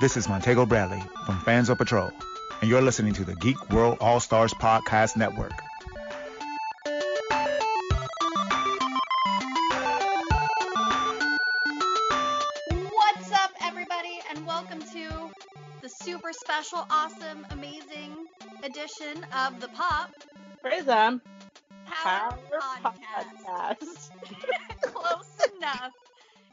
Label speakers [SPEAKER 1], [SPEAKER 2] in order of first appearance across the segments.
[SPEAKER 1] This is Montego Bradley from Fanzo Patrol, and you're listening to the Geek World All Stars Podcast Network.
[SPEAKER 2] What's up, everybody, and welcome to the super special, awesome, amazing edition of the Pop
[SPEAKER 3] Prism
[SPEAKER 2] Power
[SPEAKER 3] Power
[SPEAKER 2] Podcast.
[SPEAKER 3] Podcast.
[SPEAKER 2] Close enough.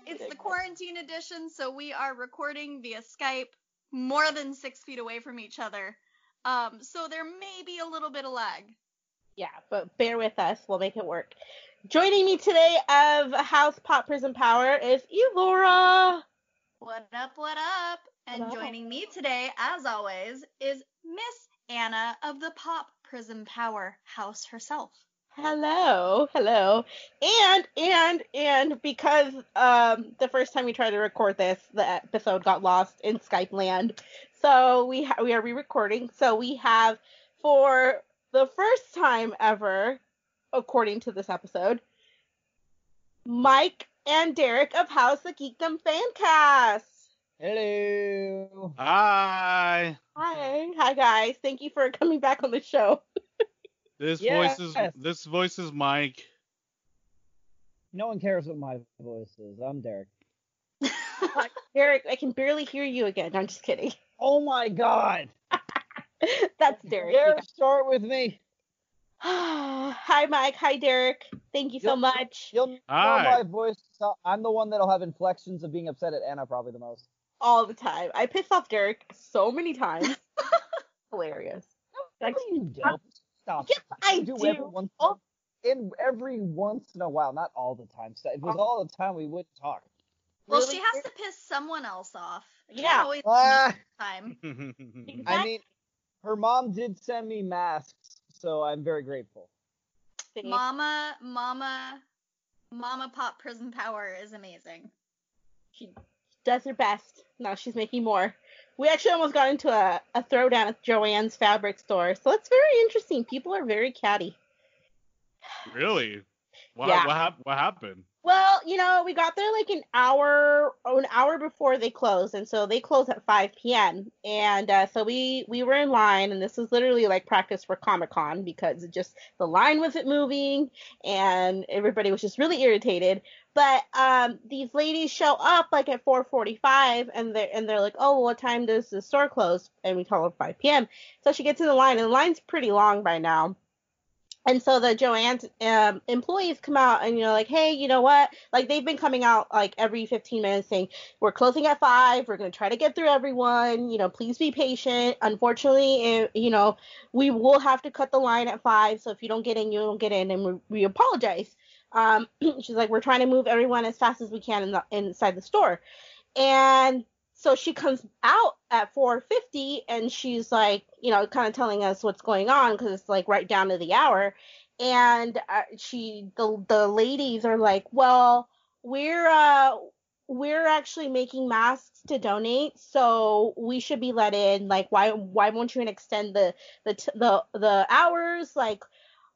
[SPEAKER 2] It's the quarantine edition, so we are recording via Skype, more than six feet away from each other. Um, so there may be a little bit of lag.
[SPEAKER 3] Yeah, but bear with us. We'll make it work. Joining me today of House Pop Prism Power is Evora.
[SPEAKER 2] What up? What up? And
[SPEAKER 3] What up?
[SPEAKER 2] joining me today, as always, is Miss Anna of the Pop Prism Power House herself.
[SPEAKER 3] Hello, hello. And and and because um the first time we tried to record this, the episode got lost in Skype land. So we ha- we are re-recording. So we have for the first time ever, according to this episode, Mike and Derek of House the Geekdom Fancast.
[SPEAKER 4] Hello.
[SPEAKER 1] Uh,
[SPEAKER 5] Hi.
[SPEAKER 3] Hi, hi guys. Thank you for coming back on the show.
[SPEAKER 5] This voice is
[SPEAKER 4] Yes.
[SPEAKER 5] this voice is Mike.
[SPEAKER 4] No one cares what my voice is. I'm Derek.
[SPEAKER 3] Derek, I can barely hear you again. I'm just kidding.
[SPEAKER 4] Oh my god.
[SPEAKER 3] That's Derek. you
[SPEAKER 4] Derek, start with me.
[SPEAKER 3] Hi, Mike. Hi, Derek. Thank you so
[SPEAKER 4] Yep.
[SPEAKER 3] much.
[SPEAKER 4] You'll know
[SPEAKER 5] Hi.
[SPEAKER 4] my voice. so- I'm the one that'll have inflections of being upset at Anna probably the most.
[SPEAKER 3] All the time. I piss off Derek so many times. Hilarious. Like,
[SPEAKER 4] No, you don't. Stop.
[SPEAKER 3] Yes, I
[SPEAKER 4] You
[SPEAKER 3] do.
[SPEAKER 4] every once
[SPEAKER 3] Oh.
[SPEAKER 4] in every once in a while, not all the time. So if it was
[SPEAKER 3] Oh.
[SPEAKER 4] all the time, we wouldn't talk.
[SPEAKER 2] Well,
[SPEAKER 3] Really
[SPEAKER 2] she has
[SPEAKER 3] weird.
[SPEAKER 2] to piss someone else off. It
[SPEAKER 3] Yeah.
[SPEAKER 2] Can't always be
[SPEAKER 4] Ah,
[SPEAKER 2] time.
[SPEAKER 4] I mean, her mom did send me masks, so I'm very grateful.
[SPEAKER 3] See?
[SPEAKER 2] Mama, mama, mama pop prison power is amazing.
[SPEAKER 3] She does her best. Now she's making more. We actually almost got into a, a throwdown at Joanne's fabric store. So it's very interesting. People are very catty.
[SPEAKER 5] really? What,
[SPEAKER 3] Yeah.
[SPEAKER 5] what, hap- what happened?
[SPEAKER 3] Well, you know, we got there like an hour, oh, an hour before they closed, and so they close at 5 p.m. And uh, so we we were in line, and this was literally like practice for Comic Con because it just the line wasn't moving, and everybody was just really irritated. But um, these ladies show up like at 4:45, and they're and they're like, oh, what time does the store close? And we tell them 5 p.m. So she gets in the line, and the line's pretty long by now. And so the Joanne's um, employees come out and you're like, hey, you know what? Like they've been coming out like every 15 minutes saying, we're closing at five. We're gonna try to get through everyone. You know, please be patient. Unfortunately, it, you know, we will have to cut the line at five. So if you don't get in, you don't get in, and we, we apologize. Um, she's like, we're trying to move everyone as fast as we can in the, inside the store, and so she comes out at 4:50 and she's like, you know, kind of telling us what's going on because it's like right down to the hour, and uh, she the the ladies are like, well, we're uh we're actually making masks to donate, so we should be let in. Like, why why won't you extend the the t- the the hours? Like,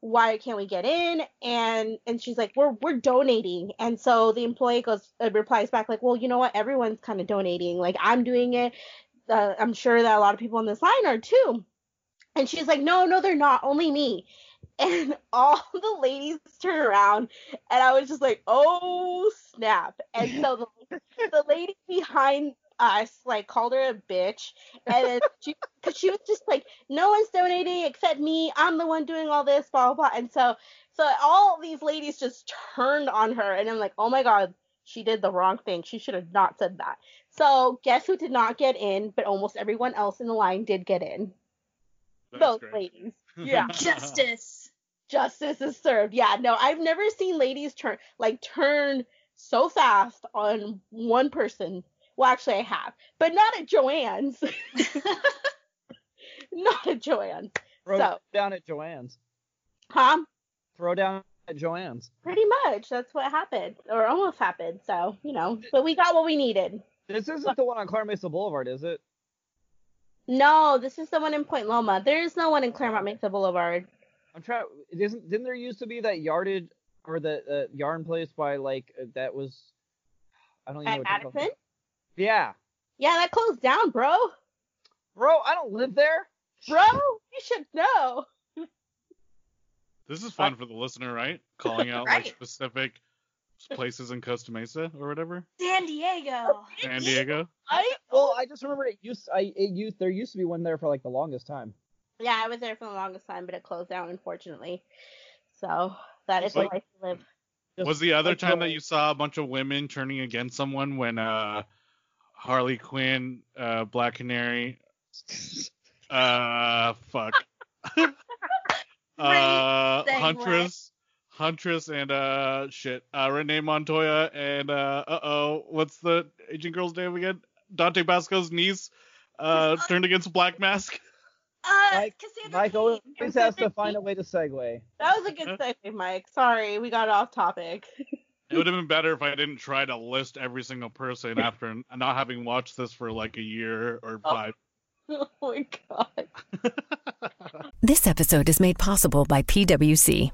[SPEAKER 3] why can't we get in? And and she's like, we're we're donating. And so the employee goes uh, replies back like, well, you know what? Everyone's kind of donating. Like, I'm doing it. Uh, I'm sure that a lot of people on this line are too. And she's like, no, no, they're not. Only me. And all the ladies turn around, and I was just like, oh snap! And so the the lady behind us like called her a bitch and then she because she was just like no one's donating except me i'm the one doing all this blah blah blah and so so all these ladies just turned on her and i'm like oh my god she did the wrong thing she should have not said that so guess who did not get in but almost everyone else in the line did get in
[SPEAKER 5] That's
[SPEAKER 3] those
[SPEAKER 5] great.
[SPEAKER 3] ladies yeah
[SPEAKER 2] Justice.
[SPEAKER 3] justice is served. Yeah, no, I've never seen ladies turn like turn so fast on one person. Well, actually, I have, but not at Joanne's. not at Joanne's.
[SPEAKER 4] Throw
[SPEAKER 3] So-
[SPEAKER 4] down at Joanne's.
[SPEAKER 3] Huh?
[SPEAKER 4] Throw down at Joanne's.
[SPEAKER 3] Pretty much. That's what happened, or almost happened. So you know, but we got what we needed.
[SPEAKER 4] This isn't the one on Clara Mesa Boulevard, is it?
[SPEAKER 3] No, this is the one in Point Loma. There is no one in Claremont Mesa Boulevard.
[SPEAKER 4] I'm trying. It isn't. Didn't there used to be that yardage or the uh, yarn place by like uh, that was? I don't even know.
[SPEAKER 3] At
[SPEAKER 4] What they're called.
[SPEAKER 3] Addison?
[SPEAKER 4] Yeah,
[SPEAKER 3] Yeah, that closed down, bro.
[SPEAKER 4] bro. I don't live there.
[SPEAKER 3] Bro, you should know.
[SPEAKER 5] This is fun for the listener, right? Calling out
[SPEAKER 2] Right.
[SPEAKER 5] like specific places in Costa Mesa or whatever,
[SPEAKER 2] San Diego.
[SPEAKER 5] San Diego.
[SPEAKER 3] I
[SPEAKER 4] Well, I just remember it used. I it used. There used to be one there for like the longest time.
[SPEAKER 3] Yeah, I was there for the longest time, but it closed down unfortunately. So that is the
[SPEAKER 5] Like-
[SPEAKER 3] life we live.
[SPEAKER 4] Just
[SPEAKER 5] Was the other
[SPEAKER 4] like
[SPEAKER 5] time that
[SPEAKER 4] Joanne's.
[SPEAKER 5] you saw a bunch of women turning against someone when uh, Harley Quinn, uh, Black Canary, uh, fuck, uh,
[SPEAKER 2] segue.
[SPEAKER 5] Huntress, Huntress, and uh, shit, uh, Renee Montoya, and uh, uh oh, what's the Agent Girl's name again? Dante Basco's niece uh, turned against Black Mask.
[SPEAKER 2] Uh,
[SPEAKER 4] Mike-
[SPEAKER 2] Cassandra
[SPEAKER 4] Mike always
[SPEAKER 2] Cain.
[SPEAKER 4] has to find a way to segue.
[SPEAKER 3] That was a good segue, Mike. Sorry, we got off topic.
[SPEAKER 5] It would have been better if I didn't try to list every single person after n- not having watched this for like a year or five.
[SPEAKER 3] oh my god.
[SPEAKER 6] This episode is made possible by PWC.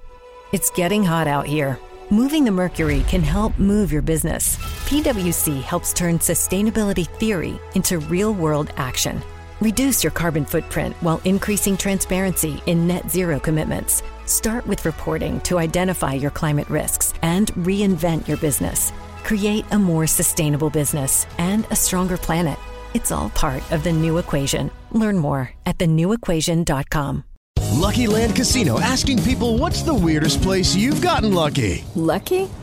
[SPEAKER 6] It's getting hot out here. Moving the Mercury can help move your business. PWC helps turn sustainability theory into real world action. Reduce your carbon footprint while increasing transparency in net zero commitments. Start with reporting to identify your climate risks and reinvent your business. Create a more sustainable business and a stronger planet. It's all part of the new equation. Learn more at thenewequation.com.
[SPEAKER 7] Lucky Land Casino asking people what's the weirdest place you've gotten lucky?
[SPEAKER 8] Lucky?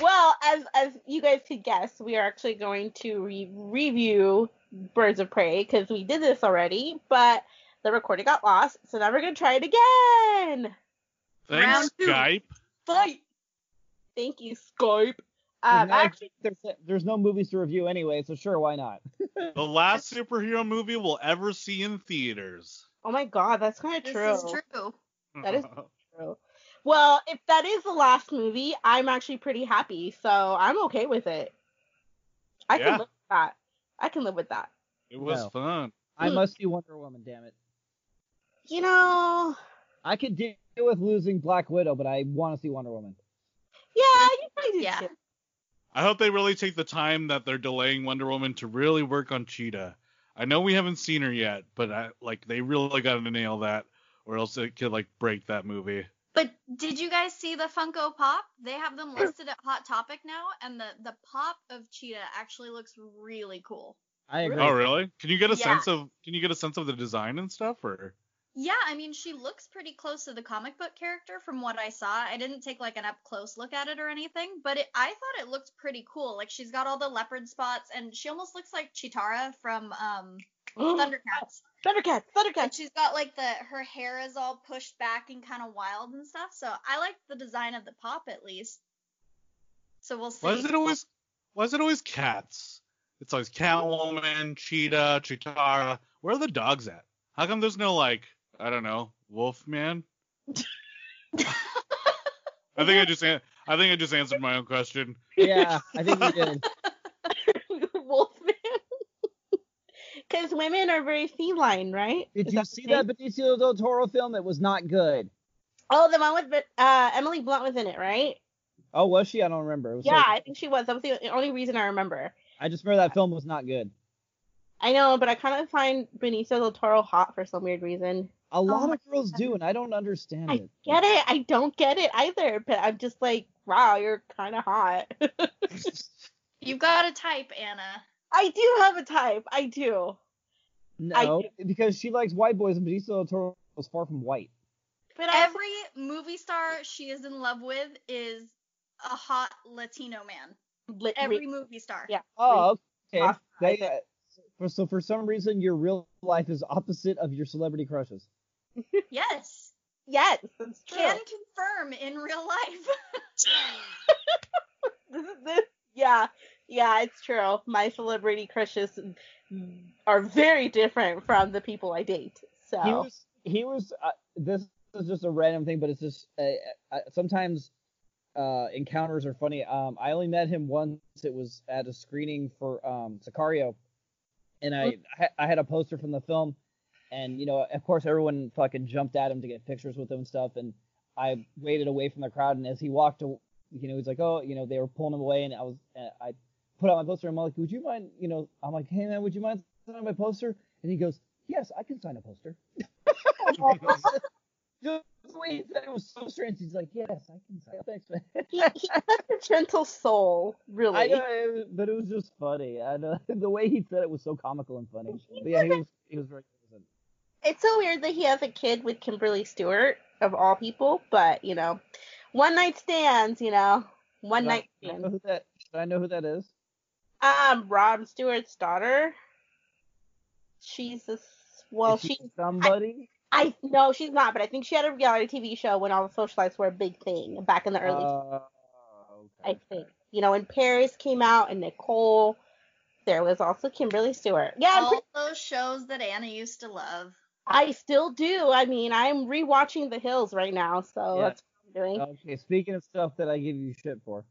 [SPEAKER 3] Well, as as you guys could guess, we are actually going to re- review Birds of Prey because we did this already, but the recording got lost, so now we're gonna try it again.
[SPEAKER 5] Thanks,
[SPEAKER 2] Round two.
[SPEAKER 5] Skype.
[SPEAKER 2] Fight.
[SPEAKER 3] Thank you, Skype. Um,
[SPEAKER 4] There's no-
[SPEAKER 3] actually,
[SPEAKER 4] there's, there's no movies to review anyway, so sure, why not?
[SPEAKER 5] The last superhero movie we'll ever see in theaters.
[SPEAKER 3] oh my god, that's kind of
[SPEAKER 2] This
[SPEAKER 3] true.
[SPEAKER 2] is true.
[SPEAKER 3] That is- true. Well, if that is the last movie, I'm actually pretty happy, so I'm okay with it. I
[SPEAKER 5] Yeah.
[SPEAKER 3] can live with that. I can live with that.
[SPEAKER 5] It was
[SPEAKER 4] No.
[SPEAKER 5] fun.
[SPEAKER 4] I
[SPEAKER 3] Hmm.
[SPEAKER 4] must see Wonder Woman, damn it.
[SPEAKER 3] You know,
[SPEAKER 4] I could deal with losing Black Widow, but I want to see Wonder Woman.
[SPEAKER 3] yeah, you probably do
[SPEAKER 2] Yeah.
[SPEAKER 3] too.
[SPEAKER 5] I hope they really take the time that they're delaying Wonder Woman to really work on Cheetah. I know we haven't seen her yet, but I, like they really got to nail that, or else it could like break that movie.
[SPEAKER 2] But did you guys see the Funko Pop? They have them listed at Hot Topic now, and the the pop of Cheetah actually looks really cool.
[SPEAKER 4] I agree.
[SPEAKER 5] Oh, really? Can you get a
[SPEAKER 2] Yeah.
[SPEAKER 5] sense of can you get a sense of the design and stuff, or
[SPEAKER 2] Yeah, I mean she looks pretty close to the comic book character from what I saw. I didn't take like an up close look at it or anything, but it, I thought it looked pretty cool. Like she's got all the leopard spots, and she almost looks like Chitara from um
[SPEAKER 3] Oh,
[SPEAKER 2] Thundercats.
[SPEAKER 3] Thundercats,
[SPEAKER 2] And
[SPEAKER 3] Thundercats.
[SPEAKER 2] she's got like the her hair is all pushed back and kind of wild and stuff. So I like the design of the pop at least. So we'll see.
[SPEAKER 5] why is it always why is it always cats? It's always Catwoman, Cheetah, Chitara. Where are the dogs at? How come there's no like I don't know Wolfman? I think I just an- I think I just answered my own question.
[SPEAKER 4] Yeah, I think we did.
[SPEAKER 3] Wolfman. Because women are very feline, right?
[SPEAKER 4] Did
[SPEAKER 3] Is
[SPEAKER 4] you
[SPEAKER 3] the
[SPEAKER 4] see
[SPEAKER 3] thing?
[SPEAKER 4] that Benicio del Toro film? It was not good.
[SPEAKER 3] Oh, the one with uh, Emily Blunt was in it, right?
[SPEAKER 4] Oh, was she? I don't remember. It was
[SPEAKER 3] Yeah,
[SPEAKER 4] like-
[SPEAKER 3] I think she was. That was the only reason I remember.
[SPEAKER 4] I just remember that film was not good.
[SPEAKER 3] I know, but I kind of find Benicio del Toro hot for some weird reason.
[SPEAKER 4] A lot
[SPEAKER 3] Oh my
[SPEAKER 4] of girls do, and I don't understand
[SPEAKER 3] I
[SPEAKER 4] it.
[SPEAKER 3] get it. I don't get it either, but I'm just like, wow, you're kind of hot.
[SPEAKER 2] You've got a type, Anna.
[SPEAKER 3] I do have a type. I do.
[SPEAKER 4] No, because she likes white boys, and Benicio del Toro was far from white.
[SPEAKER 2] But every movie star she is in love with is a hot Latino man.
[SPEAKER 3] Lit-
[SPEAKER 2] Every
[SPEAKER 3] re-
[SPEAKER 2] movie star.
[SPEAKER 3] Yeah.
[SPEAKER 4] Oh, okay.
[SPEAKER 3] Awesome.
[SPEAKER 4] They- for- so for some reason, your real life is opposite of your celebrity crushes.
[SPEAKER 2] Yes.
[SPEAKER 3] Yes, it's true.
[SPEAKER 2] Can confirm in real life.
[SPEAKER 3] This is- this- yeah, yeah, it's true. My celebrity crushes are very different from the people I date. So
[SPEAKER 4] He was. He was. Uh, this is just a random thing, but it's just uh, uh, sometimes uh, encounters are funny. Um, I only met him once. It was at a screening for um, Sicario, and I I- I had a poster from the film, and you know, of course, everyone fucking jumped at him to get pictures with him and stuff, and I waited away from the crowd, and as he walked, a- you know, he's like, oh, you know, they were pulling him away, and I was, uh, I put out my poster, and I'm like, would you mind, you know, I'm like, hey man, would you mind signing my poster? And he goes, yes, I can sign a poster. Just wait, that was so strange. He's like, yes, I can sign. Thanks, man.
[SPEAKER 3] he, he's such a gentle soul, really.
[SPEAKER 4] I know, it was- but it was just funny. I know the way he said it was so comical and funny. But yeah, he was, he was very. pleasant.
[SPEAKER 3] It's so weird that he has a kid with Kimberly Stewart of all people, but you know, one night stands, you know, one
[SPEAKER 4] Should I-
[SPEAKER 3] night
[SPEAKER 4] should I know
[SPEAKER 3] stands.
[SPEAKER 4] who that? Should I know who that is?
[SPEAKER 3] Um, Rob Stewart's daughter. She's a s- well,
[SPEAKER 4] Is she
[SPEAKER 3] she
[SPEAKER 4] somebody.
[SPEAKER 3] I no, she's not, but I think she had a reality TV show when all the socialites were a big thing back in the early.
[SPEAKER 4] Uh,
[SPEAKER 3] I
[SPEAKER 4] okay.
[SPEAKER 3] think you know when Paris came out and Nicole, there was also Kimberly Stewart. Yeah,
[SPEAKER 4] Oh.
[SPEAKER 3] I'm
[SPEAKER 2] All
[SPEAKER 3] pretty,
[SPEAKER 2] those shows that Anna used to love.
[SPEAKER 3] I still do. I mean, I'm rewatching The Hills right now, so
[SPEAKER 4] Yeah.
[SPEAKER 3] that's what I'm doing.
[SPEAKER 4] Okay, speaking of stuff that I give you shit for,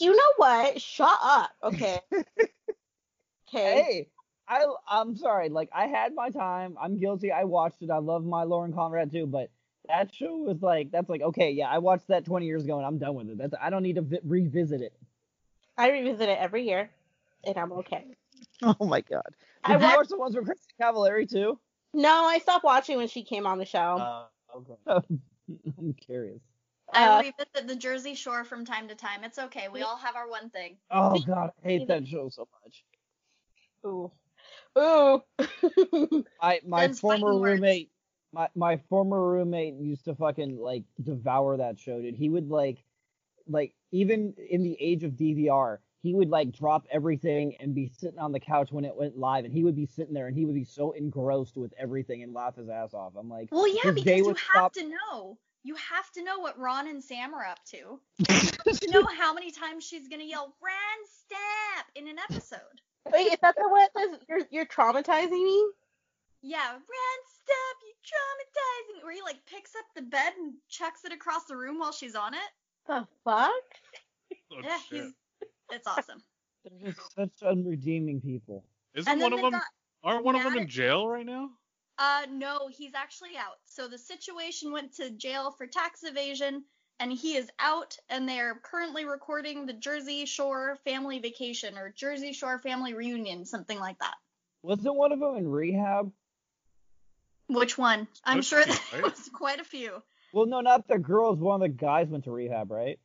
[SPEAKER 3] You know what? Shut up. Okay. okay.
[SPEAKER 4] hey, I I'm sorry, like I had my time. I'm guilty. I watched it. I love my Lauren Conrad too, but that show was like that's like okay, yeah, I watched that 20 years ago and I'm done with it. That's I don't need to vi- revisit it.
[SPEAKER 3] I revisit it every year, and I'm okay.
[SPEAKER 4] Oh my god.
[SPEAKER 3] I
[SPEAKER 4] Did you
[SPEAKER 3] watched-
[SPEAKER 4] watch the ones with Kristen Cavallari too?
[SPEAKER 3] No, I stopped watching when she came on the show.
[SPEAKER 4] okay. I'm curious.
[SPEAKER 2] I
[SPEAKER 3] Uh,
[SPEAKER 2] revisit the Jersey Shore from time to time. It's okay. We all have our one thing.
[SPEAKER 4] Oh god, I hate that show so much. Oh.
[SPEAKER 3] Ooh. Ooh.
[SPEAKER 4] I my
[SPEAKER 2] Ben's fighting
[SPEAKER 4] former
[SPEAKER 2] words.
[SPEAKER 4] roommate my my former roommate used to fucking like devour that show, dude. He would like like even in the age of DVR, he would like drop everything and be sitting on the couch when it went live and he would be sitting there and he would be so engrossed with everything and laugh his ass off. I'm like
[SPEAKER 2] Well, yeah,
[SPEAKER 4] his day
[SPEAKER 2] because you
[SPEAKER 4] would
[SPEAKER 2] have
[SPEAKER 4] stop
[SPEAKER 2] to know. You have to know what Ron and Sam are up to. you know how many times she's gonna yell "Ron, stab!" in an episode.
[SPEAKER 3] Wait, is that the one that's you're you're traumatizing me?
[SPEAKER 2] Yeah, Ron, stab! You traumatizing. Where he like picks up the bed and chucks it across the room while she's on it.
[SPEAKER 3] The fuck?
[SPEAKER 5] Oh,
[SPEAKER 2] yeah,
[SPEAKER 5] shit.
[SPEAKER 2] he's. It's awesome.
[SPEAKER 4] They're just such unredeeming people.
[SPEAKER 5] Isn't
[SPEAKER 2] and
[SPEAKER 5] one
[SPEAKER 2] then
[SPEAKER 5] of
[SPEAKER 2] they've
[SPEAKER 5] them?
[SPEAKER 2] got
[SPEAKER 5] Aren't one of them
[SPEAKER 2] Matt-
[SPEAKER 5] in jail right now?
[SPEAKER 2] Uh, no, he's actually out. So the situation went to jail for tax evasion, and he is out. And they are currently recording the Jersey Shore family vacation or Jersey Shore family reunion, something like that.
[SPEAKER 4] Wasn't one of them in rehab?
[SPEAKER 2] Which one? I'm
[SPEAKER 5] That's
[SPEAKER 2] sure
[SPEAKER 5] cute,
[SPEAKER 2] there
[SPEAKER 5] right?
[SPEAKER 2] was quite a few.
[SPEAKER 4] Well, no, not the girls. One of the guys went to rehab, right?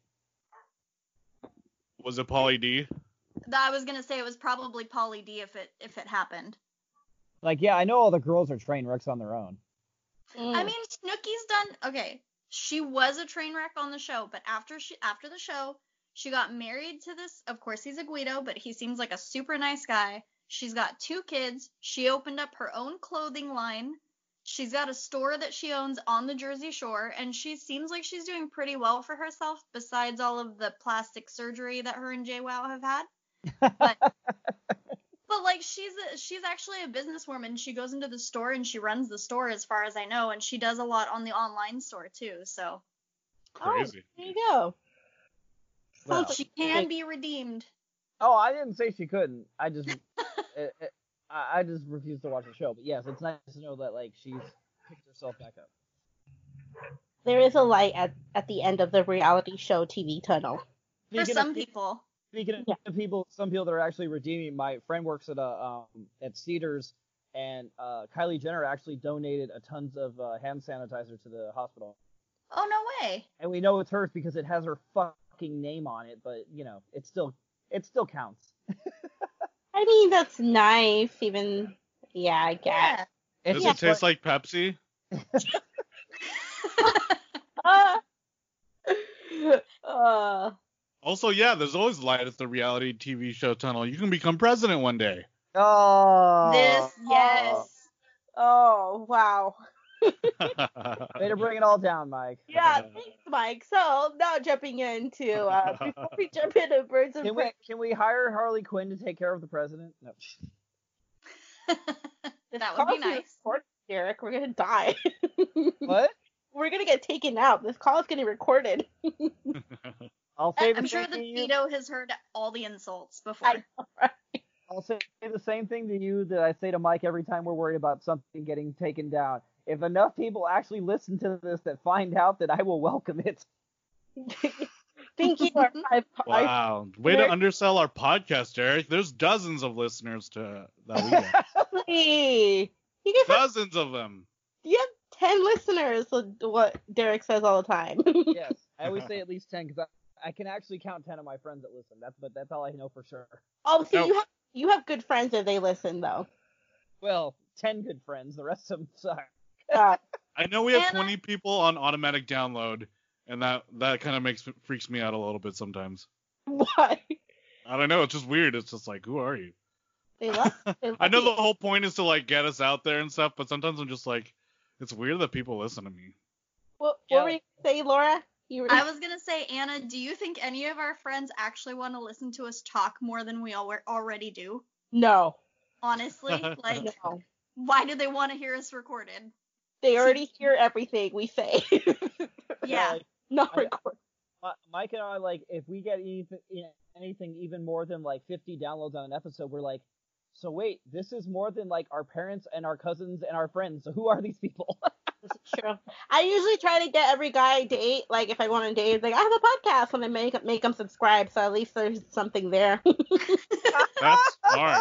[SPEAKER 5] Was it Polly D?
[SPEAKER 2] Oh, Th- I was gonna say it was probably Polly D if it if it happened.
[SPEAKER 4] Like, yeah, I know all the girls are train wrecks on their own. Mm.
[SPEAKER 2] I mean, Snooki's done okay. She was a train wreck on the show, but after she after the show, she got married to this. Of course, he's a Guido, but he seems like a super nice guy. She's got two kids. She opened up her own clothing line. She's got a store that she owns on the Jersey Shore, and she seems like she's doing pretty well for herself. Besides all of the plastic surgery that her and Jay Wow have had. But like she's a, she's actually a businesswoman. She goes into the store and she runs the store as far as I know, and she does a lot on the online store too. So
[SPEAKER 3] oh,
[SPEAKER 5] Crazy.
[SPEAKER 3] there you go.
[SPEAKER 4] Well,
[SPEAKER 2] Oh, she can be redeemed.
[SPEAKER 4] oh, I didn't say she couldn't. I just, it, it, I I just refused to watch the show. But yes, it's nice to know that like she's picked herself back up.
[SPEAKER 3] There is a light at, at the end of the reality show TV tunnel.
[SPEAKER 2] For
[SPEAKER 4] Speaking of
[SPEAKER 2] some
[SPEAKER 4] pe-
[SPEAKER 2] people,
[SPEAKER 4] Speaking of people, some people that are actually redeeming. My friend works at a um at Cedars, and uh, Kylie Jenner actually donated a tons of uh, hand sanitizer to the hospital.
[SPEAKER 2] oh no way.
[SPEAKER 4] and we know it's hers because it has her fucking name on it. But you know, it's still it still counts.
[SPEAKER 3] I mean, that's nice. Even yeah, I guess.
[SPEAKER 5] Does it taste like Pepsi?
[SPEAKER 3] uh,
[SPEAKER 5] Also, yeah, there's always light at the reality TV show tunnel. You can become president one day.
[SPEAKER 4] Oh.
[SPEAKER 2] This yes.
[SPEAKER 3] oh wow.
[SPEAKER 4] Way to bring it all down, Mike.
[SPEAKER 3] Yeah, thanks, Mike. So now jumping into uh, before we jump into birds of
[SPEAKER 4] Can
[SPEAKER 3] prey,
[SPEAKER 4] we can we hire Harley Quinn to take care of the president? No.
[SPEAKER 2] That would be
[SPEAKER 3] call is
[SPEAKER 2] nice.
[SPEAKER 3] recorded, Derek, we're gonna die.
[SPEAKER 4] What?
[SPEAKER 3] we're gonna get taken out. This call is getting recorded.
[SPEAKER 4] I'll
[SPEAKER 2] I-
[SPEAKER 4] say
[SPEAKER 2] I'm
[SPEAKER 4] the
[SPEAKER 2] sure
[SPEAKER 4] same
[SPEAKER 2] that
[SPEAKER 4] to you.
[SPEAKER 2] Vito has heard all the insults before.
[SPEAKER 3] I-
[SPEAKER 4] I'll say the same thing to you that I say to Mike every time we're worried about something getting taken down. If enough people actually listen to this that find out, that I will welcome it.
[SPEAKER 3] Thank you. Our five, our
[SPEAKER 5] Wow. Way to
[SPEAKER 3] Derek-
[SPEAKER 5] undersell our podcast, Eric. There's dozens of listeners to that we get.
[SPEAKER 3] Hey, you guys have,
[SPEAKER 5] dozens of them.
[SPEAKER 3] you have ten listeners. so What Derek says all the time.
[SPEAKER 4] yes, I always say at least ten because I, I can actually count ten of my friends that listen. That's but that's all I know for sure.
[SPEAKER 3] oh, see,
[SPEAKER 5] No.
[SPEAKER 3] you have you have good friends if they listen though.
[SPEAKER 4] Well, ten good friends. The rest of them suck.
[SPEAKER 3] Uh,
[SPEAKER 5] I know we have
[SPEAKER 2] And I-
[SPEAKER 5] 20 people on automatic download, and that that kind of makes freaks me out a little bit sometimes.
[SPEAKER 3] why?
[SPEAKER 5] I don't know. It's just weird. It's just like, who are you?
[SPEAKER 3] They love. They love
[SPEAKER 5] I know the
[SPEAKER 3] you.
[SPEAKER 5] whole point is to like get us out there and stuff, but sometimes I'm just like, it's weird that people listen to me.
[SPEAKER 3] What,
[SPEAKER 4] Yeah.
[SPEAKER 3] what were you gonna say, Laura? You were.
[SPEAKER 2] I was gonna say, Anna, do you think any of our friends actually want to listen to us talk more than we al- already do?
[SPEAKER 3] no.
[SPEAKER 2] Honestly, like,
[SPEAKER 3] No.
[SPEAKER 2] why do they want to hear us recorded?
[SPEAKER 3] They already hear everything we say.
[SPEAKER 2] Yeah.
[SPEAKER 4] Like,
[SPEAKER 3] Not
[SPEAKER 4] I-
[SPEAKER 3] record.
[SPEAKER 4] Mi- Mike and I like if we get anything, anything even more than like 50 downloads on an episode, we're like, so wait, this is more than like our parents and our cousins and our friends. So who are these people?
[SPEAKER 3] This is true. I usually try to get every guy I date, like if I want to date, like I have a podcast, and I make make them subscribe, so at least there's something there.
[SPEAKER 5] That's smart.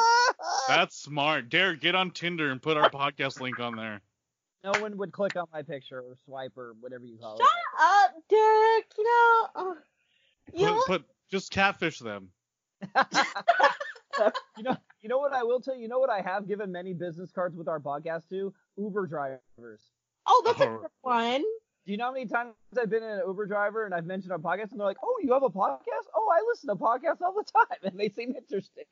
[SPEAKER 5] That's smart. Derek, get on Tinder and put our podcast link on there.
[SPEAKER 4] no one would click on my picture or swipe or whatever you call it.
[SPEAKER 3] Uh, Derek, you know, uh, you
[SPEAKER 5] Put,
[SPEAKER 3] look
[SPEAKER 5] put just catfish them.
[SPEAKER 4] You know, you know what I will tell you. You know what I have given many business cards with our podcast to Uber drivers.
[SPEAKER 3] oh, that's a
[SPEAKER 5] Oh.
[SPEAKER 3] good one.
[SPEAKER 4] Do you know how many times I've been an Uber driver and I've mentioned our podcast and they're like, "Oh, you have a podcast? Oh, I listen to podcasts all the time," and they seem interested.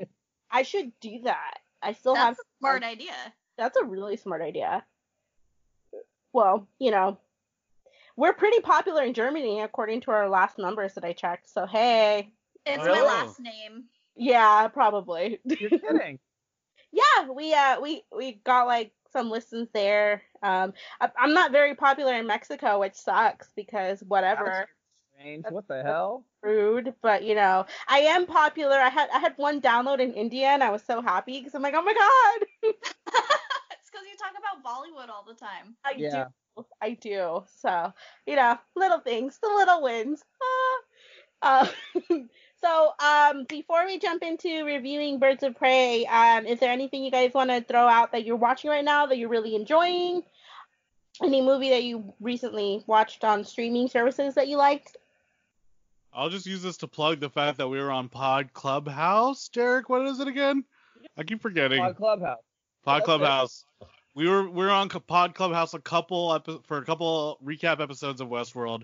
[SPEAKER 3] I should do that. I still have
[SPEAKER 2] That's a smart idea.
[SPEAKER 3] that's a really smart idea. Well, you know, we're pretty popular in Germany according to our last numbers that I checked. So hey,
[SPEAKER 2] It's
[SPEAKER 5] Really?
[SPEAKER 2] my last name.
[SPEAKER 3] yeah, probably.
[SPEAKER 4] You're kidding.
[SPEAKER 3] yeah, we uh we we got like some listens there. Um, I, I'm not very popular in Mexico, which sucks because
[SPEAKER 4] That was
[SPEAKER 3] whatever.
[SPEAKER 4] Strange. What the hell?
[SPEAKER 3] rude, but you know, I am popular. I had I had one download in India, and I was so happy because I'm like, oh my god,
[SPEAKER 2] It's because you talk about Bollywood all the time.
[SPEAKER 3] I
[SPEAKER 4] Yeah.
[SPEAKER 3] do, I do. So you know, little things, the little wins. Ah. Uh, so um, before we jump into reviewing Birds of Prey, um, is there anything you guys want to throw out that you're watching right now that you're really enjoying? Any movie that you recently watched on streaming services that you liked?
[SPEAKER 5] I'll just use this to plug the fact that we were on Pod Clubhouse. Derek, what is it again? I keep forgetting.
[SPEAKER 4] On Clubhouse.
[SPEAKER 5] Pod
[SPEAKER 4] That's
[SPEAKER 5] Clubhouse. We were we were on Pod Clubhouse a couple epi- for a couple recap episodes of Westworld,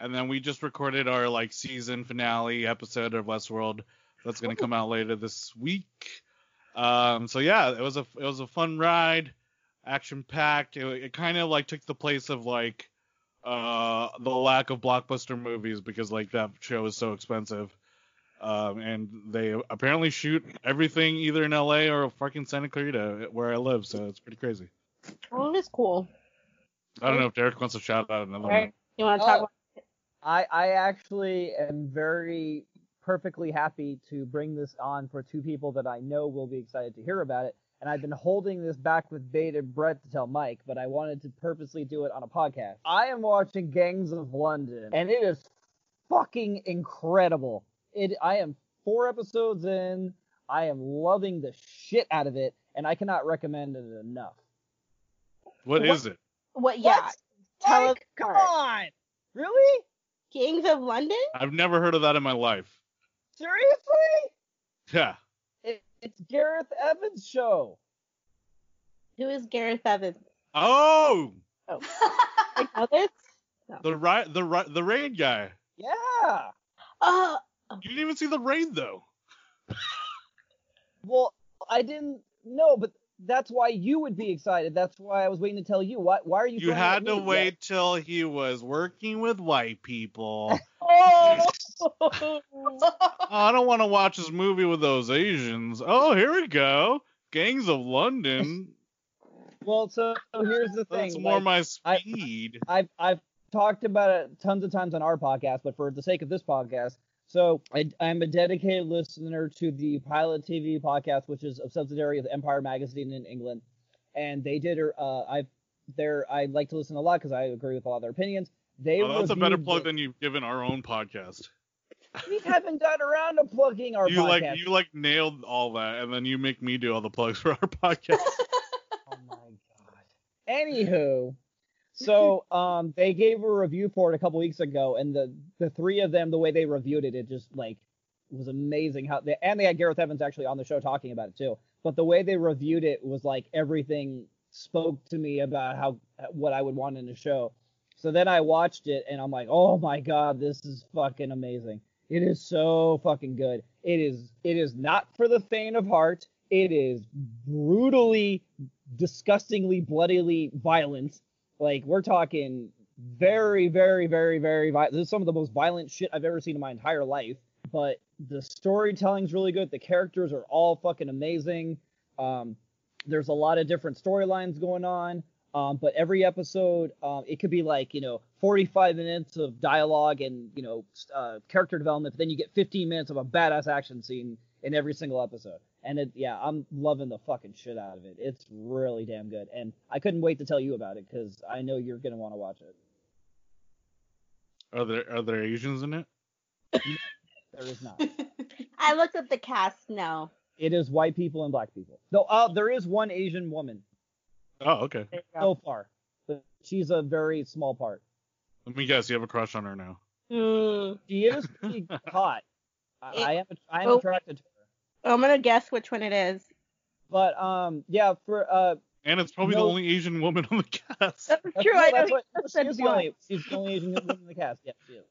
[SPEAKER 5] and then we just recorded our like season finale episode of Westworld that's gonna come out later this week. Um, so yeah, it was a it was a fun ride, action packed. It, it kind of like took the place of like uh the lack of blockbuster movies because like that show is so expensive. Um, and they apparently shoot everything either in LA or fucking Santa Clarita, where I live. So it's pretty crazy.
[SPEAKER 3] Oh, that's cool.
[SPEAKER 5] I don't know if Derek wants to shout out another
[SPEAKER 3] Right.
[SPEAKER 5] one.
[SPEAKER 3] You want to
[SPEAKER 4] Oh.
[SPEAKER 3] talk about?
[SPEAKER 4] I I actually am very perfectly happy to bring this on for two people that I know will be excited to hear about it. And I've been holding this back with bated breath to tell Mike, but I wanted to purposely do it on a podcast. I am watching Gangs of London, and it is fucking incredible. It I am four episodes in. I am loving the shit out of it, and I cannot recommend it enough.
[SPEAKER 5] what is it?
[SPEAKER 3] What? Yeah. Tell us
[SPEAKER 4] Mike, come
[SPEAKER 3] more.
[SPEAKER 4] on. Really?
[SPEAKER 3] Kings of London?
[SPEAKER 5] I've never heard of that in my life.
[SPEAKER 4] Seriously?
[SPEAKER 5] Yeah.
[SPEAKER 4] It, it's Gareth Evans' show.
[SPEAKER 3] Who is Gareth Evans?
[SPEAKER 5] Oh,
[SPEAKER 3] I know this.
[SPEAKER 5] the right, the right, the rain guy.
[SPEAKER 4] Yeah.
[SPEAKER 3] Oh,
[SPEAKER 5] You didn't even see the rain though.
[SPEAKER 4] Well, I didn't know, but that's why you would be excited. That's why I was waiting to tell you. Why? Why are you?
[SPEAKER 5] You
[SPEAKER 4] throwing it
[SPEAKER 5] had
[SPEAKER 4] at
[SPEAKER 5] to
[SPEAKER 4] me?
[SPEAKER 5] wait till he was working with white people.
[SPEAKER 3] oh.
[SPEAKER 5] oh, I don't want to watch this movie with those Asians. Oh, here we go. Gangs of London.
[SPEAKER 4] Well, so, so here's the thing.
[SPEAKER 5] That's more
[SPEAKER 4] like,
[SPEAKER 5] my
[SPEAKER 4] I-
[SPEAKER 5] speed.
[SPEAKER 4] I've I've talked about it tons of times on our podcast, but for the sake of this podcast, so I, I'm a dedicated listener to the Pilot TV podcast, which is a subsidiary of Empire Magazine in England, and they did. Uh, I've there I like to listen a lot because I agree with a lot of their opinions. They
[SPEAKER 5] Oh, that's a better
[SPEAKER 4] reviewed
[SPEAKER 5] plug
[SPEAKER 4] the-
[SPEAKER 5] than you've given our own podcast.
[SPEAKER 4] we haven't got around to plugging our
[SPEAKER 5] you
[SPEAKER 4] podcast.
[SPEAKER 5] like you like nailed all that, and then you make me do all the plugs for our podcast.
[SPEAKER 4] Oh my god. Anywho, so um, they gave a review for it a couple weeks ago, and the the three of them, the way they reviewed it, it just like was amazing how they and they had Gareth Evans actually on the show talking about it too. But the way they reviewed it was like everything spoke to me about how what I would want in a show. So then I watched it and I'm like, oh my god, this is fucking amazing. It is so fucking good. It is it is not for the faint of heart. It is brutally, disgustingly, bloodily violent. Like we're talking very, very, very, very violent. This is some of the most violent shit I've ever seen in my entire life. But the storytelling's really good. The characters are all fucking amazing. Um, there's a lot of different storylines going on. Um, but every episode, um, it could be like you know 45 minutes of dialogue and you know s- uh, character development, but then you get 15 minutes of a badass action scene in every single episode. And it, yeah, I'm loving the fucking shit out of it. It's really damn good, and I couldn't wait to tell you about it because I know you're gonna want to watch it.
[SPEAKER 5] Are there are there Asians in it?
[SPEAKER 4] There is not.
[SPEAKER 3] I looked at the cast. No.
[SPEAKER 4] it is white people and black people. Though uh, there is one Asian woman
[SPEAKER 5] Oh, okay.
[SPEAKER 3] There you
[SPEAKER 4] so far, but she's a very small part.
[SPEAKER 5] Let me guess. You have a crush on her now.
[SPEAKER 3] Mm.
[SPEAKER 4] She is pretty hot. I, I am I am
[SPEAKER 3] Oh.
[SPEAKER 4] attracted to her.
[SPEAKER 3] I'm gonna guess which one it is.
[SPEAKER 4] But um, yeah, for uh,
[SPEAKER 5] And it's probably
[SPEAKER 4] No.
[SPEAKER 5] the only Asian woman on the cast.
[SPEAKER 3] That's
[SPEAKER 4] that's-
[SPEAKER 3] true.
[SPEAKER 4] no,
[SPEAKER 3] I
[SPEAKER 4] that's
[SPEAKER 3] know
[SPEAKER 4] what- no,
[SPEAKER 3] you
[SPEAKER 4] she
[SPEAKER 3] said
[SPEAKER 4] is the
[SPEAKER 3] one.
[SPEAKER 4] only she's the only Asian woman in the cast. Yeah, she is.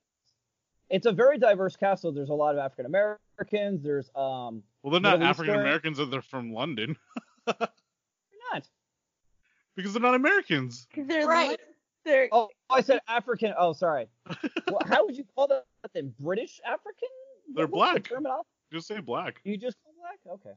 [SPEAKER 4] It's a very diverse cast, so there's a lot of African Americans. There's um,
[SPEAKER 5] Well, they're not
[SPEAKER 4] Middle
[SPEAKER 5] African Americans if they're from London
[SPEAKER 4] they're not.
[SPEAKER 5] because they're not Americans.
[SPEAKER 3] 'Cause they're
[SPEAKER 2] Right.
[SPEAKER 3] They're
[SPEAKER 4] Oh, I said African. Oh, sorry. well, how would you call that then? British African?
[SPEAKER 5] They're
[SPEAKER 4] What's the
[SPEAKER 5] black.
[SPEAKER 4] terminology?
[SPEAKER 5] Just say black.
[SPEAKER 4] You just call black? Okay.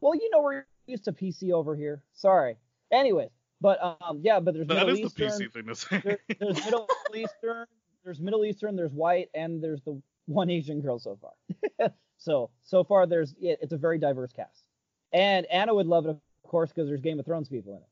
[SPEAKER 4] Well, you know we're used to PC over here. Sorry. Anyways, but um, yeah, but there's
[SPEAKER 5] That
[SPEAKER 4] Middle
[SPEAKER 5] is
[SPEAKER 4] Eastern.
[SPEAKER 5] the PC thing to say.
[SPEAKER 4] there, there's Middle Eastern, there's Middle Eastern, there's white, and there's the one Asian girl so far. so so far there's it, it's a very diverse cast. And Anna would love it of course because there's Game of Thrones people in it.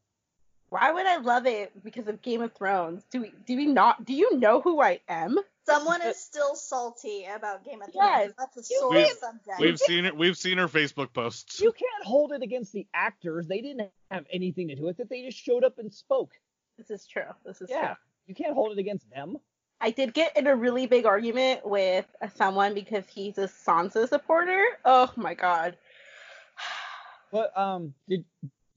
[SPEAKER 3] Why would I love it because of Game of Thrones? Do we do we not do you know who I am?
[SPEAKER 2] Someone is still salty about Game of Thrones.
[SPEAKER 3] Yes.
[SPEAKER 2] That's a
[SPEAKER 3] You
[SPEAKER 2] sore
[SPEAKER 5] can't-
[SPEAKER 2] subject.
[SPEAKER 5] We've seen her. We've seen her Facebook posts.
[SPEAKER 4] You can't hold it against the actors. They didn't have anything to do with it. They just showed up and spoke.
[SPEAKER 3] This is true. This is
[SPEAKER 4] Yeah.
[SPEAKER 3] true.
[SPEAKER 4] You can't hold it against them.
[SPEAKER 3] I did get in a really big argument with someone because he's a Sansa supporter. Oh my god.
[SPEAKER 4] But um did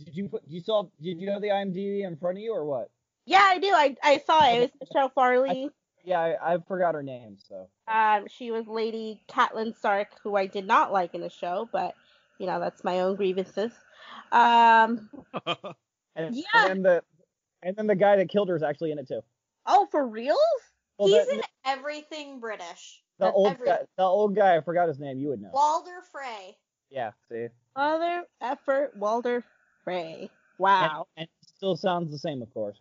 [SPEAKER 4] did you put you saw did you have the IMDb in front of you or what?
[SPEAKER 3] Yeah, I do. I, I saw it. It was Michelle Farley.
[SPEAKER 4] Yeah, I, I forgot her name, so
[SPEAKER 3] Um, she was Lady Catelyn Stark, who I did not like in the show, but you know that's my own grievances. Um,
[SPEAKER 4] and,
[SPEAKER 3] Yeah.
[SPEAKER 4] and then the and then the guy that killed her is actually in it too.
[SPEAKER 3] oh, for real?
[SPEAKER 4] Well,
[SPEAKER 2] He's
[SPEAKER 4] the,
[SPEAKER 2] in everything British.
[SPEAKER 4] the
[SPEAKER 2] That's
[SPEAKER 4] old
[SPEAKER 2] every-
[SPEAKER 4] guy, the old guy, I forgot his name. You would know.
[SPEAKER 2] Walder Frey.
[SPEAKER 4] yeah, see.
[SPEAKER 3] Mother effort, Walder Frey.
[SPEAKER 4] And-
[SPEAKER 3] Wow.
[SPEAKER 4] And, it still sounds the same, of course.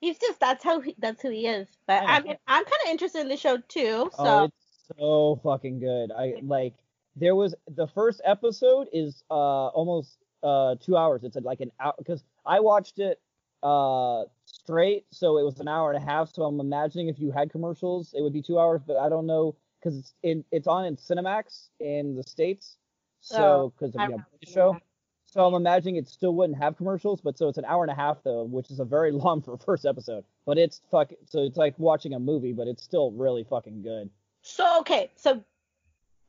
[SPEAKER 3] He's just that's how he, that's who he is. But
[SPEAKER 4] I
[SPEAKER 3] I
[SPEAKER 4] know.
[SPEAKER 3] mean, I'm kind of interested in the show too. So
[SPEAKER 4] Oh, it's so fucking good. I like. There was the first episode is uh almost uh two hours. It's like an hour because I watched it uh straight, so it was an hour and a half. So I'm imagining if you had commercials, it would be two hours. But I don't know because it's in it's on in Cinemax in the states. So
[SPEAKER 3] Oh,
[SPEAKER 4] because
[SPEAKER 3] I
[SPEAKER 4] of you know,
[SPEAKER 3] remember
[SPEAKER 4] the show. So I'm imagining it still wouldn't have commercials, but so it's an hour and a half though, which is a very long for a first episode. But it's fuck so it's like watching a movie, but it's still really fucking good.
[SPEAKER 3] so okay. So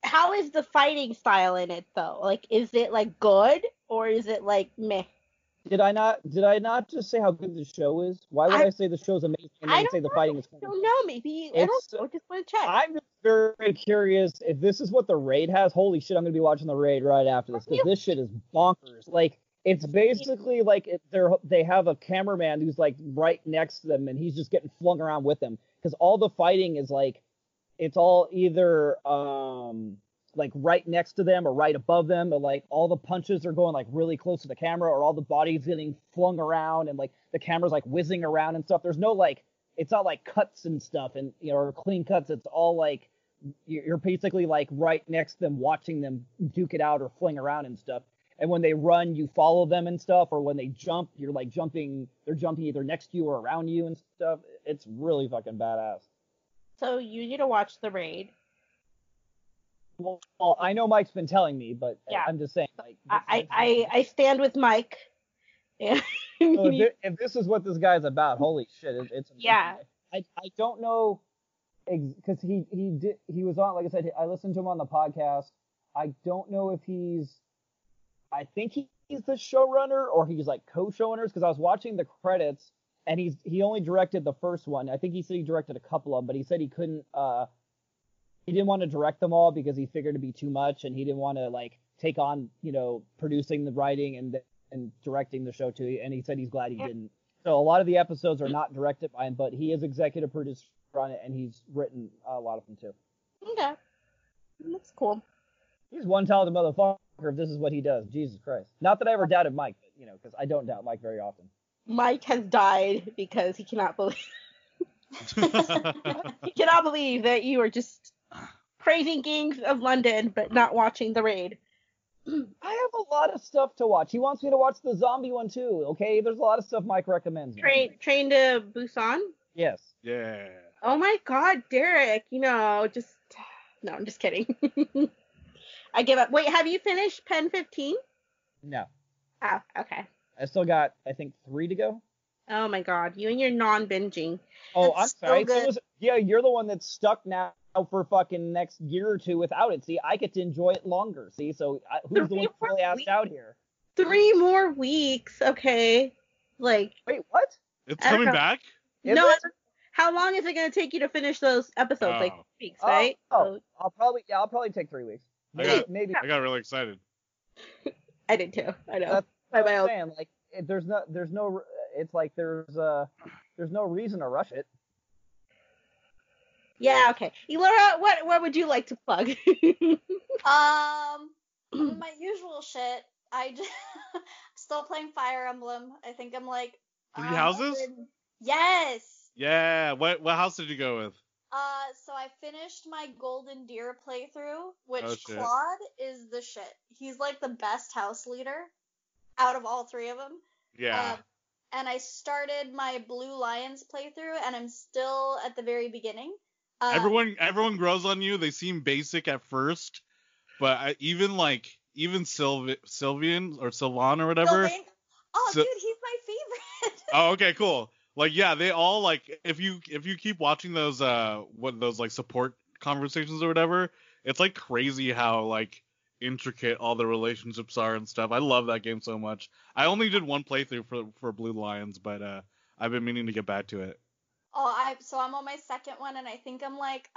[SPEAKER 3] how is the fighting style in it though? Like, is it like good or is it like meh?
[SPEAKER 4] Did I not? Did I not just say how good the show is? Why would
[SPEAKER 3] I-
[SPEAKER 4] I, say the show's amazing and
[SPEAKER 3] I
[SPEAKER 4] then say
[SPEAKER 3] don't
[SPEAKER 4] the
[SPEAKER 3] know.
[SPEAKER 4] fighting is?
[SPEAKER 3] I don't know. Maybe I don't
[SPEAKER 4] It's-
[SPEAKER 3] know. Just want to check.
[SPEAKER 4] I'm just very curious if this is what the raid has. Holy shit, I'm gonna be watching the raid right after this because this shit is bonkers. Like it's basically like it, they're they have a cameraman who's like right next to them and he's just getting flung around with them because all the fighting is like it's all either um like right next to them or right above them or like all the punches are going like really close to the camera or all the bodies getting flung around and like the camera's like whizzing around and stuff. There's no like it's not like cuts and stuff and you know or clean cuts it's all like you're you're basically like right next to them watching them duke it out or fling around and stuff and when they run you follow them and stuff or when they jump you're like jumping they're jumping either next to you or around you and stuff it's really fucking badass
[SPEAKER 3] So you need to watch the raid.
[SPEAKER 4] well, i know mike's been telling me but
[SPEAKER 3] Yeah.
[SPEAKER 4] i'm just saying like
[SPEAKER 3] I I, I, I stand with Mike. And
[SPEAKER 4] So if, thi- if this is what this guy's about holy shit it, it's amazing.
[SPEAKER 3] Yeah.
[SPEAKER 4] I, I don't know because he he did he was on like I said I listened to him on the podcast. I don't know if he's I think he, he's the showrunner or he's like co-showrunners because I was watching the credits and he's he only directed the first one. I think he said he directed a couple of them, but he said he couldn't uh he didn't want to direct them all because he figured it'd be too much and he didn't want to like take on you know producing the writing and and directing the show too. And he said he's glad he didn't. So a lot of the episodes are not directed by him, but he is executive producer on it, and he's written a lot of them too.
[SPEAKER 3] okay. That's cool.
[SPEAKER 4] He's one talented motherfucker. If this is what he does, Jesus Christ! Not that I ever doubted Mike, but you know, because I don't doubt Mike very often.
[SPEAKER 3] Mike has died because he cannot believe he cannot believe that you are just praising Kings of London but not watching the raid.
[SPEAKER 4] I have a lot of stuff to watch. He wants me to watch the zombie one too. Okay, there's a lot of stuff Mike recommends. me.
[SPEAKER 3] Train train to Busan.
[SPEAKER 4] Yes.
[SPEAKER 5] yeah.
[SPEAKER 3] Oh my God, Derek! You know, just no, I'm just kidding. I give up. Wait, have you finished Pen 15?
[SPEAKER 4] No.
[SPEAKER 3] Oh, okay.
[SPEAKER 4] I still got, I think, three to go.
[SPEAKER 3] Oh my God, you and your non-binging.
[SPEAKER 4] Oh,
[SPEAKER 3] That's so
[SPEAKER 4] I'm sorry. So
[SPEAKER 3] good.
[SPEAKER 4] was- yeah, you're the one that's stuck now for fucking next year or two without it. See, I get to enjoy it longer. See, so I, who's the
[SPEAKER 3] Three
[SPEAKER 4] one
[SPEAKER 3] more
[SPEAKER 4] really asked
[SPEAKER 3] weeks.
[SPEAKER 4] out here?
[SPEAKER 3] Three more weeks, okay? Like,
[SPEAKER 4] Wait, what?
[SPEAKER 5] It's
[SPEAKER 3] I don't
[SPEAKER 5] coming
[SPEAKER 3] know.
[SPEAKER 5] back?
[SPEAKER 4] Is
[SPEAKER 3] no.
[SPEAKER 4] it?
[SPEAKER 3] How long is it gonna take you to finish those episodes? Like
[SPEAKER 5] Oh.
[SPEAKER 3] weeks,
[SPEAKER 4] Oh,
[SPEAKER 3] right?
[SPEAKER 4] oh,
[SPEAKER 3] So-
[SPEAKER 4] I'll probably yeah, I'll probably take three weeks.
[SPEAKER 5] I
[SPEAKER 4] Maybe,
[SPEAKER 5] got-
[SPEAKER 4] maybe
[SPEAKER 5] I got really excited.
[SPEAKER 3] I did too. I know.
[SPEAKER 4] That's
[SPEAKER 3] By
[SPEAKER 4] I'm
[SPEAKER 3] my own-
[SPEAKER 4] saying like it, there's no there's no it's like there's uh there's no reason to rush it.
[SPEAKER 3] Yeah, okay. Elora, what what would you like to plug?
[SPEAKER 2] Um, my usual shit. I just, still playing Fire Emblem. I think I'm like
[SPEAKER 5] Three
[SPEAKER 2] um,
[SPEAKER 5] houses?
[SPEAKER 2] Yes.
[SPEAKER 5] Yeah. What what house did you go with?
[SPEAKER 2] Uh, so I finished my Golden Deer playthrough, which
[SPEAKER 5] Oh, shit.
[SPEAKER 2] Claude is the shit. He's like the best house leader out of all three of them.
[SPEAKER 5] Yeah.
[SPEAKER 2] Um, and I started my Blue Lions playthrough, and I'm still at the very beginning. Uh,
[SPEAKER 5] everyone everyone grows on you. They seem basic at first, but I, even like even Sylv- Sylvian or Sylvan or whatever.
[SPEAKER 2] Sylvain- Oh,
[SPEAKER 5] So-
[SPEAKER 2] dude, he's my favorite.
[SPEAKER 5] Oh, okay, cool. Like yeah, they all like if you if you keep watching those uh what those like support conversations or whatever, it's like crazy how like intricate all the relationships are and stuff. I love that game so much. I only did one playthrough for for Blue Lions, but uh I've been meaning to get back to it.
[SPEAKER 2] oh, I so I'm on my second one, and I think I'm like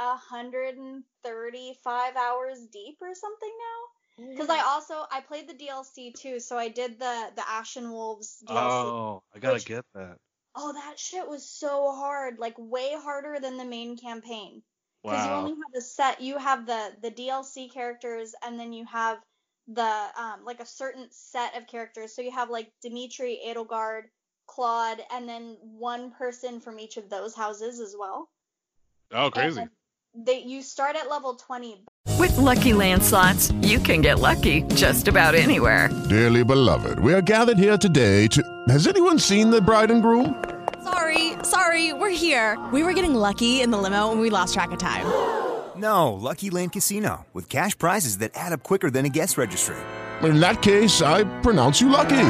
[SPEAKER 2] 135 hours deep or something now. Because I also I played the DLC too, so I did the the Ashen Wolves DLC.
[SPEAKER 5] Oh, I gotta
[SPEAKER 2] Which-
[SPEAKER 5] get that.
[SPEAKER 2] Oh, that shit was so hard, like way harder than the main campaign. Because you
[SPEAKER 5] Wow.
[SPEAKER 2] only have a set, you have the the DLC characters, and then you have the um like a certain set of characters. So you have like Dimitri, Edelgard, Claude, and then one person from each of those houses as well.
[SPEAKER 5] Oh, crazy.
[SPEAKER 2] And they you start at level 20,
[SPEAKER 6] With Lucky Land slots, you can get lucky just about anywhere.
[SPEAKER 7] Dearly beloved, we are gathered here today to. Has anyone seen the bride and groom?
[SPEAKER 9] Sorry, sorry, we're here. We were getting lucky in the limo and we lost track of time.
[SPEAKER 10] No, Lucky Land Casino, with cash prizes that add up quicker than a guest registry.
[SPEAKER 7] In that case, I pronounce you lucky.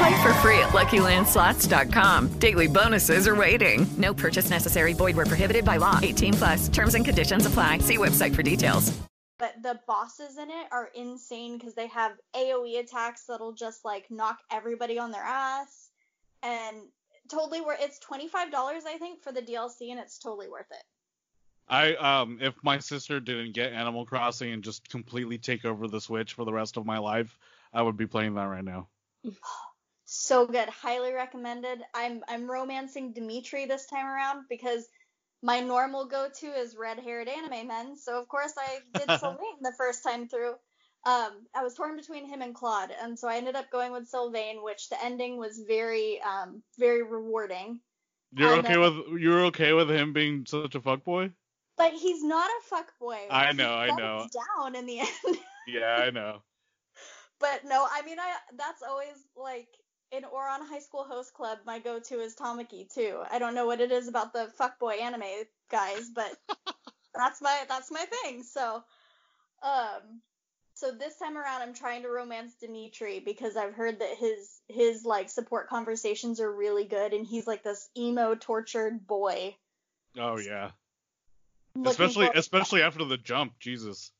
[SPEAKER 6] Play for free at LuckyLandSlots.com. Daily bonuses are waiting. No purchase necessary. Void where prohibited by law. 18 plus. Terms and conditions apply. See website for details.
[SPEAKER 2] but the bosses in it are insane because they have AoE attacks that'll just like knock everybody on their ass, and totally worth. It's twenty five dollars I think for the DLC, and it's totally worth it.
[SPEAKER 5] I um if my sister didn't get Animal Crossing and just completely take over the Switch for the rest of my life, I would be playing that right now.
[SPEAKER 2] so good. Highly recommended. I'm I'm romancing Dimitri this time around because my normal go-to is red-haired anime men. So of course I did Sylvain the first time through. Um, I was torn between him and Claude, and so I ended up going with Sylvain, which the ending was very um very rewarding.
[SPEAKER 5] You're
[SPEAKER 2] I
[SPEAKER 5] okay with you're okay with him being such a fuckboy?
[SPEAKER 2] But he's not a fuck boy.
[SPEAKER 5] I know, I know.
[SPEAKER 2] Down in the end.
[SPEAKER 5] Yeah, I know.
[SPEAKER 2] but no, I mean I that's always like in Oron High School Host Club, my go-to is Tamaki too. I don't know what it is about the fuckboy anime guys, but that's my that's my thing. So, um, so this time around, I'm trying to romance Dimitri because I've heard that his his like support conversations are really good, and he's like this emo tortured boy.
[SPEAKER 5] Oh yeah.
[SPEAKER 2] Looking
[SPEAKER 5] Especially
[SPEAKER 2] for-
[SPEAKER 5] especially after the jump, Jesus.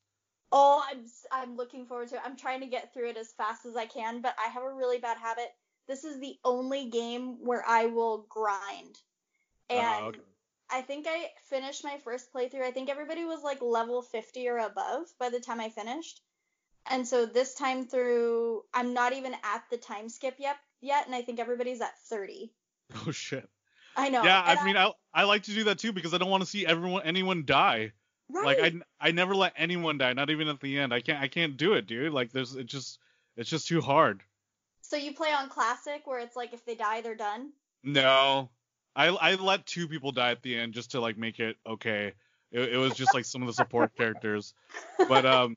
[SPEAKER 2] Oh, I'm s- I'm looking forward to it. I'm trying to get through it as fast as I can, but I have a really bad habit. This is the only game where I will grind.
[SPEAKER 5] Oh,
[SPEAKER 2] And
[SPEAKER 5] okay.
[SPEAKER 2] I think I finished my first playthrough. I think everybody was like level 50 or above by the time I finished. And so this time through, I'm not even at the time skip yet, yet and I think everybody's at 30.
[SPEAKER 5] Oh shit.
[SPEAKER 2] I know.
[SPEAKER 5] yeah,
[SPEAKER 2] and
[SPEAKER 5] I mean, I, I like to do that too because I don't want to see everyone anyone die. Like
[SPEAKER 2] Right.
[SPEAKER 5] I I never let anyone die, not even at the end. I can't I can't do it, dude. Like there's it just it's just too hard.
[SPEAKER 2] So you play on classic where it's like if they die, they're done.
[SPEAKER 5] No, I I let two people die at the end just to like make it okay. It, it was just like some of the support characters, but um,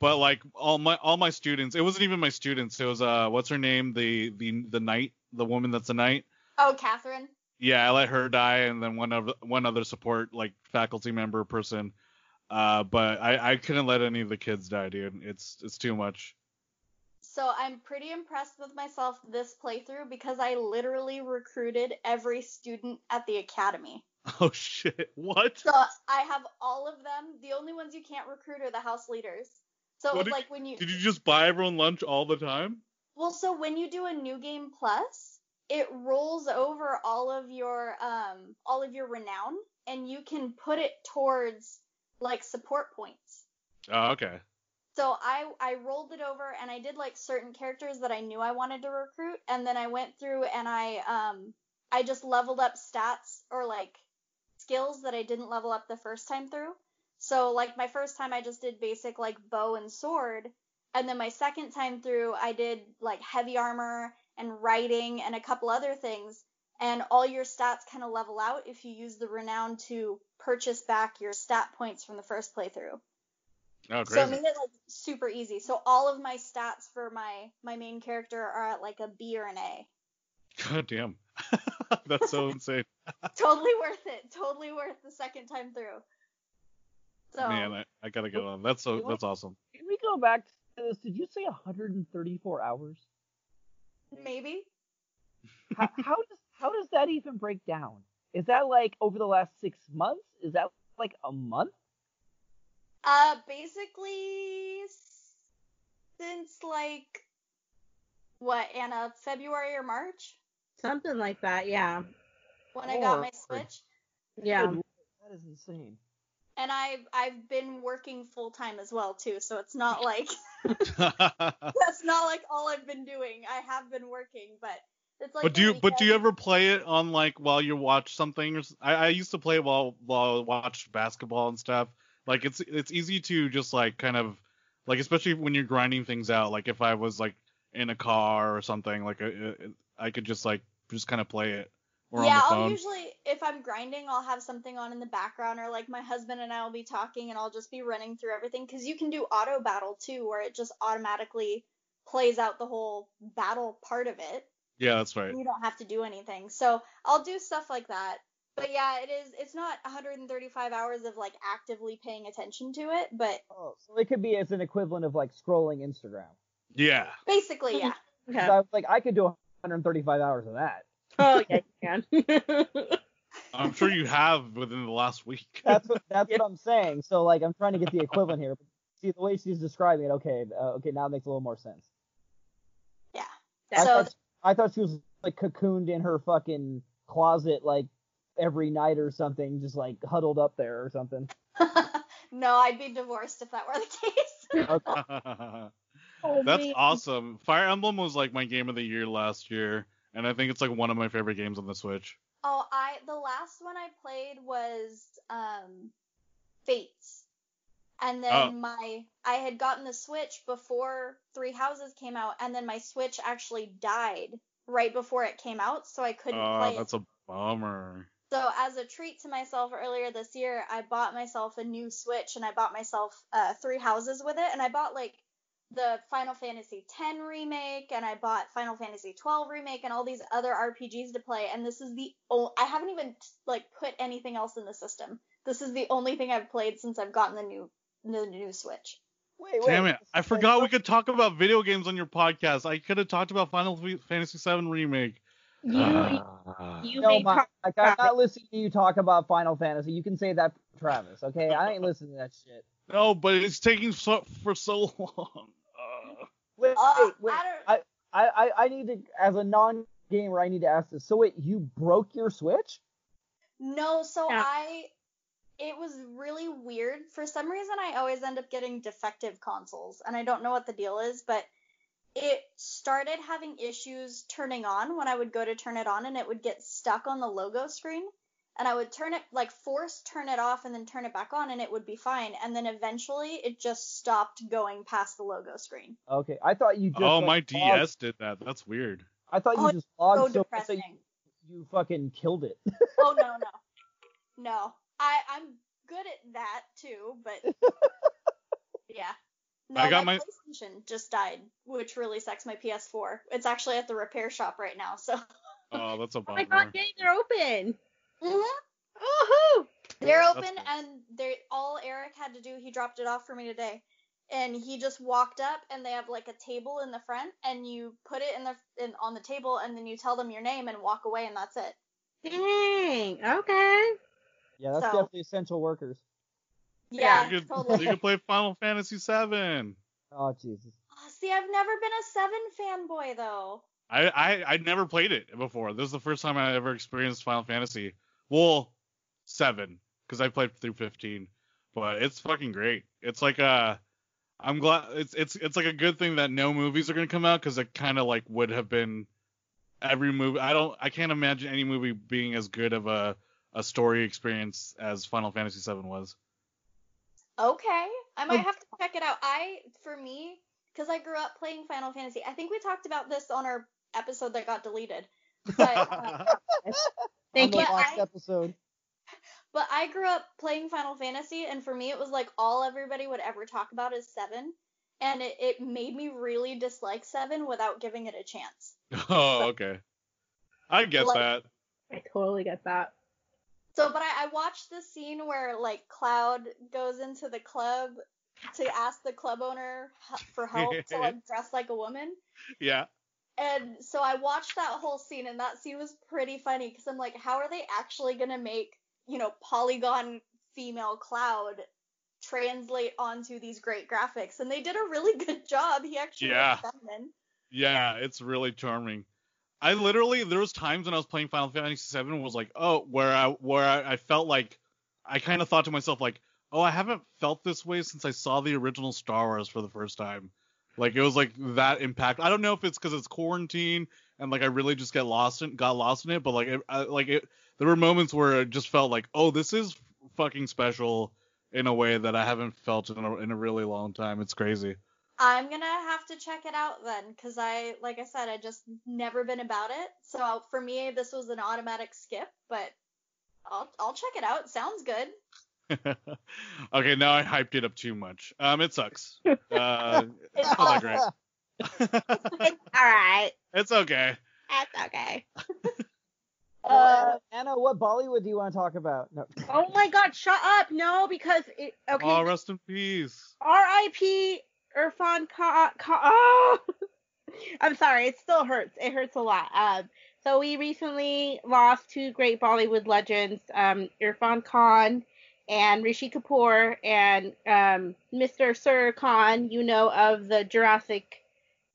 [SPEAKER 5] but like all my all my students, it wasn't even my students. It was uh, what's her name? The the the knight, the woman that's a knight.
[SPEAKER 2] Oh, Catherine.
[SPEAKER 5] Yeah, I let her die, and then one other one other support like faculty member person. Uh, but I I couldn't let any of the kids die, dude. It's it's too much.
[SPEAKER 2] So I'm pretty impressed with myself this playthrough because I literally recruited every student at the academy.
[SPEAKER 5] Oh shit! What?
[SPEAKER 2] So I have all of them. The only ones you can't recruit are the house leaders. So
[SPEAKER 5] What
[SPEAKER 2] it's
[SPEAKER 5] did-
[SPEAKER 2] like when you
[SPEAKER 5] Did you just buy everyone lunch all the time?
[SPEAKER 2] well, so when you do a new game plus, it rolls over all of your um all of your renown and you can put it towards like support points.
[SPEAKER 5] Oh, okay.
[SPEAKER 2] So I I rolled it over and I did like certain characters that I knew I wanted to recruit and then I went through and I um I just leveled up stats or like skills that I didn't level up the first time through. So like my first time I just did basic like bow and sword and then my second time through I did like heavy armor and riding and a couple other things and all your stats kind of level out if you use the renown to purchase back your stat points from the first playthrough.
[SPEAKER 5] Oh,
[SPEAKER 2] So I
[SPEAKER 5] crazy.
[SPEAKER 2] made it like super easy. So all of my stats for my my main character are at like a B or an A.
[SPEAKER 5] God damn. That's so insane.
[SPEAKER 2] totally worth it. Totally worth the second time through. So
[SPEAKER 5] Man, I, I gotta get on. That's so that's awesome.
[SPEAKER 4] Can we go back to this? Did you say 134 hours?
[SPEAKER 2] maybe
[SPEAKER 4] How, how does how does that even break down? Is that like over the last six months? Is that like a month?
[SPEAKER 2] uh basically s- since like what Anna February or March
[SPEAKER 3] Something like that, yeah.
[SPEAKER 2] when I got my
[SPEAKER 4] Lord.
[SPEAKER 2] Switch
[SPEAKER 3] Yeah.
[SPEAKER 4] Good lord, That is insane.
[SPEAKER 2] and I I've been working full time as well too. So it's not like
[SPEAKER 5] but
[SPEAKER 2] that's not like all I've been doing. I have been working, but it's like uh,
[SPEAKER 5] do
[SPEAKER 2] the
[SPEAKER 5] you but do you
[SPEAKER 2] weekend-
[SPEAKER 5] ever play it on like while you watch something? Or s- I, I used to play it while while I watched basketball and stuff. Like it's it's easy to just like kind of like especially when you're grinding things out. Like if I was like in a car or something, like I, I could just like just kind of play it or
[SPEAKER 2] yeah, I'll
[SPEAKER 5] on the phone.
[SPEAKER 2] usually if I'm grinding, I'll have something on in the background, or like my husband and I will be talking, and I'll just be running through everything because you can do auto battle too, where it just automatically plays out the whole battle part of it.
[SPEAKER 5] Yeah, that's right.
[SPEAKER 2] and You don't have to do anything. So I'll do stuff like that. But yeah, it is. It's not 135 hours of like actively paying attention to it, but
[SPEAKER 4] Oh, so it could be as an equivalent of like scrolling Instagram.
[SPEAKER 5] Yeah.
[SPEAKER 2] basically, yeah.
[SPEAKER 4] 'Cause I was like, I could do 135 hours of that.
[SPEAKER 3] Oh yeah, you can.
[SPEAKER 5] I'm sure you have within the last week.
[SPEAKER 4] That's what that's what I'm saying. So like, I'm trying to get the equivalent here. but see the way she's describing it. Okay, uh, okay, now it makes a little more sense.
[SPEAKER 2] Yeah.
[SPEAKER 4] I,
[SPEAKER 2] so
[SPEAKER 4] thought, she- I thought she was like cocooned in her fucking closet like every night or something, just like huddled up there or something.
[SPEAKER 2] no, I'd be divorced if that were the case.
[SPEAKER 5] That's awesome. Fire Emblem was like my game of the year last year, and I think it's like one of my favorite games on the Switch.
[SPEAKER 2] Oh, I the last one I played was um Fates. And then
[SPEAKER 5] Oh.
[SPEAKER 2] my I had gotten the Switch before Three Houses came out and then my Switch actually died right before it came out, so I couldn't
[SPEAKER 5] Oh,
[SPEAKER 2] play it.
[SPEAKER 5] that's a bummer.
[SPEAKER 2] So as a treat to myself earlier this year, I bought myself a new Switch and I bought myself uh, Three Houses with it, and I bought like the Final Fantasy X remake, and I bought Final Fantasy XII remake, and all these other RPGs to play. And this is the o- I haven't even like put anything else in the system. This is the only thing I've played since I've gotten the new the new Switch.
[SPEAKER 3] Wait,
[SPEAKER 5] Damn it! I forgot we could talk about video games on your podcast. I could have talked about Final F- Fantasy VII remake.
[SPEAKER 3] You-
[SPEAKER 5] Ah.
[SPEAKER 3] You
[SPEAKER 4] no,
[SPEAKER 3] made
[SPEAKER 4] my,
[SPEAKER 3] com-
[SPEAKER 4] like, I'm not listening to you talk about Final Fantasy. You can say that for Travis, okay? I ain't listening to that shit.
[SPEAKER 5] No, but it's taking so for so long. Ugh.
[SPEAKER 4] Wait,
[SPEAKER 2] Uh,
[SPEAKER 4] wait, wait.
[SPEAKER 2] I
[SPEAKER 4] I, I, I, I need to, as a non-gamer, I need to ask this. So wait, you broke your Switch?
[SPEAKER 2] No, so
[SPEAKER 3] Yeah.
[SPEAKER 2] I it was really weird. For some reason I always end up getting defective consoles and I don't know what the deal is, but it started having issues turning on when I would go to turn it on and it would get stuck on the logo screen and I would turn it like force turn it off and then turn it back on and it would be fine and then eventually it just stopped going past the logo screen.
[SPEAKER 4] Okay, I thought you just.
[SPEAKER 5] Oh,
[SPEAKER 4] like,
[SPEAKER 5] my
[SPEAKER 4] logged-
[SPEAKER 5] DS did that. That's weird.
[SPEAKER 4] I thought you
[SPEAKER 2] Oh,
[SPEAKER 4] just
[SPEAKER 2] So
[SPEAKER 4] logged so much that you,
[SPEAKER 2] depressing.
[SPEAKER 4] you fucking killed it.
[SPEAKER 2] oh no, no. No. I I'm good at that too, but yeah. No,
[SPEAKER 5] I got
[SPEAKER 2] my,
[SPEAKER 5] my-
[SPEAKER 2] PlayStation just died, which really sucks my PS4. It's actually at the repair shop right now, so
[SPEAKER 5] Oh, that's a
[SPEAKER 3] Oh
[SPEAKER 5] bummer.
[SPEAKER 3] my god, yay, they're open. Woohoo!
[SPEAKER 2] Mm-hmm. they're
[SPEAKER 5] That's
[SPEAKER 2] open
[SPEAKER 5] nice.
[SPEAKER 2] and they all Eric had to do, he dropped it off for me today. And he just walked up and they have like a table in the front and you put it in the in, on the table and then you tell them your name and walk away and that's it.
[SPEAKER 3] Dang. Okay.
[SPEAKER 4] Yeah, that's
[SPEAKER 2] So-
[SPEAKER 4] definitely essential workers.
[SPEAKER 2] Yeah,
[SPEAKER 5] you, could,
[SPEAKER 2] totally.
[SPEAKER 5] you could play Final Fantasy VII.
[SPEAKER 4] Oh Jesus.
[SPEAKER 2] Aw, See, I've never been a 7 fanboy though.
[SPEAKER 5] I, I I never played it before. This is the first time I ever experienced Final Fantasy. Well, seven, because I played through fifteen. But it's fucking great. It's like a, I'm glad it's it's it's like a good thing that no movies are gonna come out because it kind of like would have been every movie. I don't I can't imagine any movie being as good of a a story experience as Final Fantasy VII was.
[SPEAKER 2] Okay, I might
[SPEAKER 4] Oh.
[SPEAKER 2] have to check it out. I, for me, because I grew up playing Final Fantasy. I think we talked about this on our episode that got deleted. But, uh,
[SPEAKER 3] Thank
[SPEAKER 4] On
[SPEAKER 3] you.
[SPEAKER 4] the
[SPEAKER 2] Yeah,
[SPEAKER 4] last
[SPEAKER 2] I-
[SPEAKER 4] episode.
[SPEAKER 2] but I grew up playing Final Fantasy, and for me, it was like all everybody would ever talk about is seven, and it, it made me really dislike seven without giving it a chance.
[SPEAKER 5] Oh, okay. I get
[SPEAKER 2] Like-
[SPEAKER 5] that.
[SPEAKER 3] I totally get that.
[SPEAKER 2] So, but I, I watched the scene where like Cloud goes into the club to ask the club owner h- for help to like dress like a woman.
[SPEAKER 5] Yeah.
[SPEAKER 2] And so I watched that whole scene, and that scene was pretty funny because I'm like, how are they actually gonna make you know polygon female Cloud translate onto these great graphics? And they did a really good job. He actually
[SPEAKER 5] Yeah.
[SPEAKER 2] looks feminine.
[SPEAKER 5] Yeah, it's really charming. I literally there was times when I was playing Final Fantasy VII was like, oh, where I where I, I felt like I kind of thought to myself like, oh, I haven't felt this way since I saw the original Star Wars for the first time. Like it was like that impact. I don't know if it's because it's quarantine and like I really just get lost in got lost in it, but like it, I, like it there were moments where it just felt like, oh, this is fucking special in a way that I haven't felt in a, in a really long time. It's crazy.
[SPEAKER 2] I'm gonna have to check it out then, because I, like I said, I just never been about it. So for me, this was an automatic skip, but I'll I'll check it out. Sounds good.
[SPEAKER 5] okay, now I hyped it up too much. Um, it sucks. Uh, it's not that great.
[SPEAKER 3] It's all right.
[SPEAKER 5] it's okay.
[SPEAKER 3] That's okay.
[SPEAKER 4] uh,
[SPEAKER 3] Uh,
[SPEAKER 4] Well, Anna, Anna, what Bollywood do you want to talk about? No.
[SPEAKER 3] Oh my god, shut up. No, because it okay.
[SPEAKER 5] Oh, rest in peace.
[SPEAKER 3] R.I.P. Irfan Ka. Ka- oh! I'm sorry, it still hurts. It hurts a lot. Um, so we recently lost two great Bollywood legends, um, Irfan Khan and Rishi Kapoor and um, Mr. Sir Khan, you know of the Jurassic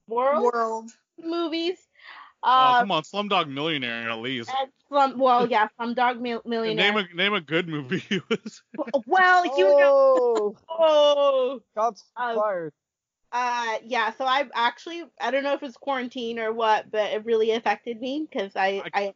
[SPEAKER 3] World,
[SPEAKER 2] World.
[SPEAKER 3] movies.
[SPEAKER 5] Oh,
[SPEAKER 3] Um,
[SPEAKER 5] come on, Slumdog Millionaire at least.
[SPEAKER 3] and Slum- well, yeah, Slumdog Mil- Millionaire.
[SPEAKER 5] Name a name a good movie.
[SPEAKER 3] well, you know. Oh.
[SPEAKER 4] Cops
[SPEAKER 3] Um,
[SPEAKER 4] fired.
[SPEAKER 3] Uh, yeah. So I actually I don't know if it's quarantine or what, but it really affected me because I, I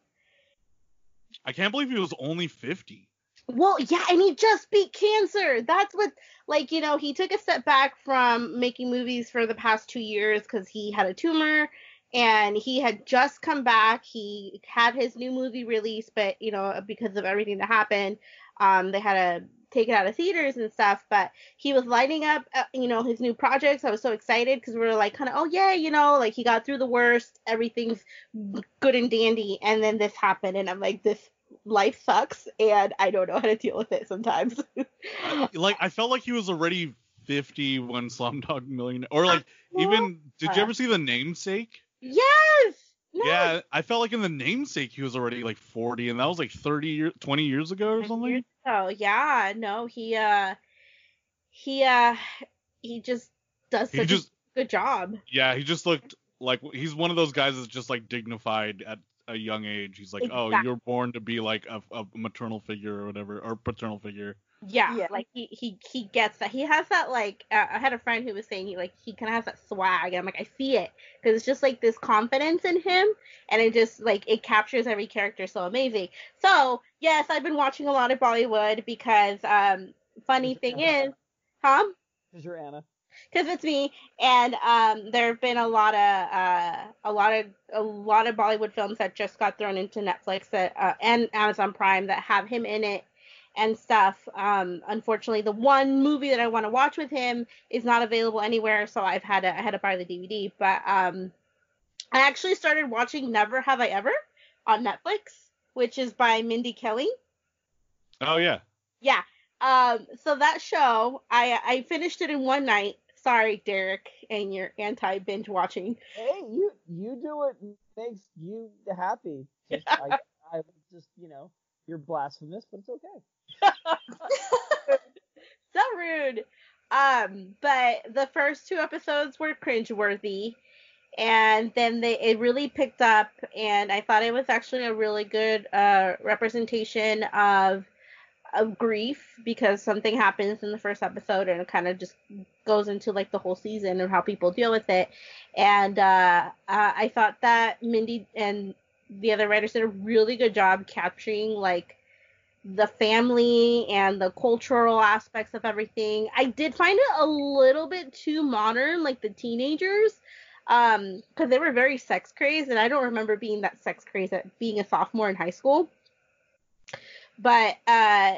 [SPEAKER 5] I can't believe he was only fifty.
[SPEAKER 3] Well, yeah, and he just beat cancer. That's what, like, you know, he took a step back from making movies for the past two years because he had a tumor and he had just come back. He had his new movie released, but, you know, because of everything that happened, um, they had to take it out of theaters and stuff. But he was lighting up, uh, you know, his new projects. I was so excited because we were like, kind of, oh, yeah, you know, like he got through the worst. Everything's good and dandy. And then this happened. And I'm like, this life sucks and I don't know how to deal with it sometimes.
[SPEAKER 5] I- like I felt like he was already fifty when Slumdog Millionaire, or like even did you ever see The Namesake?
[SPEAKER 3] yes! No!
[SPEAKER 5] Yeah, I felt like in The Namesake he was already like forty, and that was like thirty year, twenty years ago or something.
[SPEAKER 3] So yeah, no, he uh he uh he just does
[SPEAKER 5] He
[SPEAKER 3] such
[SPEAKER 5] just-
[SPEAKER 3] a good job.
[SPEAKER 5] Yeah, he just looked like he's one of those guys that's just like dignified at a young age. He's like, oh,
[SPEAKER 3] Exactly.
[SPEAKER 5] you're born to be like a, a maternal figure or whatever, or paternal figure.
[SPEAKER 3] Yeah, like he he he gets that. He has that like uh, I had a friend who was saying he like he kind of has that swag, and I'm like I see it because it's just like this confidence in him, and it just like it captures every character so amazing. So yes, I've been watching a lot of Bollywood because um funny thing is, huh?
[SPEAKER 4] Is your Anna?
[SPEAKER 3] because it's me and um there have been a lot of uh a lot of a lot of bollywood films that just got thrown into netflix that uh, and amazon prime that have him in it and stuff um unfortunately the one movie that i want to watch with him is not available anywhere so i've had to i had to buy the dvd but um i actually started watching never have i ever on netflix which is by mindy kelly
[SPEAKER 5] Oh yeah.
[SPEAKER 3] yeah. Um. So that show, I I finished it in one night. Sorry, Derek, and your anti binge watching.
[SPEAKER 4] Hey, you you do what makes you happy. Just, I, I just you know you're blasphemous, but it's okay.
[SPEAKER 3] So rude. Um. But the first two episodes were cringeworthy, and then they it really picked up, and I thought it was actually a really good uh representation of of grief because something happens in the first episode and it kind of just goes into like the whole season and how people deal with it. And uh, uh, I thought that Mindy and the other writers did a really good job capturing like the family and the cultural aspects of everything. I did find it a little bit too modern, like the teenagers, um, because they were very sex crazed, and I don't remember being that sex crazed at being a sophomore in high school. But uh,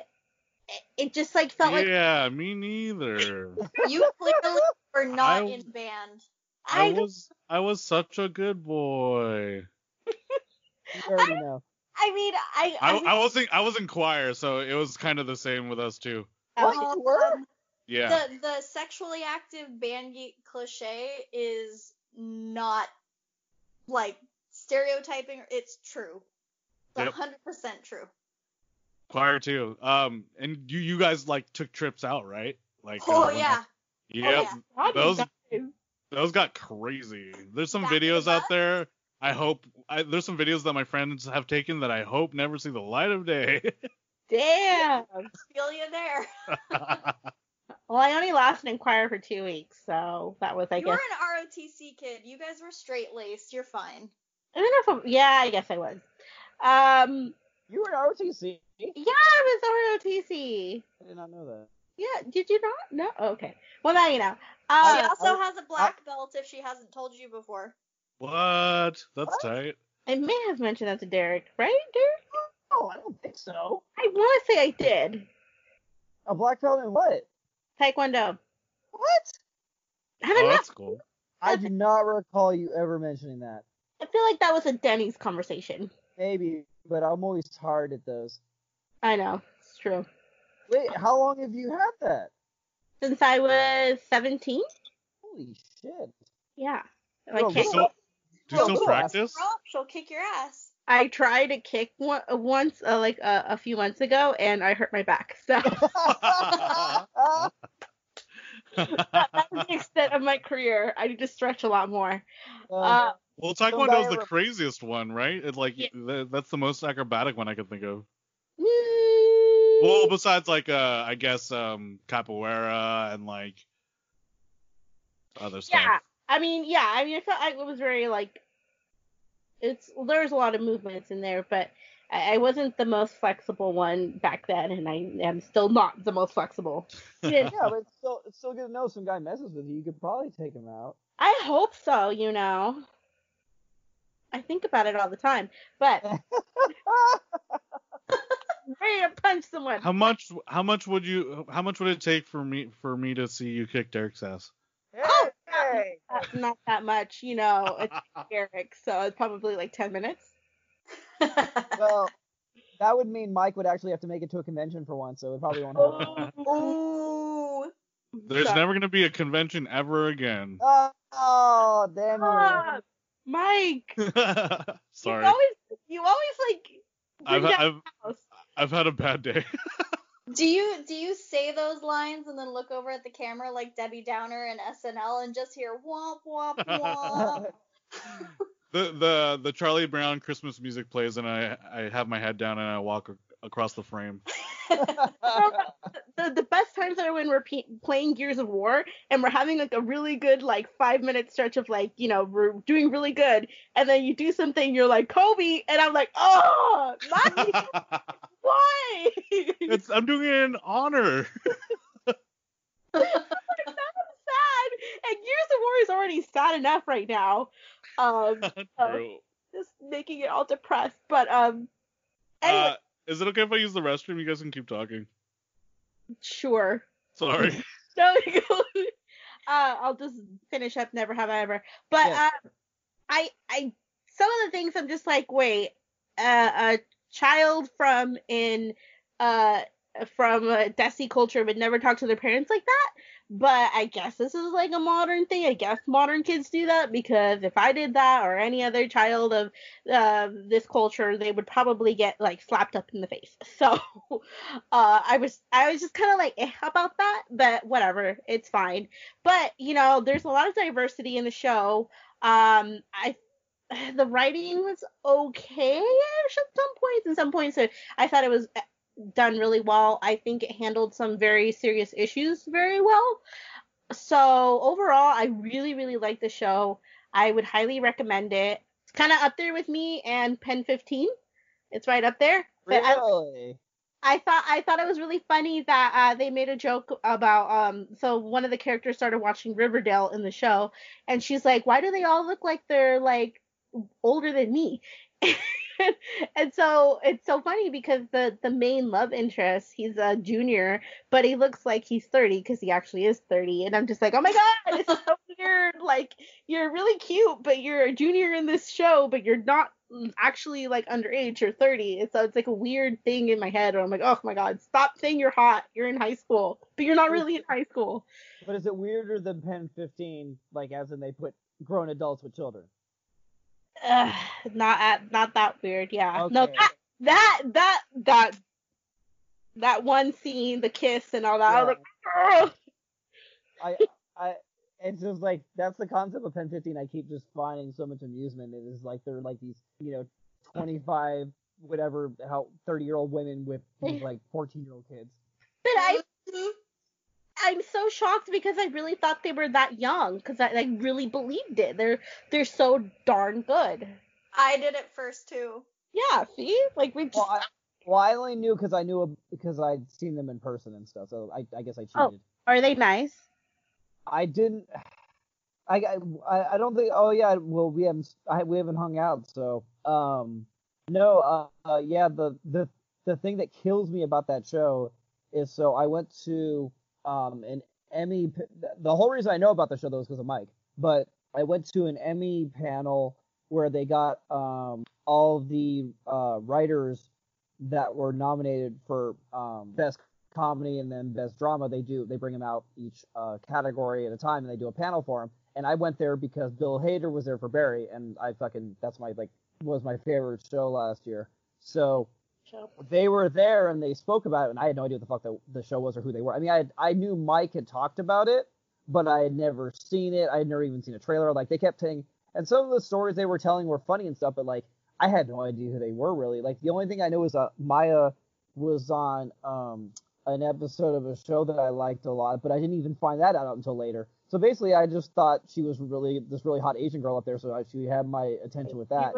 [SPEAKER 3] it, it just like felt like
[SPEAKER 5] yeah, me neither.
[SPEAKER 2] You clearly were not
[SPEAKER 5] I-
[SPEAKER 2] in band.
[SPEAKER 5] I
[SPEAKER 3] I don't-
[SPEAKER 5] was I was such a good boy.
[SPEAKER 4] You already know.
[SPEAKER 3] I mean, I
[SPEAKER 5] I, I wasn't I was in choir, so it was kind of the same with us too.
[SPEAKER 4] What? You were?
[SPEAKER 5] Yeah.
[SPEAKER 2] The the sexually active band geek cliche is not like stereotyping. It's true.
[SPEAKER 5] Yep.
[SPEAKER 2] It's hundred percent true.
[SPEAKER 5] choir too. Um, and you you guys like took trips out, right? Like
[SPEAKER 2] Oh
[SPEAKER 5] everyone-
[SPEAKER 2] yeah.
[SPEAKER 5] Yep.
[SPEAKER 2] Oh,
[SPEAKER 3] God, you
[SPEAKER 5] Those
[SPEAKER 3] guys.
[SPEAKER 5] those got crazy. There's some
[SPEAKER 2] Back in
[SPEAKER 5] videos
[SPEAKER 2] the
[SPEAKER 5] out there. I hope I, there's some videos that my friends have taken that I hope never see the light of day.
[SPEAKER 3] Damn.
[SPEAKER 2] Feel you there.
[SPEAKER 3] Well, I only lasted in choir for two weeks, so that was, I
[SPEAKER 2] you were
[SPEAKER 3] guess.
[SPEAKER 2] an ROTC kid. You guys were straight laced. You're fine.
[SPEAKER 3] I don't know if i yeah, I guess I was. Um,
[SPEAKER 4] You were in ROTC. I
[SPEAKER 3] yeah, I was ROTC.
[SPEAKER 4] did not know that.
[SPEAKER 3] Yeah, did you not? No, okay. Well, now you know.
[SPEAKER 2] she
[SPEAKER 3] Um,
[SPEAKER 2] also
[SPEAKER 4] Uh, I-
[SPEAKER 2] has a black belt if she hasn't told you before.
[SPEAKER 5] what? That's tight.
[SPEAKER 3] I may have mentioned that to Derek, right, Derek?
[SPEAKER 4] Oh, I don't think so.
[SPEAKER 3] I want to say I did.
[SPEAKER 4] A black belt in what?
[SPEAKER 3] Taekwondo.
[SPEAKER 4] What?
[SPEAKER 3] I don't
[SPEAKER 5] Oh,
[SPEAKER 3] know.
[SPEAKER 5] that's cool.
[SPEAKER 4] I do not recall you ever mentioning that.
[SPEAKER 3] I feel like that was a Denny's conversation.
[SPEAKER 4] Maybe, but I'm always tired at those.
[SPEAKER 3] I know. It's true.
[SPEAKER 4] Wait, how long have you had that?
[SPEAKER 3] Since I was 17?
[SPEAKER 4] Holy shit.
[SPEAKER 3] Yeah.
[SPEAKER 4] You're a
[SPEAKER 3] Like,
[SPEAKER 5] Do you
[SPEAKER 4] little-
[SPEAKER 5] still,
[SPEAKER 4] Well,
[SPEAKER 5] do you still
[SPEAKER 4] little ass-
[SPEAKER 5] practice?
[SPEAKER 2] Grow up, she'll kick your ass.
[SPEAKER 3] I tried to kick one, once, uh, like uh, a few months ago, and I hurt my back. So
[SPEAKER 4] Uh,
[SPEAKER 3] that, that was the extent of my career. I need to stretch a lot more. Uh,
[SPEAKER 5] Well,
[SPEAKER 3] so
[SPEAKER 5] Taekwondo is
[SPEAKER 3] Naira-
[SPEAKER 5] the craziest one, right? It's like th- that's the most acrobatic one I could think of. Well, besides like uh, I guess um, capoeira and like other stuff.
[SPEAKER 3] yeah, I mean, yeah, I mean, I felt like it was very like it's there's a lot of movements in there, but I, I wasn't the most flexible one back then, and I am still not the most flexible.
[SPEAKER 4] yeah, but it's still, it's still good to know some guy messes with you. You could probably take him out.
[SPEAKER 3] I hope so, you know. I think about it all the time, but I'm ready to punch someone.
[SPEAKER 5] How much? How much would you? How much would it take for me for me to see you kick Derek's ass?
[SPEAKER 3] Oh, not, not that much, you know. It's Eric, so it's probably like ten minutes.
[SPEAKER 4] well, that would mean Mike would actually have to make it to a convention for once, so it probably won't happen.
[SPEAKER 3] Ooh.
[SPEAKER 5] There's never gonna be a convention ever again.
[SPEAKER 4] Oh, oh damn
[SPEAKER 3] Ah, Mike,
[SPEAKER 5] Sorry,
[SPEAKER 3] you always you always like
[SPEAKER 5] I've,
[SPEAKER 3] bring that
[SPEAKER 5] I've
[SPEAKER 3] house.
[SPEAKER 5] I've had a bad day.
[SPEAKER 2] Do you do you say those lines and then look over at the camera like Debbie Downer and SNL and just hear womp womp womp?
[SPEAKER 5] the the the Charlie Brown Christmas music plays and I I have my head down and I walk ac- across the frame.
[SPEAKER 3] the the best times are when we're pe- playing Gears of War and we're having like a really good like five minute stretch of like you know we're doing really good and then you do something you're like Kobe and I'm like oh my why
[SPEAKER 5] It's I'm doing it in honor.
[SPEAKER 3] sad and Gears of War is already sad enough right now um so
[SPEAKER 5] True.
[SPEAKER 3] just making it all depressed but um
[SPEAKER 5] Uh, is it okay if I use the restroom? You guys can keep talking.
[SPEAKER 3] sure
[SPEAKER 5] Sorry.
[SPEAKER 3] No, you go. uh, I'll just finish up. Never have I ever. But
[SPEAKER 5] Yeah.
[SPEAKER 3] uh, I, I, some of the things I'm just like, wait, uh, a child from in, uh, from a Desi culture would never talk to their parents like that. But I guess this is like a modern thing. I guess modern kids do that because if I did that or any other child of uh, this culture, they would probably get like slapped up in the face. So uh i was i was just kind of like eh about that but whatever it's fine but you know there's a lot of diversity in the show um i the writing was okay at some points and some points uh, i thought it was done really well i think it handled some very serious issues very well so overall i really really like the show i would highly recommend it it's kind of up there with me and pen 15 it's right up there but I-
[SPEAKER 4] Really?
[SPEAKER 3] I thought I thought it was really funny that uh, they made a joke about um so one of the characters started watching Riverdale in the show and she's like why do they all look like they're like older than me and so it's so funny because the the main love interest he's a junior but he looks like he's 30 because he actually is 30 and I'm just like oh my god it's so weird like you're really cute but you're a junior in this show but you're not actually like underage or 30 and so it's like a weird thing in my head where i'm like oh my god stop saying you're hot you're in high school but you're not really in high school
[SPEAKER 4] But is it weirder than Pen 15, like as in they put grown adults with children?
[SPEAKER 3] Ugh, not at, not that weird yeah no
[SPEAKER 4] Okay.
[SPEAKER 3] that, that that that that one scene the kiss and all that I was like,
[SPEAKER 4] I, I, it's just like that's the concept of Pen 15. I keep just finding so much amusement. It is like they're like these, you know, 25, whatever, how 30 year old women with these like 14 year old kids.
[SPEAKER 3] But I, I'm so shocked because I really thought they were that young because I, I really believed it. They're they're so darn good.
[SPEAKER 2] I did it first too.
[SPEAKER 3] Yeah, see, like we just.
[SPEAKER 4] Well, I, well, I only knew because I knew a, because I'd seen them in person and stuff. So I, I guess I cheated.
[SPEAKER 3] Oh, are they nice?
[SPEAKER 4] I didn't. I, I I don't think. Oh yeah. Well, we haven't I, we haven't hung out. So um, no. Uh, uh, yeah. The the the thing that kills me about that show is so I went to um an Emmy. p- The whole reason I know about the show though is because of Mike. But I went to an Emmy panel where they got um all the uh writers that were nominated for um, best comedy and then best drama. They do they bring them out each uh, category at a time and they do a panel for them. And I went there because Bill Hader was there for Barry, and I fucking that's my like was my favorite show last year. So they were there and they spoke about it, and I had no idea what the fuck the, the show was or who they were. I mean, I had, I knew Mike had talked about it, but I had never seen it. I had never even seen a trailer. Like they kept saying, and some of the stories they were telling were funny and stuff, but like I had no idea who they were really. Like the only thing I knew was uh, Maya was on um, an episode of a show that I liked a lot, but I didn't even find that out until later. So basically, I just thought she was really this really hot Asian girl up there, so I, she had my attention with that.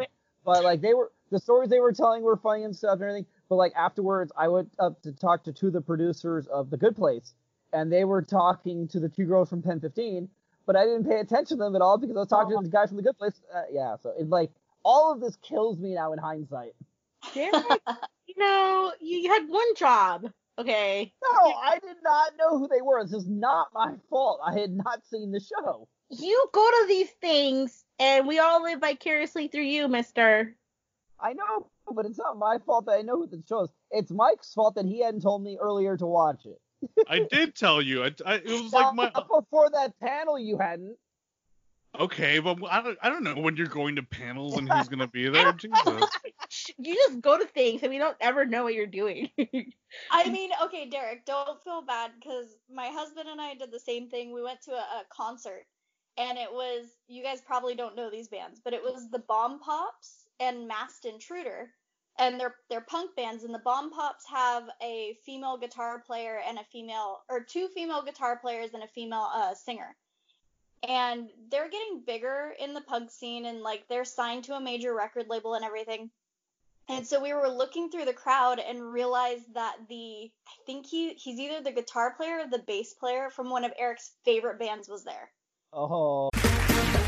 [SPEAKER 4] But like they were the stories they were telling were funny and stuff and everything. But like afterwards, I went up to talk to two of the producers of The Good Place, and they were talking to the two girls from Pen Fifteen. But I didn't pay attention to them at all because I was talking to the guy from The Good Place. Uh, yeah, so it's like all of this kills me now in hindsight.
[SPEAKER 3] you know, you, you had one job. Okay.
[SPEAKER 4] No, I did not know who they were. This is not my fault. I had not seen the show.
[SPEAKER 3] You go to these things, and we all live vicariously through you, Mister.
[SPEAKER 4] I know, but it's not my fault that I know who the show is. It's Mike's fault that he hadn't told me earlier to watch it.
[SPEAKER 5] I did tell you. I, I, it was like my
[SPEAKER 4] Not Before that panel, you hadn't.
[SPEAKER 5] okay, but I don't, I don't know when you're going to panels and who's gonna be there. Jesus.
[SPEAKER 3] You just go to things, and we don't ever know what you're doing.
[SPEAKER 2] I mean, okay, Derek, don't feel bad because my husband and I did the same thing. We went to a, a concert, and it was you guys probably don't know these bands, but it was the Bomb Pops and Masked Intruder, and they're they're punk bands. And the Bomb Pops have a female guitar player and a female, or two female guitar players and a female uh, singer. And they're getting bigger in the punk scene, and like they're signed to a major record label and everything. And so we were looking through the crowd and realized that the I think he he's either the guitar player or the bass player from one of Eric's favorite bands was there.
[SPEAKER 4] Oh.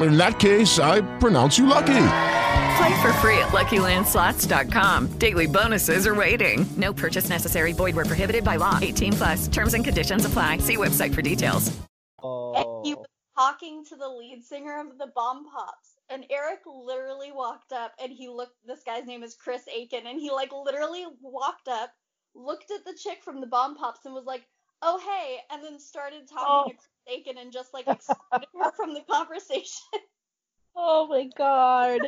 [SPEAKER 11] In that case, I pronounce you lucky.
[SPEAKER 12] Play for free at LuckyLandSlots.com. Daily bonuses are waiting. No purchase necessary. Void were prohibited by law. 18 plus. Terms and conditions apply. See website for details.
[SPEAKER 4] Oh.
[SPEAKER 2] He was talking to the lead singer of the Bomb Pops, and Eric literally walked up and he looked. This guy's name is Chris Aiken, and he like literally walked up, looked at the chick from the Bomb Pops, and was like, "Oh hey," and then started talking to Chris Aiken and just like excluded her from the conversation.
[SPEAKER 3] Oh my god.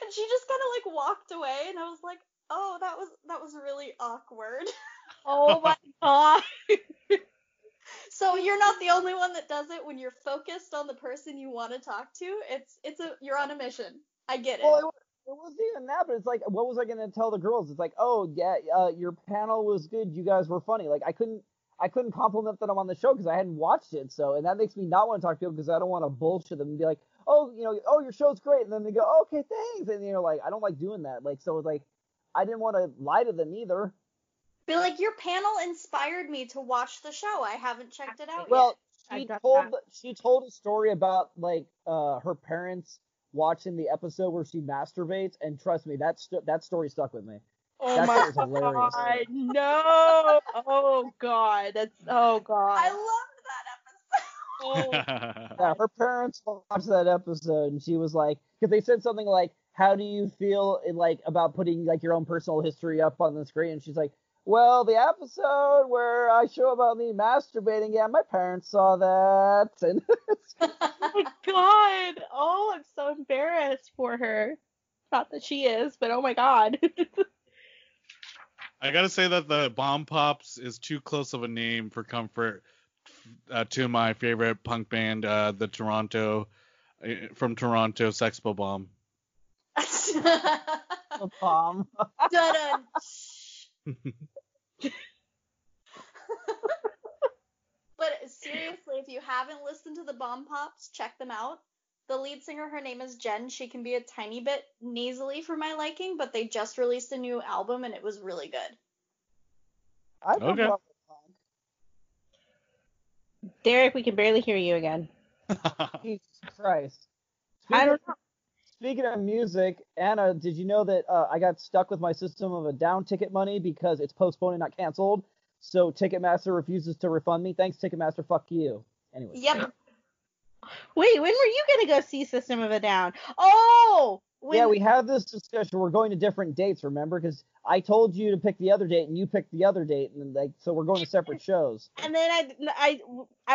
[SPEAKER 2] and she just kind of like walked away, and I was like, "Oh, that was that was really awkward."
[SPEAKER 3] Oh my god.
[SPEAKER 2] So you're not the only one that does it when you're focused on the person you want to talk to. It's it's a you're on a mission. I get it.
[SPEAKER 4] Well, it, wa- it wasn't even that, but it's like, what was I gonna tell the girls? It's like, oh yeah, uh, your panel was good. You guys were funny. Like I couldn't, I couldn't compliment that I'm on the show because I hadn't watched it. So, and that makes me not want to talk to people because I don't want to bullshit them and be like, oh, you know, oh your show's great, and then they go, okay, thanks, and you're like, I don't like doing that. Like so, it's like, I didn't want to lie to them either.
[SPEAKER 2] Be like, your panel inspired me to watch the show. I haven't checked it out
[SPEAKER 4] Well,
[SPEAKER 2] yet.
[SPEAKER 4] she told she told a story about like uh, her parents watching the episode where she masturbates, and trust me, that st- that story stuck with me.
[SPEAKER 3] Oh
[SPEAKER 4] that
[SPEAKER 3] my
[SPEAKER 4] shit was
[SPEAKER 3] god,
[SPEAKER 4] hilarious.
[SPEAKER 3] no! Oh god, that's oh god. I
[SPEAKER 2] loved
[SPEAKER 3] that episode.
[SPEAKER 4] Yeah, her parents watched that episode, and she was like, because they said something like, "How do you feel in, like about putting like your own personal history up on the screen?" And she's like, "Well, the episode where I show about me masturbating, yeah, my parents saw that." And
[SPEAKER 3] Oh my god! Oh, I'm so embarrassed for her. Not that she is, but oh my god.
[SPEAKER 5] I gotta say that the Bomb Pops is too close of a name for comfort uh, to my favorite punk band, uh, the Toronto uh, from Toronto, Sexpo Bomb.
[SPEAKER 4] the bomb.
[SPEAKER 2] Dun-dun. But seriously, if you haven't listened to the Bomb Pops, check them out. The lead singer, her name is Jen. She can be a tiny bit nasally for my liking, but they just released a new album and it was really good.
[SPEAKER 3] I
[SPEAKER 5] don't Okay. know.
[SPEAKER 3] Derek, we can barely hear you again.
[SPEAKER 4] Jesus Christ. I don't know. Speaking of music, Anna, did you know that uh, I got stuck with my system of a down ticket money because it's postponed and not canceled? So Ticketmaster refuses to refund me. Thanks, Ticketmaster. Fuck you. Anyway.
[SPEAKER 2] Yep.
[SPEAKER 3] Wait, when were you gonna go see System of a Down? Oh, when,
[SPEAKER 4] yeah, we had this discussion. We're going to different dates, remember? Because I told you to pick the other date and you picked the other date, and then, like so we're going to separate shows.
[SPEAKER 3] And then I, I,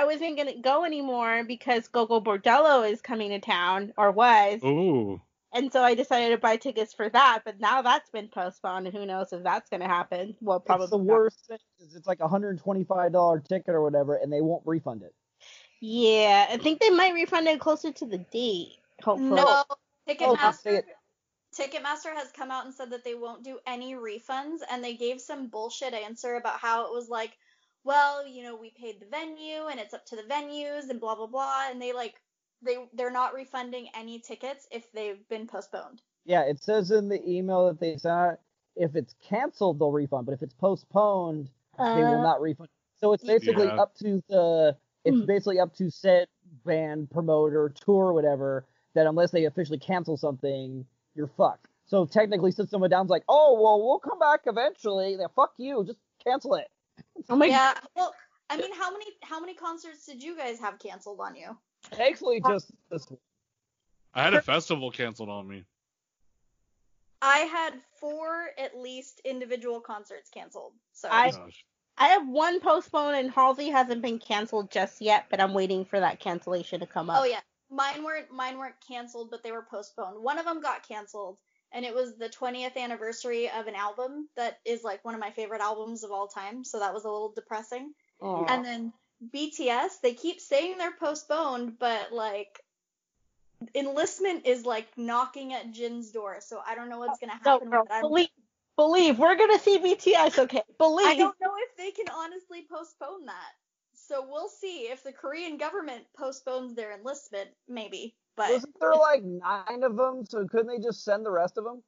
[SPEAKER 3] I wasn't gonna go anymore because Gogo Bordello is coming to town or was,
[SPEAKER 5] Oh. Ooh.
[SPEAKER 3] and so I decided to buy tickets for that. But now that's been postponed, and who knows if that's gonna happen? Well, probably
[SPEAKER 4] It's the
[SPEAKER 3] not.
[SPEAKER 4] worst thing is it's like a hundred and twenty five dollar ticket or whatever, and they won't refund it.
[SPEAKER 3] Yeah, I think they might refund it closer to the date. Hopefully.
[SPEAKER 2] No,
[SPEAKER 4] Oh, I see
[SPEAKER 2] Ticketmaster.
[SPEAKER 4] it.
[SPEAKER 2] Ticketmaster has come out and said that they won't do any refunds, and they gave some bullshit answer about how it was like, well, you know, we paid the venue and it's up to the venues and blah blah blah, and they like they they're not refunding any tickets if they've been postponed.
[SPEAKER 4] Yeah, it says in the email that they sent out if it's canceled they'll refund, but if it's postponed they will
[SPEAKER 3] Uh,
[SPEAKER 4] not refund. So it's basically
[SPEAKER 5] Yeah.
[SPEAKER 4] up to the it's basically up to said band promoter tour or whatever that unless they officially cancel something you're fucked. So technically System of a Down's like oh well we'll come back eventually. Then fuck you, just cancel it.
[SPEAKER 3] Oh my
[SPEAKER 2] yeah. Well, I mean, how many how many concerts did you guys have canceled on you?
[SPEAKER 4] Thankfully just this
[SPEAKER 5] I had a festival canceled on me.
[SPEAKER 2] I had four at least individual concerts canceled. So
[SPEAKER 3] I
[SPEAKER 5] Gosh.
[SPEAKER 3] I have one postponed and Halsey hasn't been canceled just yet, but I'm waiting for that cancellation to come up.
[SPEAKER 2] Oh yeah, mine weren't mine weren't canceled, but they were postponed. One of them got canceled, and it was the 20th anniversary of an album that is like one of my favorite albums of all time. So that was a little depressing.
[SPEAKER 3] Aw.
[SPEAKER 2] And then BTS, they keep saying they're postponed, but like enlistment is like knocking at Jin's door. So I don't know what's gonna
[SPEAKER 3] No,
[SPEAKER 2] happen.
[SPEAKER 3] girl,
[SPEAKER 2] but I'm-
[SPEAKER 3] believe, believe we're gonna see BTS. Okay, believe.
[SPEAKER 2] I don't know if they can honestly postpone that. So we'll see if the Korean government postpones their enlistment, maybe. But
[SPEAKER 4] Wasn't there like nine of them? So couldn't they just send the rest of them?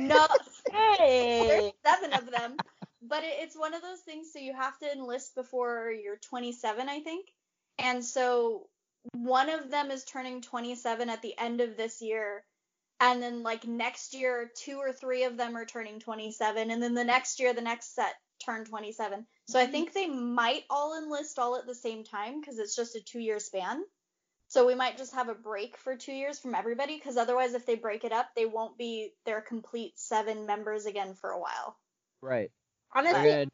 [SPEAKER 2] no,
[SPEAKER 3] Hey.
[SPEAKER 2] there's seven of them. But it, it's one of those things. So you have to enlist before you're 27, I think. And so one of them is turning 27 at the end of this year. And then like next year, two or three of them are turning 27. And then the next year, the next set turn 27. So I think they might all enlist all at the same time because it's just a two year span. So we might just have a break for two years from everybody because otherwise, if they break it up, they won't be their complete seven members again for a while.
[SPEAKER 4] Right.
[SPEAKER 3] Honestly,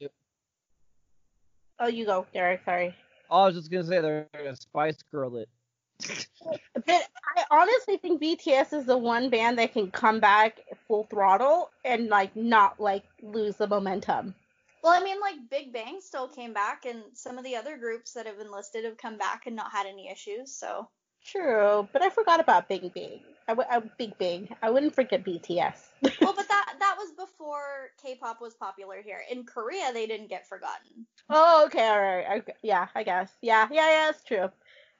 [SPEAKER 3] oh, you go, Derek. Sorry.
[SPEAKER 4] I was just gonna say they're gonna Spice Girl it.
[SPEAKER 3] But I honestly think BTS is the one band that can come back full throttle and like not like lose the momentum.
[SPEAKER 2] Well, I mean, like Big Bang still came back, and some of the other groups that have enlisted have come back and not had any issues. So
[SPEAKER 3] True, but I forgot about Big Bang. I, w- I Big Bang. I wouldn't forget BTS.
[SPEAKER 2] well, but that that was before K-pop was popular here. In Korea, they didn't get forgotten.
[SPEAKER 3] Oh, okay, all right. Okay. Yeah, I guess. Yeah, yeah, yeah, that's true.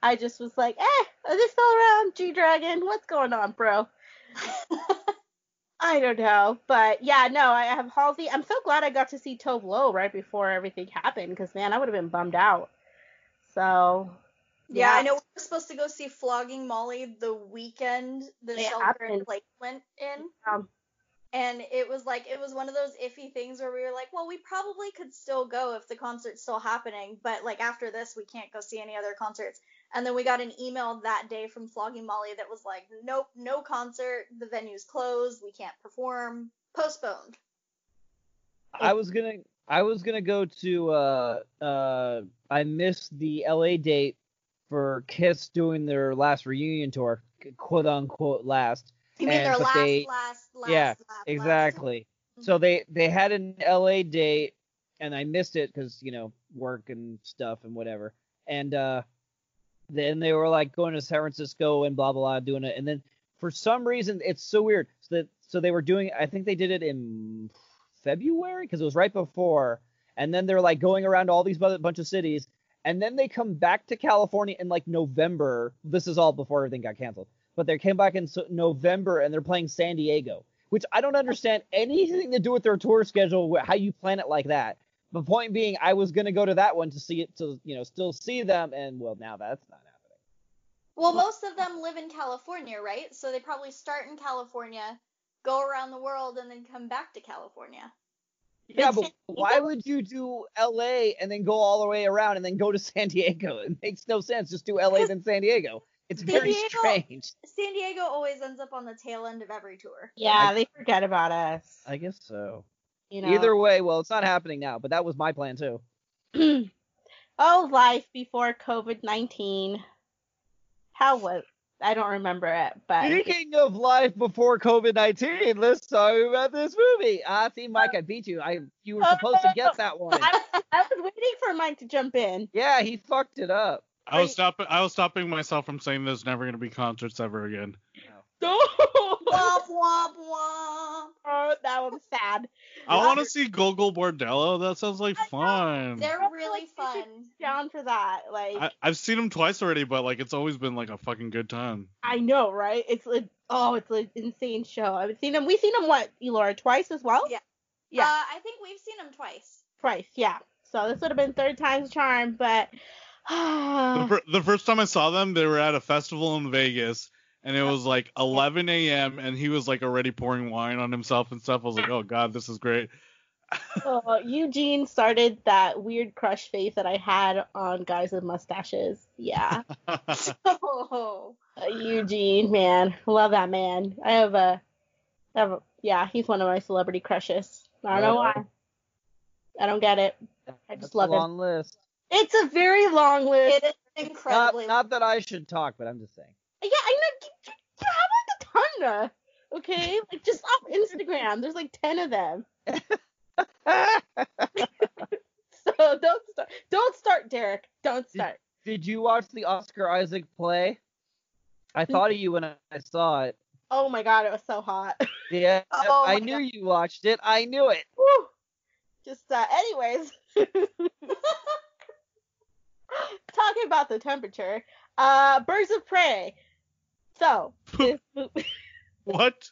[SPEAKER 3] I just was like, eh, are they still around? G Dragon, what's going on, bro? I don't know, but yeah, no, I have Halsey. I'm so glad I got to see Tove Lo right before everything happened, because man, I would have been bummed out. So,
[SPEAKER 2] Yeah, I know we were supposed to go see Flogging Molly the weekend the
[SPEAKER 3] It
[SPEAKER 2] shelter and
[SPEAKER 3] happened.
[SPEAKER 2] Blake went in.
[SPEAKER 3] Um,
[SPEAKER 2] And it was like it was one of those iffy things where we were like, well, we probably could still go if the concert's still happening, but like after this, we can't go see any other concerts. And then we got an email that day from Flogging Molly that was like, nope, no concert, the venue's closed, we can't perform, postponed.
[SPEAKER 4] I was gonna I was gonna go to uh uh I missed the LA date for Kiss doing their last reunion tour, quote unquote last.
[SPEAKER 2] You mean
[SPEAKER 4] And-
[SPEAKER 2] their
[SPEAKER 4] but
[SPEAKER 2] last,
[SPEAKER 4] they-
[SPEAKER 2] last, last,
[SPEAKER 4] yeah,
[SPEAKER 2] last, last.
[SPEAKER 4] exactly. So they they had an LA date and I missed it because you know work and stuff and whatever. And uh, then they were like going to San Francisco and blah blah blah doing it. And then for some reason it's so weird. So that so they were doing I think they did it in February because it was right before. And then they're like going around all these bu- bunch of cities. And then they come back to California in like November. This is all before everything got canceled. but they came back in so- November and they're playing San Diego, which I don't understand anything to do with their tour schedule. wh- How you plan it like that? The point being, I was gonna go to that one to see it to you know still see them, and well now that's not happening.
[SPEAKER 2] Well, most of them live in California, right? So they probably start in California, go around the world, and then come back to California.
[SPEAKER 4] Yeah, but why would you do L.A. and then go all the way around and then go to San Diego? It makes no sense. Just do L.A. then San Diego. It's
[SPEAKER 2] San
[SPEAKER 4] very
[SPEAKER 2] Diego-
[SPEAKER 4] strange.
[SPEAKER 2] San Diego always ends up on the tail end of every tour.
[SPEAKER 3] Yeah, they forget about us.
[SPEAKER 4] I guess so.
[SPEAKER 3] You know?
[SPEAKER 4] Either way, well, it's not happening now, but that was my plan too.
[SPEAKER 3] oh, life before COVID nineteen. How was? I don't remember it, but
[SPEAKER 4] Speaking of life before COVID 19, let's talk about this movie. I see, Mike, I beat you. I You were supposed to get that one.
[SPEAKER 3] I was waiting for Mike to jump in.
[SPEAKER 4] Yeah, he fucked it up.
[SPEAKER 5] I was stopping. I was stopping myself from saying there's never gonna be concerts ever again.
[SPEAKER 3] womp womp womp. Oh, that was sad.
[SPEAKER 5] I want to see Gogol Bordello. That sounds like fun.
[SPEAKER 3] They're really fun. Down for that, like
[SPEAKER 5] I, I've seen him twice already, but like it's always been like a fucking good time.
[SPEAKER 3] I know, right? It's like oh, it's an insane show. I've seen him. We've seen him what, Elora, twice as well. Yeah, yeah,
[SPEAKER 2] Uh, I think we've seen them twice.
[SPEAKER 3] twice. Yeah. So this would have been third time's charm, but Oh.
[SPEAKER 5] The, fir- the first time I saw them, they were at a festival in Vegas, and it was like 11 a.m. and he was like already pouring wine on himself and stuff. I was like, oh god, this is great.
[SPEAKER 3] uh, Eugene started that weird crush face that I had on guys with mustaches. Yeah.
[SPEAKER 2] Oh.
[SPEAKER 3] Uh, Eugene, man, love that man. I have a, I have a, yeah, he's one of my celebrity crushes. I don't know why. I don't get it. I just love
[SPEAKER 4] long
[SPEAKER 3] him.
[SPEAKER 4] list.
[SPEAKER 3] It's a very long list.
[SPEAKER 2] It is
[SPEAKER 4] Not,
[SPEAKER 2] incredibly.
[SPEAKER 4] not that I should talk, but I'm just saying.
[SPEAKER 3] Yeah, I know. You, you have like a ton. uh, Okay, like just off Instagram, there's like ten of them. so don't start. Don't start, Derek. Don't start.
[SPEAKER 4] Did you watch the Oscar Isaac play? I
[SPEAKER 3] Mm.
[SPEAKER 4] thought of you when I I saw it.
[SPEAKER 3] Oh my god, it was so hot.
[SPEAKER 4] Yeah,
[SPEAKER 3] Oh
[SPEAKER 4] I
[SPEAKER 3] my
[SPEAKER 4] knew you watched it. I knew it.
[SPEAKER 3] Whew. Just uh, anyways, talking about the temperature. Uh, Birds of Prey. So this movie.
[SPEAKER 5] What?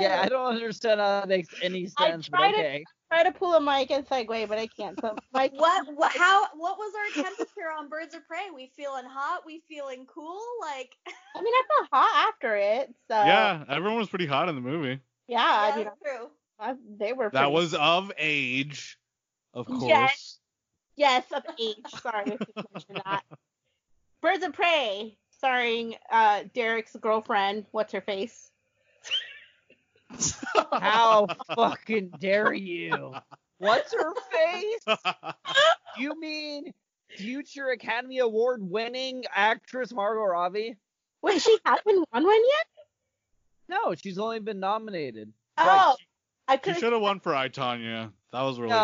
[SPEAKER 4] Yeah, I don't understand how that makes any sense, but
[SPEAKER 3] tried to-
[SPEAKER 4] okay.
[SPEAKER 3] Try to pull a mic and segue, but I can't. So Mike,
[SPEAKER 2] What, what? How? What was our temperature on Birds of Prey? We feeling hot? We feeling cool? Like
[SPEAKER 3] I mean, I felt hot after it. So
[SPEAKER 5] yeah, everyone was pretty hot in the movie.
[SPEAKER 3] yeah, I mean,
[SPEAKER 2] true.
[SPEAKER 3] I, they were.
[SPEAKER 5] That
[SPEAKER 3] pretty-
[SPEAKER 5] was of age, of course.
[SPEAKER 3] Yes. Yes, of age. Sorry, I should mention that. Birds of Prey, starring uh, Derek's girlfriend. What's her face?
[SPEAKER 4] How fucking dare you? What's her face? You mean future Academy Award winning actress Margot Robbie?
[SPEAKER 3] Wait, she hasn't won one yet?
[SPEAKER 4] No, she's only been nominated.
[SPEAKER 3] Oh, I
[SPEAKER 5] She
[SPEAKER 3] could
[SPEAKER 5] should have won for I Tanya. That was really
[SPEAKER 4] No,
[SPEAKER 2] they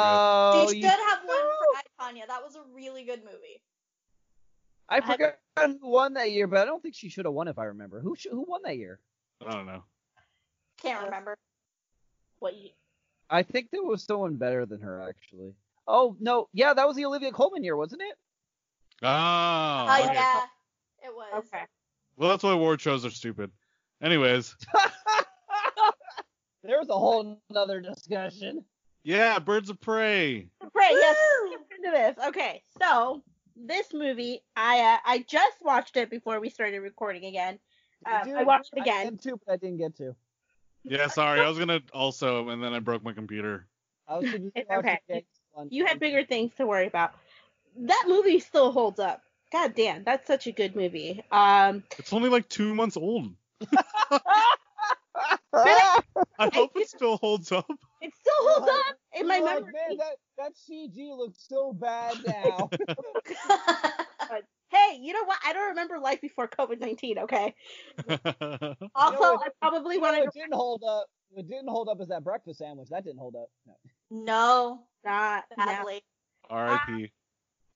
[SPEAKER 4] Oh, you-
[SPEAKER 2] should have won for I, Tanya. That was a really good movie.
[SPEAKER 4] I forgot who won that year, but I don't think she should have won if I remember. Who sh- who won that year?
[SPEAKER 5] good. I don't know.
[SPEAKER 2] Can't remember.
[SPEAKER 3] What? You,
[SPEAKER 4] I think there was someone better than her actually. Oh no, yeah, that was the Olivia Colman year, wasn't it?
[SPEAKER 5] Oh.
[SPEAKER 2] Uh,
[SPEAKER 5] okay.
[SPEAKER 2] yeah, it was.
[SPEAKER 3] okay.
[SPEAKER 5] Well, that's why award shows are stupid. Anyways,
[SPEAKER 4] There was a whole nother discussion.
[SPEAKER 5] yeah, Birds of Prey.
[SPEAKER 3] Right, yes. let's get into this. Okay, so this movie, I uh, I just watched it before we started recording again. Uh,
[SPEAKER 4] Dude,
[SPEAKER 3] I watched it
[SPEAKER 4] I
[SPEAKER 3] again.
[SPEAKER 4] did too, but I didn't get to.
[SPEAKER 5] Yeah, sorry, I was gonna also, and then I broke my computer.
[SPEAKER 4] I was just
[SPEAKER 3] It's
[SPEAKER 4] watching
[SPEAKER 3] okay.
[SPEAKER 4] it on-
[SPEAKER 3] You had bigger things to worry about. That movie still holds up. God damn, that's such a good movie. Um,
[SPEAKER 5] It's only like two months old.
[SPEAKER 4] Oh,
[SPEAKER 5] I hope it still holds up.
[SPEAKER 3] it still holds up in my
[SPEAKER 4] You're like,
[SPEAKER 3] memory.
[SPEAKER 4] oh, Man, that, that CG looks so bad now.
[SPEAKER 3] But hey, you know what? I don't remember life before COVID nineteen. Okay. Also,
[SPEAKER 4] know what-
[SPEAKER 3] I probably
[SPEAKER 4] You
[SPEAKER 3] want
[SPEAKER 4] know
[SPEAKER 3] to
[SPEAKER 4] what didn't hold up. What didn't hold up is that breakfast sandwich. That didn't hold up. No.
[SPEAKER 2] No,
[SPEAKER 3] not. no.
[SPEAKER 2] sadly.
[SPEAKER 5] R.I.P.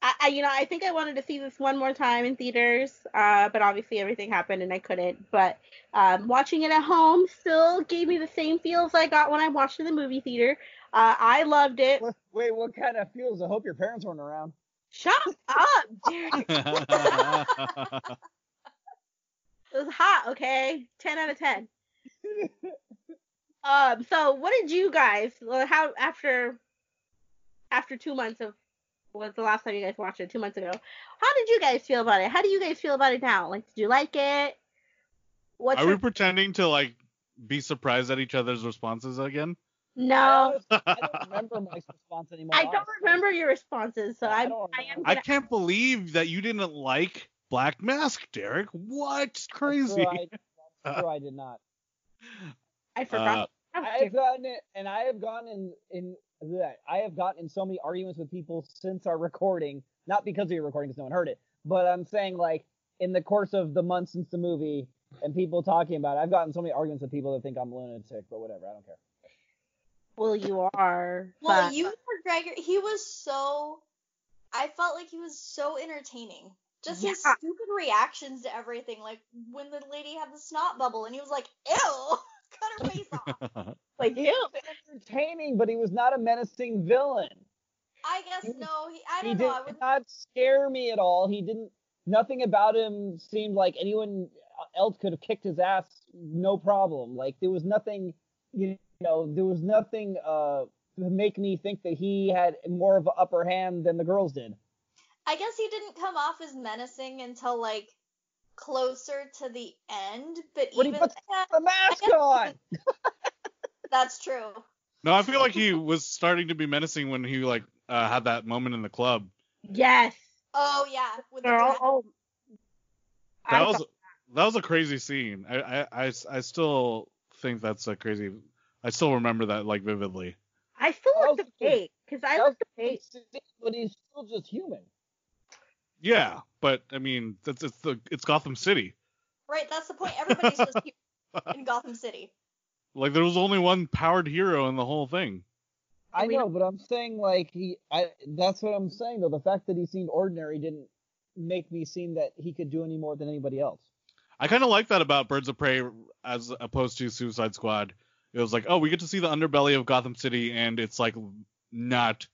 [SPEAKER 3] I, I you know I think I wanted to see this one more time in theaters, uh, but obviously everything happened and I couldn't. But um, watching it at home still gave me the same feels I got when I watched it in the movie theater. Uh, I loved it.
[SPEAKER 4] What- Wait, what kind of feels? I hope your parents weren't around.
[SPEAKER 3] Shut up, Derek. It was hot, okay? 10 out of 10. um, so what did you guys well, how after after 2 months of was the last time you guys watched it 2 months ago. How did you guys feel about it? How do you guys feel about it now? Like did you like it? What's
[SPEAKER 5] Are
[SPEAKER 3] your-
[SPEAKER 5] we pretending to like be surprised at each other's responses again?
[SPEAKER 3] No.
[SPEAKER 4] I don't remember Mike's response anymore.
[SPEAKER 3] I don't remember your responses, so I'm, I am
[SPEAKER 5] I
[SPEAKER 3] gonna-
[SPEAKER 5] can't believe that you didn't like Black Mask, Derek. What? Crazy.
[SPEAKER 4] Sure, I, I'm sure I did not.
[SPEAKER 3] I
[SPEAKER 5] forgot. Uh,
[SPEAKER 4] I have gotten it, and I have gone in in bleh, I have gotten in so many arguments with people since our recording. Not because we were recording, because no one heard it. But I'm saying like in the course of the month since the movie, and people talking about it, I've gotten so many arguments with people that think I'm lunatic. But whatever, I don't care.
[SPEAKER 3] Well, you are.
[SPEAKER 2] Well,
[SPEAKER 3] but-
[SPEAKER 2] you were Gregor. He was so. I felt like he was so entertaining. Just his
[SPEAKER 3] Yeah.
[SPEAKER 2] stupid reactions to everything. Like when the lady had the snot bubble and he was like, ew.
[SPEAKER 4] Like he was entertaining, but he was not a menacing villain.
[SPEAKER 2] I guess no. He, I
[SPEAKER 4] he
[SPEAKER 2] don't
[SPEAKER 4] did
[SPEAKER 2] know. I would,
[SPEAKER 4] not scare me at all. He didn't. Nothing about him seemed like anyone else could have kicked his ass, no problem. Like there was nothing, you know, there was nothing uh to make me think that he had more of an upper hand than the girls did.
[SPEAKER 2] I guess he didn't come off as menacing until like closer to the end. But
[SPEAKER 4] When he
[SPEAKER 2] even
[SPEAKER 4] puts
[SPEAKER 2] that-
[SPEAKER 4] the mask
[SPEAKER 2] I guess-
[SPEAKER 4] on.
[SPEAKER 2] that's true.
[SPEAKER 5] No, I feel like he was starting to be menacing when he like uh, had that moment in the club.
[SPEAKER 3] Yes.
[SPEAKER 2] Oh yeah. With the
[SPEAKER 3] They're all-
[SPEAKER 2] dad.
[SPEAKER 3] all-
[SPEAKER 5] That
[SPEAKER 3] I
[SPEAKER 5] was
[SPEAKER 3] thought-
[SPEAKER 5] that was a crazy scene. I, I I s- I still think that's a crazy. I still remember that like vividly.
[SPEAKER 3] I still like the fake because I like the fake.
[SPEAKER 4] But he's still just human.
[SPEAKER 5] Yeah, but I mean that's it's the it's Gotham City.
[SPEAKER 2] Right. That's the point. Everybody's just here in Gotham City.
[SPEAKER 5] Like there was only one powered hero in the whole thing.
[SPEAKER 4] I know, but I'm saying like he. I that's what I'm saying though. The fact that he seemed ordinary didn't make me seem that he could do any more than anybody else.
[SPEAKER 5] I kind of like that about Birds of Prey as opposed to Suicide Squad. It was like, oh, we get to see the underbelly of Gotham City, and it's like not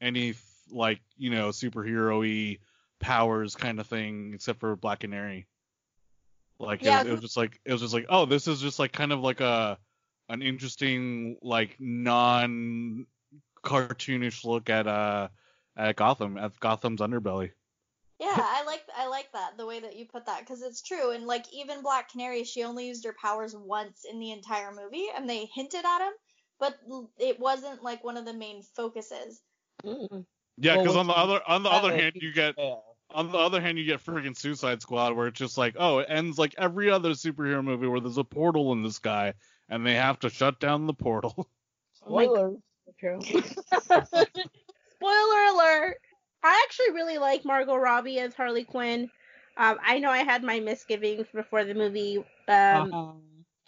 [SPEAKER 5] any like you know superhero-y powers kind of thing, except for Black Canary. Like
[SPEAKER 2] Yeah,
[SPEAKER 5] it, was, it was just like it was just like oh, this is just like kind of like a an interesting like non cartoonish look at uh at Gotham at Gotham's underbelly.
[SPEAKER 2] Yeah, I like I like that the way that you put that because it's true. And like even Black Canary, she only used her powers once in the entire movie, and they hinted at him, but l- it wasn't like one of the main focuses.
[SPEAKER 5] Yeah,
[SPEAKER 4] Well,
[SPEAKER 5] because
[SPEAKER 4] what's
[SPEAKER 5] on the other on the
[SPEAKER 4] that
[SPEAKER 5] other
[SPEAKER 4] way
[SPEAKER 5] hand, you get on the other hand you get freaking Suicide Squad where it's just like, oh, it ends like every other superhero movie where there's a portal in the sky and they have to shut down the portal.
[SPEAKER 4] Spoiler.
[SPEAKER 3] True. Spoiler alert. I actually really like Margot Robbie as Harley Quinn. Um, I know I had my misgivings before the movie
[SPEAKER 4] Uh-huh.
[SPEAKER 3] um,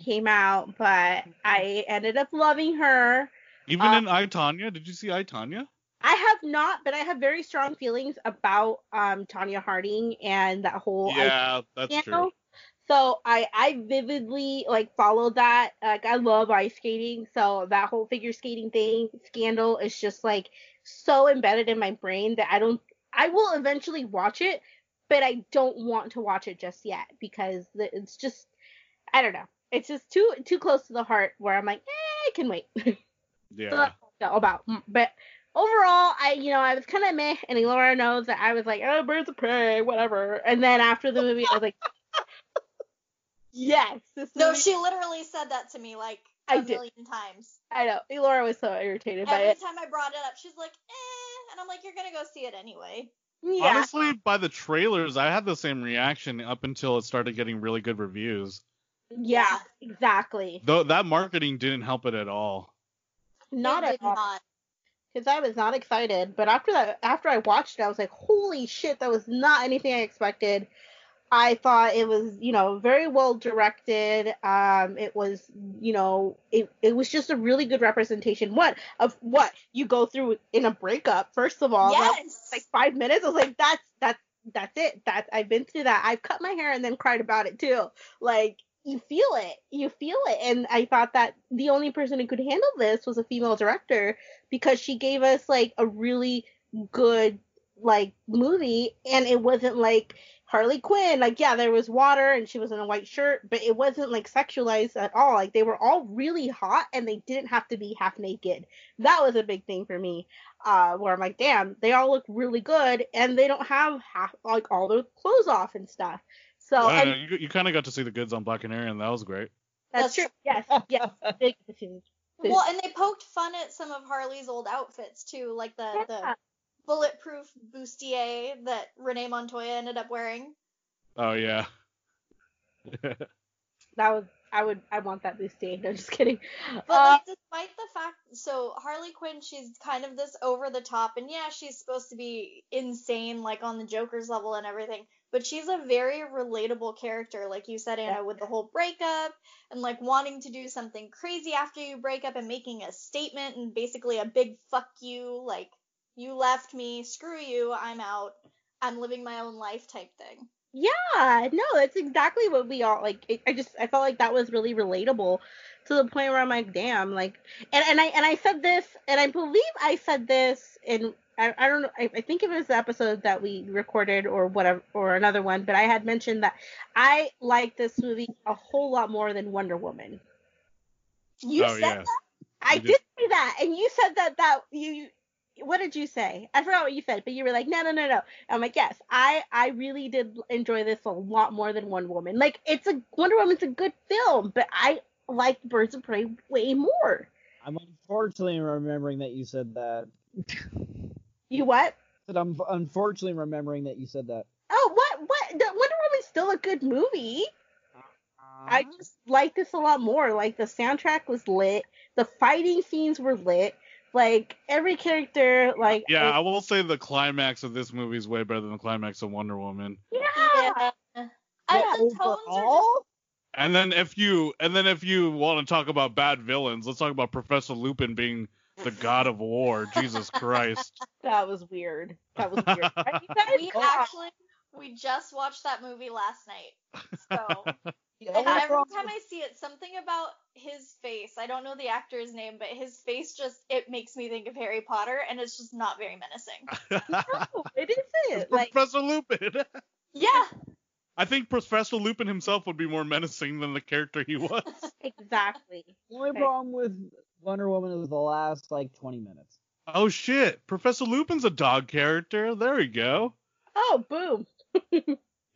[SPEAKER 3] came out, but I ended up loving her.
[SPEAKER 5] Even
[SPEAKER 3] Uh,
[SPEAKER 5] in I Tanya, did you see I Tanya?
[SPEAKER 3] I have not, but I have very strong feelings about um, Tanya Harding and that whole
[SPEAKER 5] yeah, that's
[SPEAKER 3] piano.
[SPEAKER 5] true.
[SPEAKER 3] So I I vividly like followed that. Like I love ice skating, so that whole figure skating thing scandal is just like so embedded in my brain that I don't I will eventually watch it, but I don't want to watch it just yet because the- it's just I don't know. It's just too too close to the heart where I'm like, eh, I can wait. So
[SPEAKER 5] Yeah.
[SPEAKER 3] that's what I felt about. But overall, I you know I was kind of meh, and Laura knows that I was like, oh, Birds of Prey, whatever. And then after the movie, I was like, yes, this
[SPEAKER 2] No,
[SPEAKER 3] movie-
[SPEAKER 2] she literally said that to me like a
[SPEAKER 3] Mm-hmm. I did.
[SPEAKER 2] million times.
[SPEAKER 3] I know. Laura was so irritated by
[SPEAKER 2] Every
[SPEAKER 3] it.
[SPEAKER 2] time I brought it up, she's like, eh, and I'm like, you're gonna go see it anyway.
[SPEAKER 3] Yeah.
[SPEAKER 5] Honestly, by the trailers, I had the same reaction up until it started getting really good reviews.
[SPEAKER 3] yeah, exactly.
[SPEAKER 5] Though that marketing didn't help it at all.
[SPEAKER 3] Not at
[SPEAKER 2] did
[SPEAKER 3] all.
[SPEAKER 2] not.
[SPEAKER 3] Because I was not excited, but after that, after I watched it, I was like, "Holy shit, that was not anything I expected." I thought it was, you know, very well directed. Um, it was, you know, it, it was just a really good representation. What of what you go through in a breakup? First of all, that was,
[SPEAKER 2] Yes.
[SPEAKER 3] like five minutes. I was like, that's that's that's it. That's I've been through that. I've cut my hair and then cried about it too. Like you feel it, you feel it. And I thought that the only person who could handle this was a female director because she gave us like a really good like movie, and it wasn't like Harley Quinn, like yeah, there was water and she was in a white shirt, but it wasn't like sexualized at all. Like they were all really hot and they didn't have to be half naked. That was a big thing for me. Uh, where I'm like, damn, they all look really good and they don't have half like all their clothes off and stuff. So
[SPEAKER 5] Wow,
[SPEAKER 3] and
[SPEAKER 5] you, you kind of got to see the goods on Black Canary, and that was great.
[SPEAKER 3] that's, true. Yes, yes,
[SPEAKER 4] Uh-huh.
[SPEAKER 3] big decision.
[SPEAKER 2] Well, and they poked fun at some of Harley's old outfits too, like the the bulletproof bustier that Renee Montoya ended up wearing.
[SPEAKER 5] Oh yeah.
[SPEAKER 3] That was I would I want that bustier. No, just kidding.
[SPEAKER 2] But
[SPEAKER 3] Uh,
[SPEAKER 2] like, despite the fact, so Harley Quinn, she's kind of this over the top, and yeah, she's supposed to be insane, like on the Joker's level and everything. But she's a very relatable character, like you said, Anna, with the whole breakup and like wanting to do something crazy after you break up and making a statement and basically a big fuck you, like you left me, screw you, I'm out, I'm living my own life type thing.
[SPEAKER 3] Yeah, no, that's exactly what we all like. It, I just I felt like that was really relatable to the point where I'm like, damn, like, and and I and I said this, and I believe I said this in I, I don't know I, I think it was the episode that we recorded or whatever or another one, but I had mentioned that I like this movie a whole lot more than Wonder Woman. You
[SPEAKER 5] oh
[SPEAKER 3] said
[SPEAKER 5] yeah.
[SPEAKER 3] I
[SPEAKER 5] You
[SPEAKER 3] did say that, and you said that that you. you- What did you say? I forgot what you said, but you were like, no, no, no, no. I'm like, yes, I I really did enjoy this a lot more than One Woman. Like, it's a Wonder Woman's a good film, but I liked Birds of Prey way more.
[SPEAKER 4] I'm unfortunately remembering that you said that.
[SPEAKER 3] You what?
[SPEAKER 4] That I'm unfortunately remembering that you said that.
[SPEAKER 3] Oh, what what? The Wonder Woman's still a good movie.
[SPEAKER 2] Uh-huh.
[SPEAKER 3] I
[SPEAKER 5] Uh-huh.
[SPEAKER 3] just like this a lot more. Like the soundtrack was lit, the fighting scenes were lit. Like every character, like
[SPEAKER 5] Yeah, I will say the climax of this movie is way better than the climax of Wonder Woman.
[SPEAKER 3] Yeah.
[SPEAKER 2] I, the tones are just
[SPEAKER 5] And then if you and then if you want to talk about bad villains, let's talk about Professor Lupin being the god of war. Jesus Christ.
[SPEAKER 3] That was weird. That was weird. Right, you guys?
[SPEAKER 2] we
[SPEAKER 3] Oh.
[SPEAKER 2] actually we just watched that movie last night. So and
[SPEAKER 3] Yeah.
[SPEAKER 2] every time I see it, something about his face. I don't know the actor's name, but his face just it makes me think of Harry Potter, and it's just not very menacing.
[SPEAKER 3] it isn't.
[SPEAKER 5] Professor Lupin.
[SPEAKER 2] yeah,
[SPEAKER 5] I think Professor Lupin himself would be more menacing than the character he was.
[SPEAKER 3] exactly.
[SPEAKER 4] The only problem with Wonder Woman is the last like 20 minutes.
[SPEAKER 5] Oh shit. Professor Lupin's a dog character. There we go.
[SPEAKER 3] Oh, boom.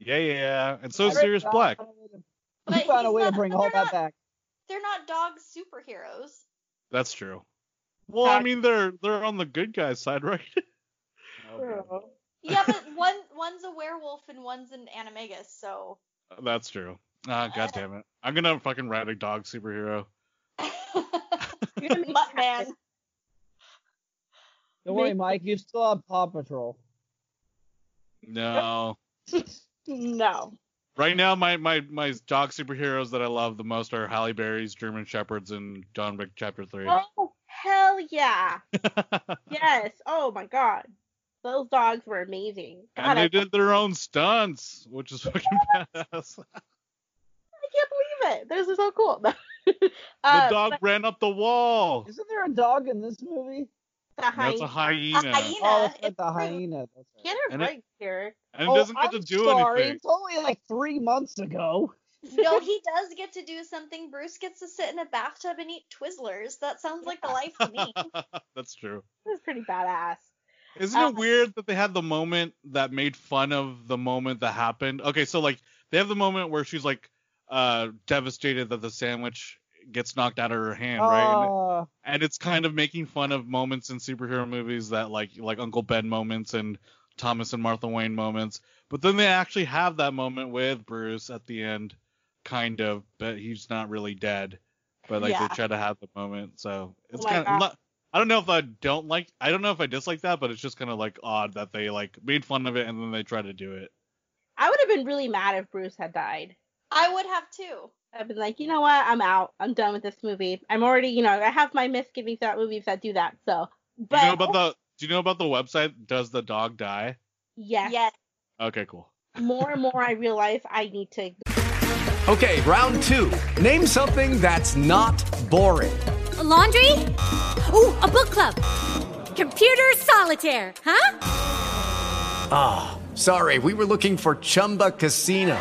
[SPEAKER 5] Yeah, yeah. And so
[SPEAKER 4] I
[SPEAKER 5] is Sirius
[SPEAKER 4] found
[SPEAKER 5] Black.
[SPEAKER 4] a way to-
[SPEAKER 2] But
[SPEAKER 4] I found a
[SPEAKER 2] he's
[SPEAKER 4] way to
[SPEAKER 2] not-
[SPEAKER 4] bring
[SPEAKER 2] they're
[SPEAKER 4] all that
[SPEAKER 2] not-
[SPEAKER 4] back.
[SPEAKER 2] they're not dog superheroes.
[SPEAKER 5] That's true. Well, I mean they're they're on the good guy's side, right?
[SPEAKER 2] Yeah, but one one's a werewolf and one's an animagus, so
[SPEAKER 5] That's true. Ah, god damn it. I'm gonna fucking write a dog superhero.
[SPEAKER 2] mutt man.
[SPEAKER 4] Don't worry, Mike. You still have Paw Patrol.
[SPEAKER 5] No.
[SPEAKER 3] No.
[SPEAKER 5] Right now, my, my, my dog superheroes that I love the most are Halle Berry's German Shepherds and John Wick Chapter 3.
[SPEAKER 3] Oh hell yeah. yes. Oh my god. Those dogs were amazing. God,
[SPEAKER 5] and
[SPEAKER 3] I,
[SPEAKER 5] they did their own stunts, which is fucking badass.
[SPEAKER 3] I can't believe it. Those are so cool. Uh,
[SPEAKER 5] the dog ran up the wall.
[SPEAKER 4] Isn't there a dog in this movie?
[SPEAKER 3] The
[SPEAKER 5] That's a hyena.
[SPEAKER 4] Oh, that's right, the hyena. That's right.
[SPEAKER 3] Get
[SPEAKER 5] her And it- right,
[SPEAKER 3] Derek.
[SPEAKER 5] and it doesn't get to do
[SPEAKER 4] Oh, sorry.
[SPEAKER 5] anything.
[SPEAKER 4] It's only like three months ago.
[SPEAKER 2] No, he does get to do something. Bruce gets to sit in a bathtub and eat Twizzlers. That sounds like the life to me.
[SPEAKER 5] That's true.
[SPEAKER 3] This is pretty badass.
[SPEAKER 5] Isn't it weird that they had the moment that made fun of the moment that happened? Okay, so like they have the moment where she's like uh devastated that the sandwich gets knocked out of her hand, right? And-
[SPEAKER 4] Uh,
[SPEAKER 5] and it's kind of making fun of moments in superhero movies that like like Uncle Ben moments and Thomas and Martha Wayne moments. But then they actually have that moment with Bruce at the end, kind of, but he's not really dead. But like
[SPEAKER 4] Yeah.
[SPEAKER 5] they try to have the moment, so it's
[SPEAKER 4] my
[SPEAKER 5] kind
[SPEAKER 4] God.
[SPEAKER 5] of. Not, I don't know if I don't like. I don't know if I dislike that, but it's just kind of like odd that they like made fun of it and then they try to do it.
[SPEAKER 3] I would have been really mad if Bruce had died.
[SPEAKER 2] I would have too.
[SPEAKER 3] I've been like, you know what? I'm out. I'm done with this movie. I'm already, you know, I have my misgivings about movies that do that. So,
[SPEAKER 5] Do you know
[SPEAKER 3] but
[SPEAKER 5] about the? Do you know about the website? Does the dog die?
[SPEAKER 3] yes,
[SPEAKER 2] yes.
[SPEAKER 5] Okay, cool.
[SPEAKER 3] More and more, I realize I need to.
[SPEAKER 13] Okay, round two. Name something that's not boring.
[SPEAKER 14] A laundry? Ooh, a book club. Computer solitaire, huh?
[SPEAKER 13] Ah, Sorry, we were looking for Chumba Casino.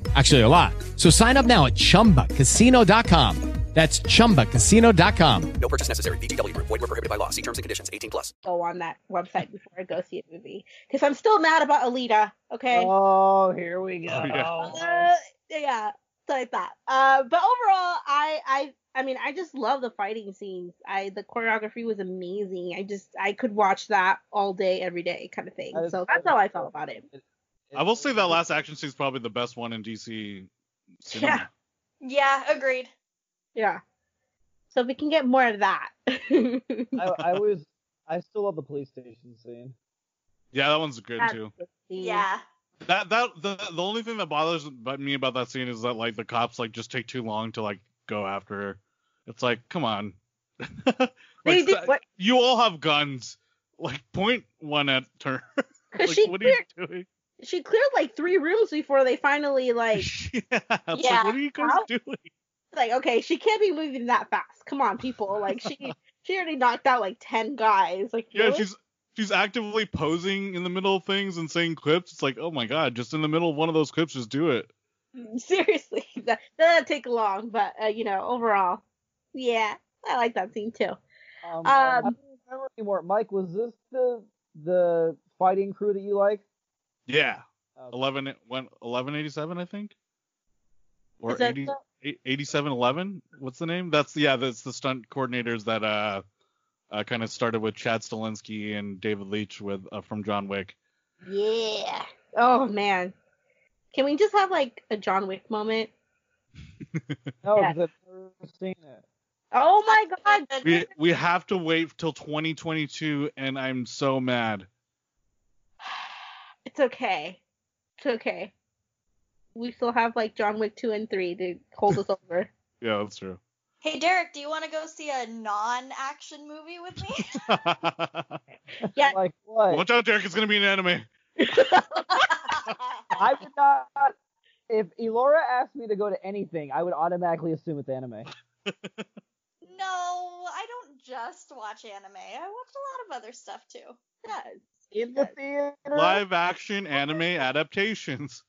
[SPEAKER 15] Actually, a lot. So sign up now at chumbacasino.com. That's chumbacasino.com.
[SPEAKER 13] No purchase necessary. BGW. Void were prohibited by law. See terms and conditions. 18 plus.
[SPEAKER 3] Go on that website before I go see a movie because I'm still mad about Alita. Okay.
[SPEAKER 4] Oh, here we go.
[SPEAKER 3] Oh, yeah. Uh, yeah, so like that. Uh, but overall, I, I, I mean, I just love the fighting scenes. I the choreography was amazing. I just I could watch that all day, every day, kind of thing. So that's how I felt about it.
[SPEAKER 5] I will say that last action scene is probably the best one in DC. Cinema.
[SPEAKER 3] Yeah.
[SPEAKER 2] Yeah, agreed.
[SPEAKER 3] Yeah. So we can get more of that.
[SPEAKER 4] I, I was I still love the police station scene.
[SPEAKER 5] Yeah, that one's good
[SPEAKER 3] That's
[SPEAKER 5] too.
[SPEAKER 3] good scene.
[SPEAKER 2] Yeah.
[SPEAKER 5] That that the the only thing that bothers about me about that scene is that like the cops like just take too long to like go after her. It's like, come on. Like,
[SPEAKER 3] They did
[SPEAKER 5] that-
[SPEAKER 3] what?
[SPEAKER 5] You all have guns. Like point one at her.
[SPEAKER 3] Cause
[SPEAKER 5] like
[SPEAKER 3] she
[SPEAKER 5] what are you doing?
[SPEAKER 3] She cleared like three rooms before they finally like.
[SPEAKER 5] It's
[SPEAKER 3] Yeah.
[SPEAKER 5] like what are you guys
[SPEAKER 3] Out.
[SPEAKER 5] doing?
[SPEAKER 3] like okay she can't be moving that fast come on people like she she already knocked out like 10 guys like
[SPEAKER 5] Yeah,
[SPEAKER 3] really?
[SPEAKER 5] she's she's actively posing in the middle of things and saying clips. It's like, oh my god, just in the middle of one of those clips, just do it.
[SPEAKER 3] seriously that that'd take long but uh, you know overall yeah i like that scene too
[SPEAKER 4] Um, um, I
[SPEAKER 3] Um,
[SPEAKER 4] don't remember anymore. Mike, was this the the fighting crew that you like? Uh,
[SPEAKER 5] Yeah. Eleven one eleven eighty seven, I think. Or
[SPEAKER 3] Is that
[SPEAKER 5] 80,
[SPEAKER 3] the-
[SPEAKER 5] eight- 8711? What's the name? That's yeah, that's the stunt coordinators that uh, uh kind of started with Chad Stalinsky and David Leitch with uh, from John Wick.
[SPEAKER 3] yeah oh man can we just have like a john wick moment
[SPEAKER 4] No,
[SPEAKER 3] Yeah.
[SPEAKER 4] 'cause I've never seen it.
[SPEAKER 3] oh my god
[SPEAKER 5] We we have to wait till 2022, and I'm so mad.
[SPEAKER 3] it's okay it's okay we still have like john wick 2 and 3 to hold us over
[SPEAKER 5] Yeah, that's true.
[SPEAKER 2] Hey Derek, do you want to go see a non-action movie with me?
[SPEAKER 3] yeah
[SPEAKER 4] Like what?
[SPEAKER 5] Watch out, Derek! It's gonna be an anime.
[SPEAKER 4] I would not. If Elora asked me to go to anything, I would automatically assume it's anime.
[SPEAKER 2] no, I don't just watch anime. I watch a lot of other stuff too.
[SPEAKER 3] Yeah,
[SPEAKER 4] In the theater.
[SPEAKER 5] Live action anime adaptations.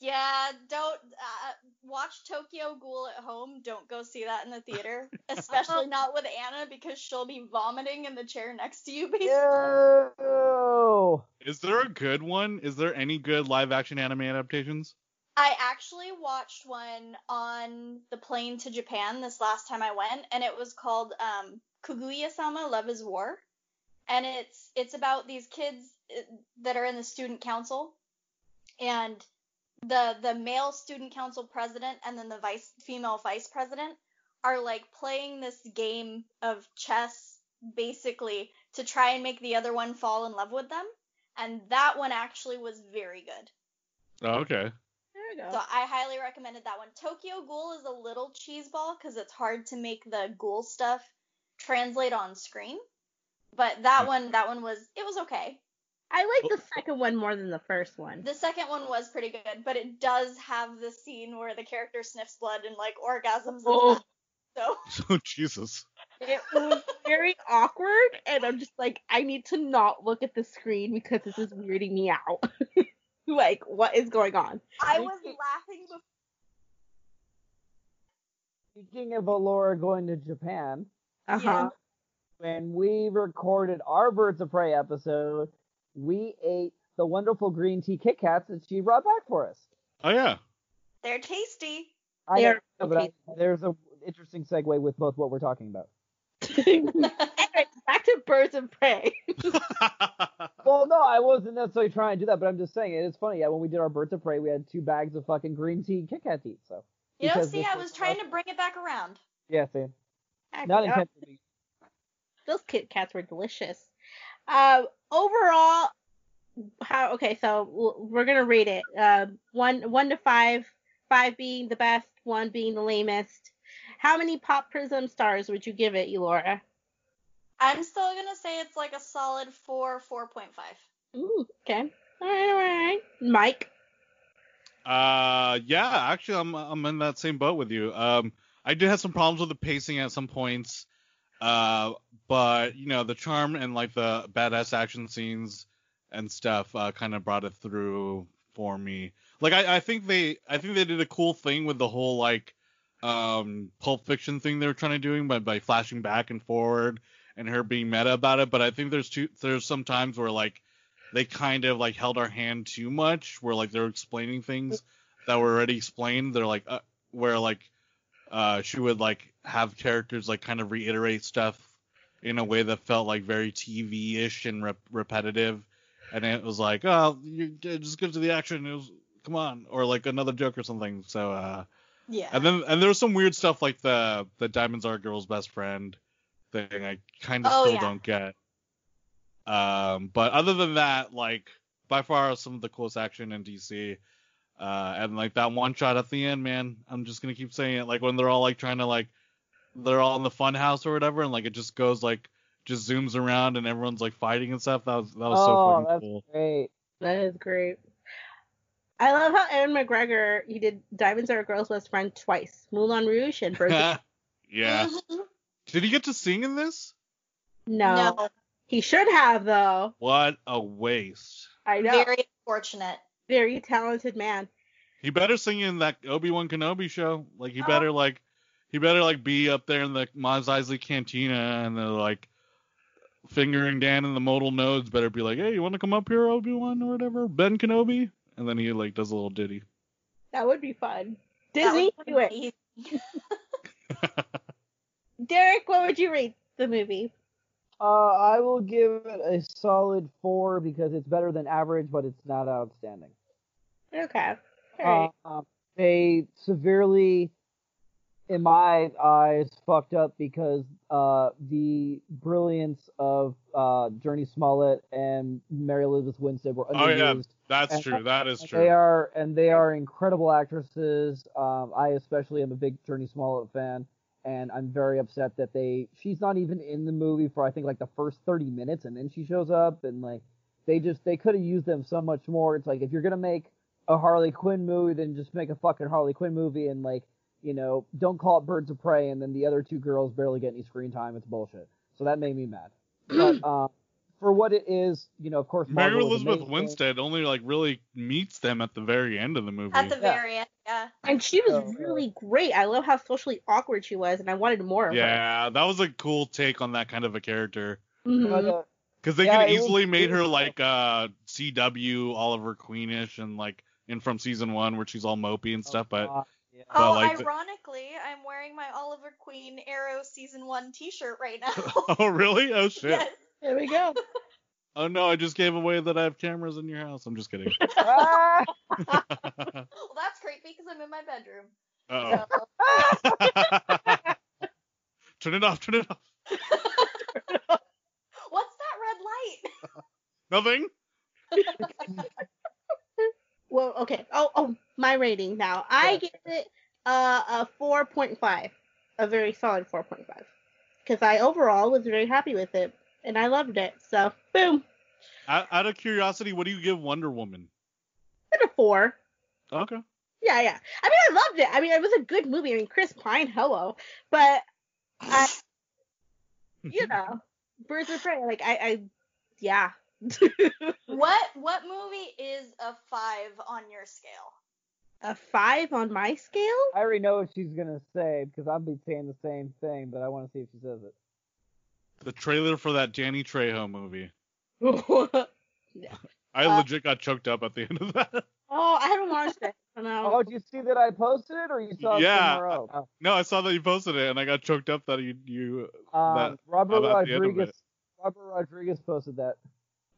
[SPEAKER 2] Yeah, don't uh, watch Tokyo Ghoul at home. Don't go see that in the theater, especially not with Anna because she'll be vomiting in the chair next to you. Basically.
[SPEAKER 4] Ew.
[SPEAKER 5] Is there a good one? Is there any good live action anime adaptations?
[SPEAKER 2] I actually watched one on the plane to Japan this last time I went, and it was called um, Kaguya-sama: Love Is War, and it's it's about these kids uh, that are in the student council, and the the male student council president and then the vice female vice president are like playing this game of chess basically to try and make the other one fall in love with them, and that one actually was very good.
[SPEAKER 5] Oh, okay.
[SPEAKER 3] there we go
[SPEAKER 2] So I highly recommended that one. Tokyo Ghoul is a little cheeseball because it's hard to make the ghoul stuff translate on screen. But that one, that one was, it was okay.
[SPEAKER 3] I like the second one more than the first one.
[SPEAKER 2] The second one was pretty good, but it does have the scene where the character sniffs blood and like orgasms.
[SPEAKER 3] Oh.
[SPEAKER 2] And stuff. So
[SPEAKER 5] Oh Jesus.
[SPEAKER 3] It was very awkward, and I'm just like, I need to not look at the screen because this is weirding me out. like, what is going on?
[SPEAKER 2] I was laughing before.
[SPEAKER 4] Speaking of Elora going to Japan,
[SPEAKER 3] Uh huh.
[SPEAKER 4] when we recorded our Birds of Prey episode, we ate the wonderful green tea Kit Kats that she brought back for us.
[SPEAKER 5] Oh yeah.
[SPEAKER 2] They're tasty.
[SPEAKER 4] I
[SPEAKER 3] They
[SPEAKER 4] don't
[SPEAKER 3] are
[SPEAKER 4] know, but I-
[SPEAKER 3] okay.
[SPEAKER 4] there's a interesting segue with both what we're talking about.
[SPEAKER 3] anyway, back to Birds of Prey.
[SPEAKER 4] Well, no, I wasn't necessarily trying to do that, but I'm just saying it is funny. Yeah, when we did our Birds of Prey, we had two bags of fucking green tea Kit Kat tea. So
[SPEAKER 2] You know,
[SPEAKER 4] Because
[SPEAKER 2] see,
[SPEAKER 4] this
[SPEAKER 2] I
[SPEAKER 4] is
[SPEAKER 2] was trying to bring it back around.
[SPEAKER 4] Yeah, see.
[SPEAKER 3] Heck
[SPEAKER 4] Not
[SPEAKER 3] yeah.
[SPEAKER 4] intentionally.
[SPEAKER 3] Those Kit Kats were delicious. Um, overall, how okay? So w- we're gonna rate it. Um, one one to five, five being the best, one being the lamest. How many pop prism stars would you give it, Elora?
[SPEAKER 2] I'm still gonna say it's like a solid four, four point five.
[SPEAKER 3] Ooh, okay. All right, all right, Mike.
[SPEAKER 5] Uh, yeah, actually, I'm I'm in that same boat with you. Um, I did have some problems with the pacing at some points. Uh, but you know, the charm and like the badass action scenes and stuff uh, kind of brought it through for me. Like I, I think they I think they did a cool thing with the whole like um Pulp Fiction thing they were trying to doing by by flashing back and forward and her being meta about it. But I think there's two there's some times where like they kind of like held our hand too much where like they're explaining things that were already explained they're like uh, where like uh she would like have characters like kind of reiterate stuff in a way that felt like very tv-ish and rep- repetitive and it was like oh you yeah, just get to the action it was come on or like another joke or something so uh
[SPEAKER 2] Yeah.
[SPEAKER 5] and then and there was some weird stuff like the the diamonds are a girl's best friend thing i kind of
[SPEAKER 2] Oh,
[SPEAKER 5] still
[SPEAKER 2] yeah.
[SPEAKER 5] don't get um but other than that like by far some of the coolest action in dc uh and like that one shot at the end man i'm just gonna keep saying it like when they're all like trying to like they're all in the fun house or whatever and like it just goes like just zooms around and everyone's like fighting and stuff that was that was
[SPEAKER 3] Oh,
[SPEAKER 5] so
[SPEAKER 3] that's
[SPEAKER 5] fucking cool
[SPEAKER 4] Great.
[SPEAKER 3] That is great. I love how Aaron McGregor he did Diamonds Are a Girl's Best Friend twice, Moulin Rouge and Virgin.
[SPEAKER 5] yeah
[SPEAKER 2] Mm-hmm.
[SPEAKER 5] did he get to sing in this
[SPEAKER 3] no. he should have though.
[SPEAKER 5] what a waste
[SPEAKER 3] I know.
[SPEAKER 2] Very fortunate.
[SPEAKER 3] very talented man.
[SPEAKER 5] He better sing in that Obi Wan Kenobi show. Like
[SPEAKER 4] Oh.
[SPEAKER 5] he better like he better like be up there in the Maz Eisley cantina and they're like fingering Dan in the modal nodes. Better be like, hey, you want to come up here, Obi Wan or whatever, Ben Kenobi? And then he like does a little ditty.
[SPEAKER 3] That would be fun.
[SPEAKER 2] That
[SPEAKER 3] Disney,
[SPEAKER 2] would be
[SPEAKER 3] do it. Derek, what would you rate the movie?
[SPEAKER 4] Uh, I will give it a solid four because it's better than average, but it's not outstanding.
[SPEAKER 3] Okay.
[SPEAKER 4] Uh, um, they severely, in my eyes, fucked up because uh, the brilliance of uh, Journey Smollett and Mary Elizabeth Winstead were
[SPEAKER 5] Oh
[SPEAKER 4] underused.
[SPEAKER 5] yeah, that's
[SPEAKER 4] And-
[SPEAKER 5] true. That is
[SPEAKER 4] and
[SPEAKER 5] true.
[SPEAKER 4] They are and they are incredible actresses. Um, I especially am a big Journey Smollett fan, and I'm very upset that they she's not even in the movie for I think like the first 30 minutes, and then she shows up and like they just they could have used them so much more. It's like if you're gonna make a Harley Quinn movie, then just make a fucking Harley Quinn movie and like you know don't call it Birds of Prey, and then the other two girls barely get any screen time. It's bullshit. So that made me mad. But um, for what it is, you know, of course,
[SPEAKER 5] Mary
[SPEAKER 4] Marvel is
[SPEAKER 5] Elizabeth
[SPEAKER 4] amazing.
[SPEAKER 5] Winstead only like really meets them at the very end of the movie.
[SPEAKER 2] At the very end, yeah.
[SPEAKER 3] And she was really great. I love how socially awkward she was, and I wanted more of her.
[SPEAKER 5] yeah, that was a cool take on that kind of a character.
[SPEAKER 3] Mm-hmm.
[SPEAKER 4] But, uh,
[SPEAKER 5] Because they
[SPEAKER 4] Yeah,
[SPEAKER 5] could
[SPEAKER 4] it was-
[SPEAKER 5] easily made
[SPEAKER 4] it was
[SPEAKER 5] her
[SPEAKER 4] cool.
[SPEAKER 5] like uh CW Oliver Queenish and like in from season one where she's all mopey and stuff, but
[SPEAKER 4] Oh, God,
[SPEAKER 5] but
[SPEAKER 2] oh,
[SPEAKER 5] like the-
[SPEAKER 2] ironically, I'm wearing my Oliver Queen Arrow season one T-shirt right now.
[SPEAKER 5] oh really? Oh shit!
[SPEAKER 2] Yes.
[SPEAKER 3] There we go.
[SPEAKER 5] Oh no, I just gave away that I have cameras in your house. I'm just kidding.
[SPEAKER 3] Ah!
[SPEAKER 2] Well, that's creepy because I'm in my bedroom.
[SPEAKER 5] Oh, turn it off. Turn it off.
[SPEAKER 2] What's that
[SPEAKER 5] Nothing.
[SPEAKER 2] red light?
[SPEAKER 3] Well, okay. Oh, oh, my rating now. I give it uh, a 4.5, a very solid 4.5, because I overall was very happy with it, and I loved it. So, boom,
[SPEAKER 5] Out, out of curiosity, what do you give Wonder Woman?
[SPEAKER 3] at a four.
[SPEAKER 5] Okay.
[SPEAKER 3] Yeah, yeah. I mean, I loved it. I mean, it was a good movie. I mean, Chris Pine, hello. But I, you know, Birds of Prey. Like, I, I, yeah.
[SPEAKER 2] what what movie is a five on your scale?
[SPEAKER 3] A five on my scale?
[SPEAKER 4] I already know what she's gonna say because I've been saying the same thing, but I want to see if she says it.
[SPEAKER 5] The trailer for that Danny Trejo movie.
[SPEAKER 3] oh,
[SPEAKER 5] I
[SPEAKER 3] Uh,
[SPEAKER 5] legit got choked up at the end of that.
[SPEAKER 3] I haven't watched it. I don't know.
[SPEAKER 4] Oh, did you see that I posted it, or you saw it
[SPEAKER 5] Yeah. Uh,
[SPEAKER 4] somewhere else?
[SPEAKER 5] No, I saw that you posted it, and I got choked up that you you.
[SPEAKER 4] Um,
[SPEAKER 5] that,
[SPEAKER 4] Robert
[SPEAKER 5] about the end of
[SPEAKER 4] Rodriguez.
[SPEAKER 5] it.
[SPEAKER 4] Robert Rodriguez posted that.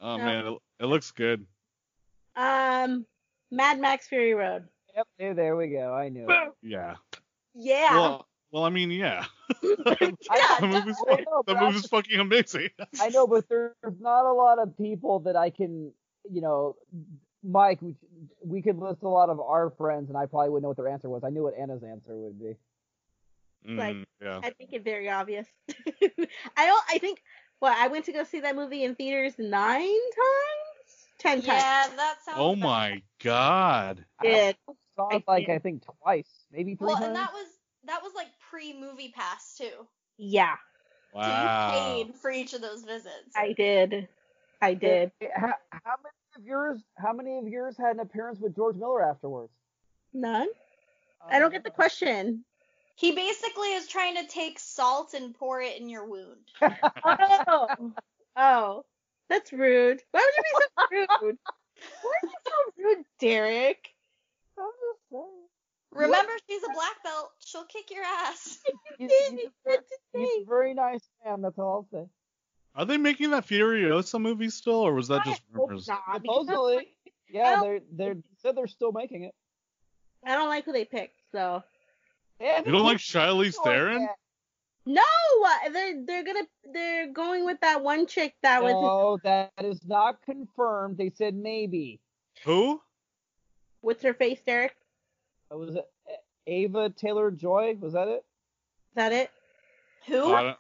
[SPEAKER 5] Oh man, it, it looks good.
[SPEAKER 3] Um, Mad Max Fury Road.
[SPEAKER 4] Yep, there- there we go. I knew. it.
[SPEAKER 5] Yeah.
[SPEAKER 3] Yeah.
[SPEAKER 5] Well, well, I mean, yeah. the movie's,
[SPEAKER 4] I know,
[SPEAKER 5] the
[SPEAKER 4] but I-
[SPEAKER 5] movie's fucking amazing.
[SPEAKER 4] I know, but there's not a lot of people that I can, you know, Mike. We, we could list a lot of our friends, and I probably wouldn't know what their answer was. I knew what Anna's answer would be.
[SPEAKER 3] Like,
[SPEAKER 5] Mm, yeah.
[SPEAKER 3] I think it's very obvious. I don't. I think. Well, I went to go see that movie in theaters nine times, ten
[SPEAKER 2] Yeah,
[SPEAKER 3] times.
[SPEAKER 2] that sounds.
[SPEAKER 5] Oh my god.
[SPEAKER 3] Yeah.
[SPEAKER 4] Saw it like I think twice, maybe three
[SPEAKER 2] Well,
[SPEAKER 4] times.
[SPEAKER 2] and that was that was like pre movie pass too.
[SPEAKER 3] Yeah,
[SPEAKER 5] Wow.
[SPEAKER 2] Paid for each of those visits.
[SPEAKER 3] I did. I did.
[SPEAKER 4] How, how many of yours? How many of yours had an appearance with George Miller afterwards?
[SPEAKER 3] None. I don't get the question.
[SPEAKER 2] He basically is trying to take salt and pour it in your wound.
[SPEAKER 3] Oh, oh, that's rude. Why would you be so rude? Why are you so rude, Derek? I'm just saying.
[SPEAKER 2] Remember, she's a black belt. She'll kick your ass.
[SPEAKER 4] He's, he's, he's a very nice man. That's all I'll say.
[SPEAKER 5] Are they making that Furiosa movie still, or was that just rumors?
[SPEAKER 3] Nah, because
[SPEAKER 4] Supposedly, yeah, they're they're said they're still making it.
[SPEAKER 3] I don't like who they picked, so.
[SPEAKER 5] You don't like Shiley's Theron?
[SPEAKER 3] No, uh, they're they're gonna they're going with that one chick that was
[SPEAKER 4] No, that is not confirmed. They said maybe.
[SPEAKER 5] Who?
[SPEAKER 3] what's her face, Derek? Is
[SPEAKER 4] Uh, Was it Ava Taylor Joy? Was that it?
[SPEAKER 3] that it?
[SPEAKER 5] Oh,
[SPEAKER 3] Who?
[SPEAKER 5] I, don't,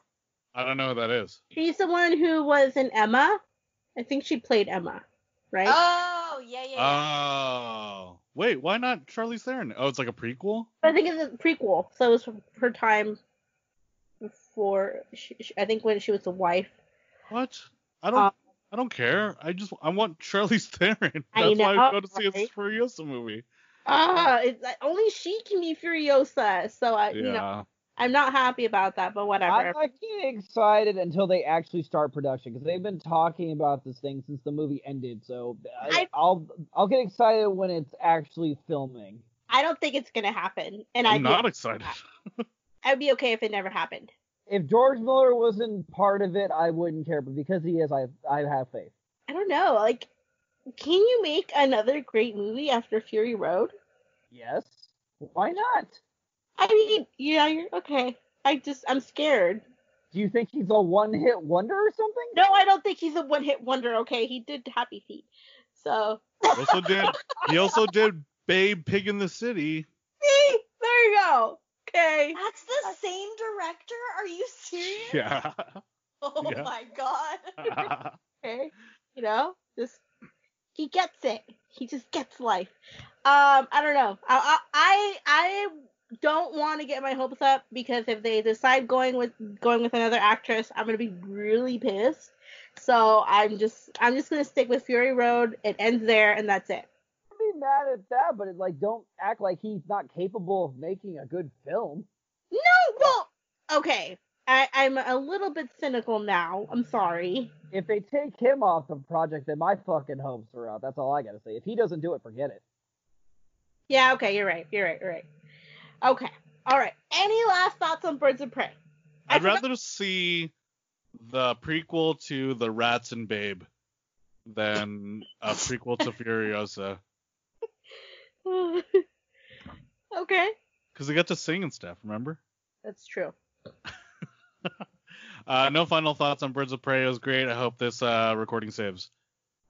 [SPEAKER 5] I don't know who that is.
[SPEAKER 3] She's the one who was in Emma. I think she played Emma, right?
[SPEAKER 2] Oh yeah, yeah. yeah.
[SPEAKER 5] Um, Oh. Wait, why not Charlie's Theron? Oh, it's like a prequel?
[SPEAKER 3] I think it's a prequel, so it was her time before. She, she, I think when she was the wife.
[SPEAKER 5] What? I don't.
[SPEAKER 3] Uh,
[SPEAKER 5] I don't care. I just I want Charlie's Theron. That's
[SPEAKER 3] I
[SPEAKER 5] why
[SPEAKER 3] know,
[SPEAKER 5] I go to see a
[SPEAKER 3] right?
[SPEAKER 5] Furiosa movie.
[SPEAKER 3] Ah, it's like only she can be Furiosa. So I,
[SPEAKER 5] Yeah.
[SPEAKER 3] you know, I'm not happy about that, but whatever.
[SPEAKER 4] I'm not getting excited until they actually start production because they've been talking about this thing since the movie ended. So I,
[SPEAKER 3] I-
[SPEAKER 4] I'll I'll get excited when it's actually filming.
[SPEAKER 3] I don't think it's gonna happen, and
[SPEAKER 5] I'm
[SPEAKER 3] I'd
[SPEAKER 5] not
[SPEAKER 3] be,
[SPEAKER 5] excited.
[SPEAKER 3] I'd be okay if it never happened.
[SPEAKER 4] If George Miller wasn't part of it, I wouldn't care. But because he is, I I have faith.
[SPEAKER 3] I don't know. Like, can you make another great movie after Fury Road?
[SPEAKER 4] Yes. Why not?
[SPEAKER 3] I mean, yeah, you're okay. I just, I'm scared.
[SPEAKER 4] Do you think he's a one-hit wonder or something?
[SPEAKER 3] No, I don't think he's a one-hit wonder. Okay, he did Happy Feet, so
[SPEAKER 5] He also did. He also did Babe, Pig in the City.
[SPEAKER 3] see, there you go. Okay,
[SPEAKER 2] That's the same director? Are you serious?
[SPEAKER 5] Yeah.
[SPEAKER 2] Oh
[SPEAKER 5] Yeah.
[SPEAKER 2] my god.
[SPEAKER 3] okay, you know, just he gets it. He just gets life. Um, I don't know. I I I I don't want to get my hopes up because if they decide going with going with another actress, I'm gonna be really pissed. So I'm just I'm just gonna stick with Fury Road. It ends there, and that's it.
[SPEAKER 4] I'd be mad at that, but it, like don't act like he's not capable of making a good film.
[SPEAKER 3] No, well, okay. I, I'm a little bit cynical now. I'm sorry.
[SPEAKER 4] If they take him off the project, then my fucking hopes are out. That's all I gotta say. If he doesn't do it, forget it.
[SPEAKER 3] Yeah, okay, you're right. You're right. You're right. Okay. All right. Any last thoughts on Birds of Prey?
[SPEAKER 5] I'd rather see the prequel to The Rats and Babe than a prequel to Furiosa
[SPEAKER 3] okay.
[SPEAKER 5] because they got to sing and stuff. Remember?
[SPEAKER 3] That's true.
[SPEAKER 5] Uh, no final thoughts on Birds of Prey. It was great. I hope this uh, recording saves.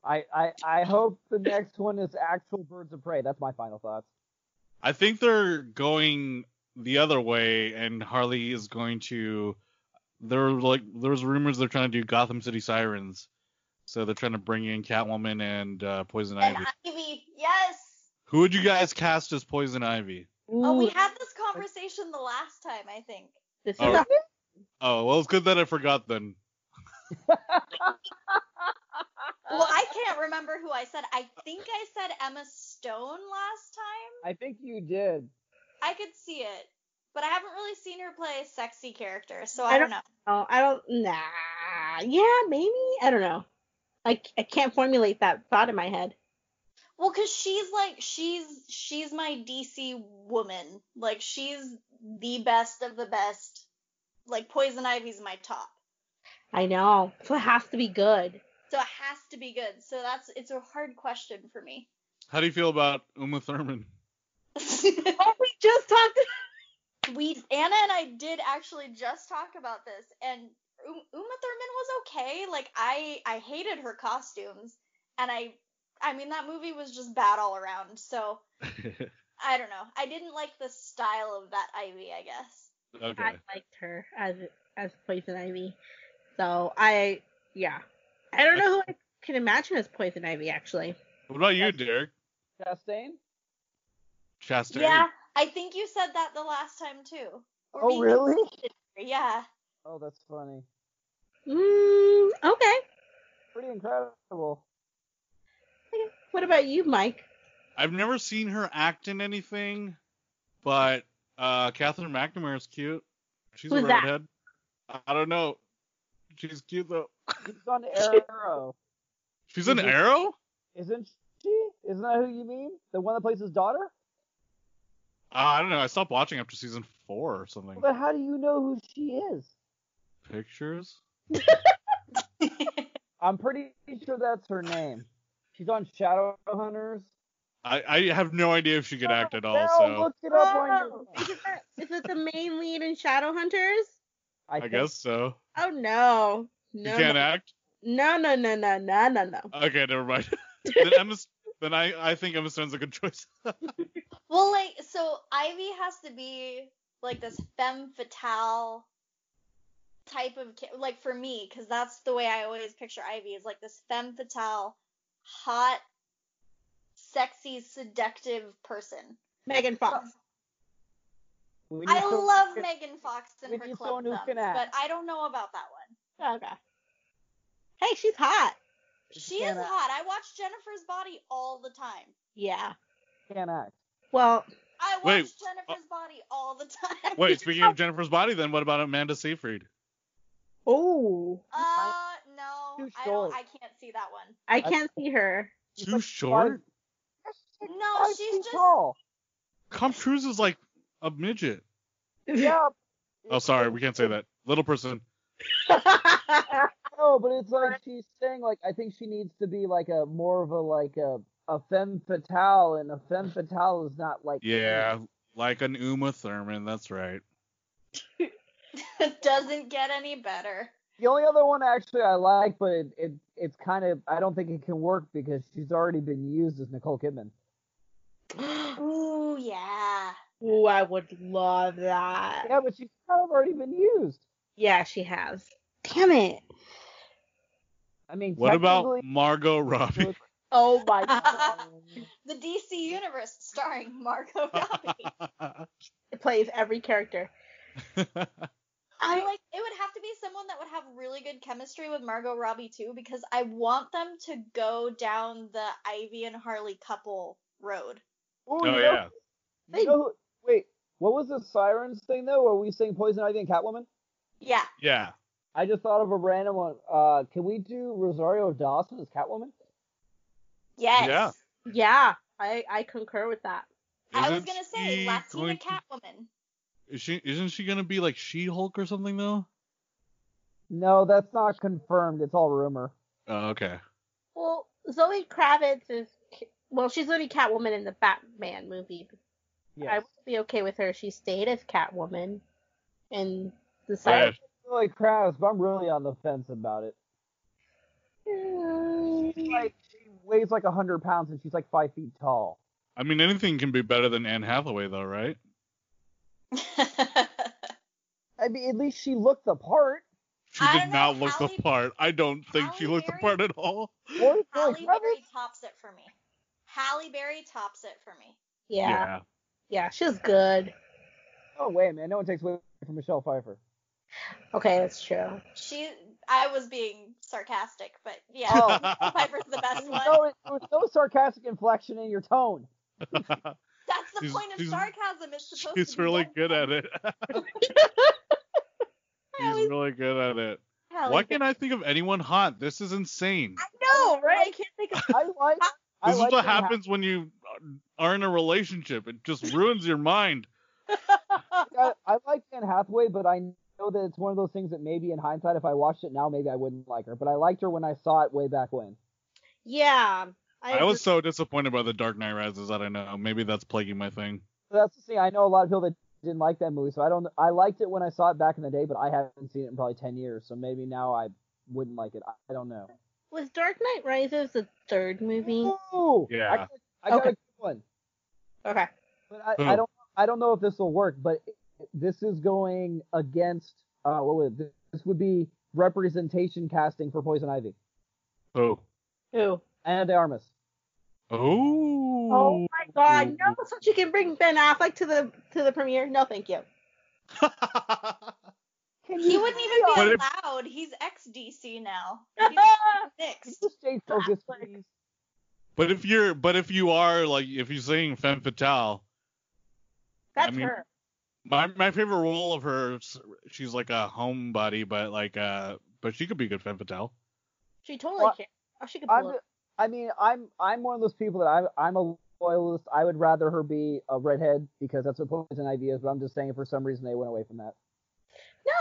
[SPEAKER 4] I, I I hope the next one is actual Birds of Prey. That's my final thoughts.
[SPEAKER 5] I think they're going the other way, and Harley is going to. There were like there was rumors they're trying to do Gotham City Sirens, so they're trying to bring in Catwoman and uh, Poison
[SPEAKER 2] And
[SPEAKER 5] Ivy.
[SPEAKER 2] Ivy, yes.
[SPEAKER 5] Who would you guys cast as Poison Ivy?
[SPEAKER 2] Oh, we had this conversation the last time, I think.
[SPEAKER 3] This
[SPEAKER 5] Oh.
[SPEAKER 3] is a,
[SPEAKER 5] Oh well, it's good that I forgot then.
[SPEAKER 2] Well, I can't remember who I said. I think I said Emma Stone last time.
[SPEAKER 4] I think you did.
[SPEAKER 2] I could see it, but I haven't really seen her play a sexy character, so
[SPEAKER 3] I
[SPEAKER 2] I don't
[SPEAKER 3] don't-
[SPEAKER 2] know.
[SPEAKER 3] oh, I don't. Nah. Yeah, maybe. I don't know. I, c- I can't formulate that thought in my head.
[SPEAKER 2] Well, cause she's like she's she's my DC woman. Like she's the best of the best. Like Poison Ivy's my top.
[SPEAKER 3] I know. So it has to be good.
[SPEAKER 2] So it has to be good. So that's it's a hard question for me.
[SPEAKER 5] How do you feel about Uma Thurman?
[SPEAKER 2] oh, we just talked. We Anna and I did actually just talk about this, and um, Uma Thurman was okay. Like I, I hated her costumes, and I, I mean that movie was just bad all around. So I don't know. I didn't like the style of that Ivy. I guess.
[SPEAKER 5] Okay.
[SPEAKER 3] I liked her as as Poison Ivy. So I yeah. I don't know who I can imagine as Poison Ivy actually.
[SPEAKER 5] What about you, Derek?
[SPEAKER 4] Chastain?
[SPEAKER 5] Chastain.
[SPEAKER 2] Yeah, I think you said that the last time too. Or
[SPEAKER 4] Oh,
[SPEAKER 2] maybe-
[SPEAKER 4] really?
[SPEAKER 2] Yeah.
[SPEAKER 4] Oh, that's funny.
[SPEAKER 3] Mm, okay.
[SPEAKER 4] Pretty incredible.
[SPEAKER 3] What about you, Mike?
[SPEAKER 5] I've never seen her act in anything, but uh, Catherine McNamara is cute. She's
[SPEAKER 3] Who's
[SPEAKER 5] a
[SPEAKER 3] that?
[SPEAKER 5] redhead. I- I don't know. She's cute though.
[SPEAKER 4] She's on Arrow.
[SPEAKER 5] She's an arrow?
[SPEAKER 4] Isn't she? Isn't that who you mean? The one that plays his daughter?
[SPEAKER 5] Uh, I don't know. I stopped watching after season four or something.
[SPEAKER 4] But how do you know who she is?
[SPEAKER 5] Pictures?
[SPEAKER 4] I'm pretty sure that's her name. She's on Shadowhunters.
[SPEAKER 5] I, I have no idea if she could act at all.
[SPEAKER 4] no,
[SPEAKER 5] so
[SPEAKER 4] look it up on
[SPEAKER 3] Oh, is it the- is it the main lead in Shadowhunters?
[SPEAKER 5] I, guess so.
[SPEAKER 3] Oh no.
[SPEAKER 5] She
[SPEAKER 3] No.
[SPEAKER 5] can't
[SPEAKER 3] no.
[SPEAKER 5] act.
[SPEAKER 3] no, no, no, no, no, no, no.
[SPEAKER 5] Okay, never mind. then Emma, then I, I think Emma Stone's a good choice.
[SPEAKER 2] Well, like, so Ivy has to be like this femme fatale type of ki- like for me, because that's the way I always picture Ivy is like this femme fatale, hot, sexy, seductive person.
[SPEAKER 3] Megan Fox.
[SPEAKER 4] We need
[SPEAKER 2] I
[SPEAKER 4] some-
[SPEAKER 2] love Megan Fox
[SPEAKER 4] we
[SPEAKER 2] and her
[SPEAKER 4] need
[SPEAKER 2] club
[SPEAKER 4] someone who
[SPEAKER 2] thumbs,
[SPEAKER 4] can act.
[SPEAKER 2] but I don't know about that one.
[SPEAKER 3] Oh, Okay. Hey, she's hot.
[SPEAKER 2] She is hot. I watch Jennifer's Body all the time.
[SPEAKER 3] Yeah.
[SPEAKER 4] Can't act.
[SPEAKER 3] Well,
[SPEAKER 2] I watch
[SPEAKER 5] Wait, uh,
[SPEAKER 2] Jennifer's Body all the time.
[SPEAKER 5] Wait, speaking of Jennifer's body, then what about Amanda Seyfried?
[SPEAKER 3] oh,
[SPEAKER 2] Uh, no,
[SPEAKER 3] Too
[SPEAKER 2] I don't.
[SPEAKER 3] short.
[SPEAKER 2] I can't see that one.
[SPEAKER 3] I can't see her.
[SPEAKER 5] Too short?
[SPEAKER 2] No, Oh, she's just.
[SPEAKER 4] tall.
[SPEAKER 5] Tom Cruise is like a midget.
[SPEAKER 4] Yeah.
[SPEAKER 5] Oh, sorry, we can't say that. Little person.
[SPEAKER 4] No, Oh, but it's like she's saying like I think she needs to be like a more of a like a a femme fatale, and a femme fatale is not like
[SPEAKER 5] Yeah, like an Uma Thurman. That's right.
[SPEAKER 2] It doesn't get any better.
[SPEAKER 4] The only other one actually I like, but it, it it's kind of I don't think it can work because she's already been used as Nicole Kidman.
[SPEAKER 2] Ooh, yeah.
[SPEAKER 3] Ooh, I would love that.
[SPEAKER 4] Yeah, but she's kind of already been used.
[SPEAKER 3] Yeah, she has. Damn it.
[SPEAKER 4] I mean,
[SPEAKER 5] What about
[SPEAKER 4] technically-
[SPEAKER 5] Margot Robbie?
[SPEAKER 3] Oh my god.
[SPEAKER 2] The DC Universe starring Margot Robbie.
[SPEAKER 3] it plays every character.
[SPEAKER 2] I like it would have to be someone that would have really good chemistry with Margot Robbie too because I want them to go down the Ivy and Harley couple road.
[SPEAKER 4] Ooh,
[SPEAKER 5] oh
[SPEAKER 4] you know-
[SPEAKER 5] yeah.
[SPEAKER 4] you know who- wait, what was the sirens thing though? Were we saying Poison Ivy and Catwoman?
[SPEAKER 2] Yeah.
[SPEAKER 5] Yeah.
[SPEAKER 4] I just thought of a random one. Uh, can we do Rosario Dawson as Catwoman?
[SPEAKER 2] Yes.
[SPEAKER 5] Yeah.
[SPEAKER 3] Yeah, I I concur with that.
[SPEAKER 2] I was
[SPEAKER 5] Isn't
[SPEAKER 2] gonna say
[SPEAKER 5] she
[SPEAKER 2] Latina
[SPEAKER 5] going to-
[SPEAKER 2] Catwoman.
[SPEAKER 5] Is she isn't she gonna be like She Hulk or something though?
[SPEAKER 4] No, that's not confirmed. It's all rumor.
[SPEAKER 5] Oh, okay.
[SPEAKER 3] Well, Zoe Kravitz is well, she's only Catwoman in the Batman movie. I
[SPEAKER 4] Yes.
[SPEAKER 3] would be okay with her. if She stayed as Catwoman in the
[SPEAKER 5] Yeah.
[SPEAKER 3] side.
[SPEAKER 4] Really Kravitz, but I'm really on the fence about it.
[SPEAKER 3] "Mm,
[SPEAKER 4] Like she weighs like hundred pounds and she's like five feet tall.
[SPEAKER 5] I mean anything can be better than Anne Hathaway though, right?
[SPEAKER 4] I mean, at least she looked the part.
[SPEAKER 5] She
[SPEAKER 2] I
[SPEAKER 5] did
[SPEAKER 2] don't know,
[SPEAKER 5] not look
[SPEAKER 2] Halle-
[SPEAKER 5] the part. I don't think she
[SPEAKER 2] Halle
[SPEAKER 5] looked the
[SPEAKER 2] Berry?
[SPEAKER 5] part at all.
[SPEAKER 4] Or it's
[SPEAKER 2] Halle
[SPEAKER 4] really
[SPEAKER 2] Berry tops it for me. Halle Berry tops it for me.
[SPEAKER 3] Yeah, yeah, she's good.
[SPEAKER 4] No way, man. No one takes away from Michelle Pfeiffer.
[SPEAKER 3] Okay, that's true.
[SPEAKER 2] She I was being sarcastic, but yeah,
[SPEAKER 4] Oh.
[SPEAKER 2] Michelle Piper's the best one.
[SPEAKER 4] No, it, there was no sarcastic inflection in your tone.
[SPEAKER 2] That's the
[SPEAKER 5] She's-
[SPEAKER 2] point of
[SPEAKER 5] she's-
[SPEAKER 2] sarcasm. It's supposed
[SPEAKER 5] She's
[SPEAKER 2] to be
[SPEAKER 5] really
[SPEAKER 2] one
[SPEAKER 5] good at it. She's really good at it.
[SPEAKER 2] Halle
[SPEAKER 5] Why
[SPEAKER 2] Berry.
[SPEAKER 5] can't I think of anyone hot? This is insane.
[SPEAKER 3] No, right? I can't think of
[SPEAKER 4] I like. I
[SPEAKER 5] This
[SPEAKER 4] like
[SPEAKER 5] is what
[SPEAKER 4] her ha-
[SPEAKER 5] happens when you are in a relationship. It just ruins your mind.
[SPEAKER 4] I, I like Anne Hathaway, but I know that it's one of those things that maybe in hindsight, if I watched it now, maybe I wouldn't like her. But I liked her when I saw it way back when.
[SPEAKER 3] Yeah,
[SPEAKER 5] I, was so disappointed by the Dark Knight Rises. I don't know. Maybe that's plaguing my thing.
[SPEAKER 4] That's the thing. I know a lot of people that didn't like that movie, so I don't. I liked it when I saw it back in the day, but I haven't seen it in probably ten years, so maybe now I wouldn't like it. I, I don't know.
[SPEAKER 3] Was Dark Knight Rises the third movie?
[SPEAKER 4] Oh,
[SPEAKER 5] Yeah.
[SPEAKER 4] I got
[SPEAKER 3] Okay.
[SPEAKER 4] a good one.
[SPEAKER 3] Okay.
[SPEAKER 4] But I, I don't I don't know if this will work, but this is going against uh what would it, this would be representation casting for Poison Ivy.
[SPEAKER 5] Oh.
[SPEAKER 3] Who?
[SPEAKER 4] Anna De Armas.
[SPEAKER 5] Oh.
[SPEAKER 3] Oh my God!
[SPEAKER 5] Mm-hmm.
[SPEAKER 3] No, so you can bring Ben Affleck to the to the premiere. No, thank you. Can
[SPEAKER 2] He
[SPEAKER 3] you
[SPEAKER 2] wouldn't
[SPEAKER 3] see
[SPEAKER 2] even
[SPEAKER 3] us?
[SPEAKER 2] be
[SPEAKER 5] But if-
[SPEAKER 2] allowed. He's ex DC now. He's mixed.
[SPEAKER 4] Stay focused, please.
[SPEAKER 5] But if you're, but if you are like, if you're saying femme fatale,
[SPEAKER 3] That's
[SPEAKER 5] I mean,
[SPEAKER 3] her.
[SPEAKER 5] my my favorite role of her, she's like a homebody, but like, uh, but she could be a good femme fatale.
[SPEAKER 3] She totally
[SPEAKER 4] Well,
[SPEAKER 3] can. Oh, she could
[SPEAKER 4] I'm,
[SPEAKER 3] pull it.
[SPEAKER 4] I mean, I'm I'm one of those people that I'm I'm a loyalist. I would rather her be a redhead because that's what Poison Ivy is. But I'm just saying, for some reason, they went away from that.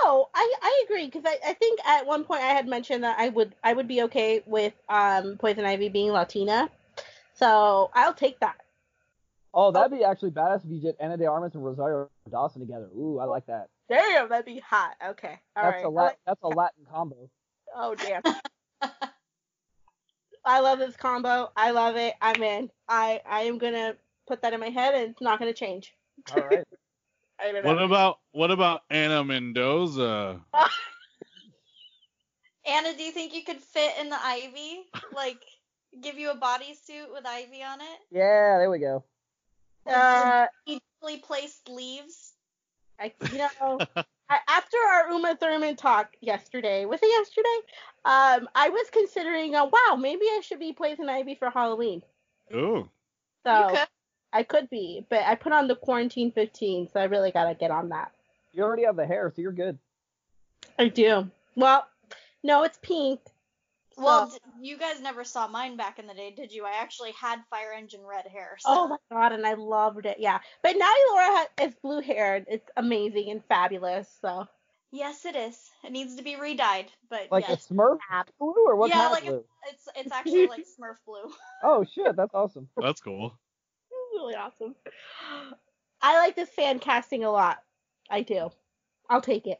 [SPEAKER 3] No, I I agree because I, I think at one point I had mentioned that I would I would be okay with um Poison Ivy being Latina, so I'll take that.
[SPEAKER 4] Oh, that'd be actually badass if you did Anna De Armas and Rosario Dawson together. Ooh, I like that.
[SPEAKER 3] Damn, that'd be hot. Okay, all
[SPEAKER 4] that's
[SPEAKER 3] right.
[SPEAKER 4] a
[SPEAKER 3] I
[SPEAKER 4] lat
[SPEAKER 3] like-
[SPEAKER 4] that's a Latin combo.
[SPEAKER 3] oh damn. I love this combo. I love it. I'm in. I I am gonna put that in my head and it's not gonna change.
[SPEAKER 4] All right.
[SPEAKER 3] I don't
[SPEAKER 5] What
[SPEAKER 3] know.
[SPEAKER 5] about what about Anna Mendoza?
[SPEAKER 2] Anna, do you think you could fit in the Ivy? Like, give you a bodysuit with Ivy on it?
[SPEAKER 4] Yeah, there we go.
[SPEAKER 3] Uh,
[SPEAKER 2] Equally placed leaves?
[SPEAKER 3] I, you know, I, after our Uma Thurman talk yesterday, was it yesterday? Um, I was considering, uh, wow, maybe I should be Poison Ivy for Halloween.
[SPEAKER 5] Ooh.
[SPEAKER 3] So
[SPEAKER 2] You could.
[SPEAKER 3] I could be, but I put on the quarantine 15, so I really gotta get on that.
[SPEAKER 4] You already have the hair, so you're good.
[SPEAKER 3] I do. Well, no, it's pink.
[SPEAKER 2] Well,
[SPEAKER 3] So-
[SPEAKER 2] d- you guys never saw mine back in the day, did you? I actually had fire engine red hair. So.
[SPEAKER 3] Oh my god, and I loved it. Yeah, but now Laura ha- is blue haired. It's amazing and fabulous. So
[SPEAKER 2] Yes, it is. It needs to be re-dyed, but
[SPEAKER 4] Like
[SPEAKER 2] yes.
[SPEAKER 4] a Smurf blue or what
[SPEAKER 2] yeah,
[SPEAKER 4] kind
[SPEAKER 2] like
[SPEAKER 4] of blue?
[SPEAKER 2] It's, it's it's actually like Smurf blue.
[SPEAKER 4] Oh shit, that's awesome.
[SPEAKER 5] That's cool.
[SPEAKER 3] really awesome. I like this fan casting a lot. I do. I'll take it.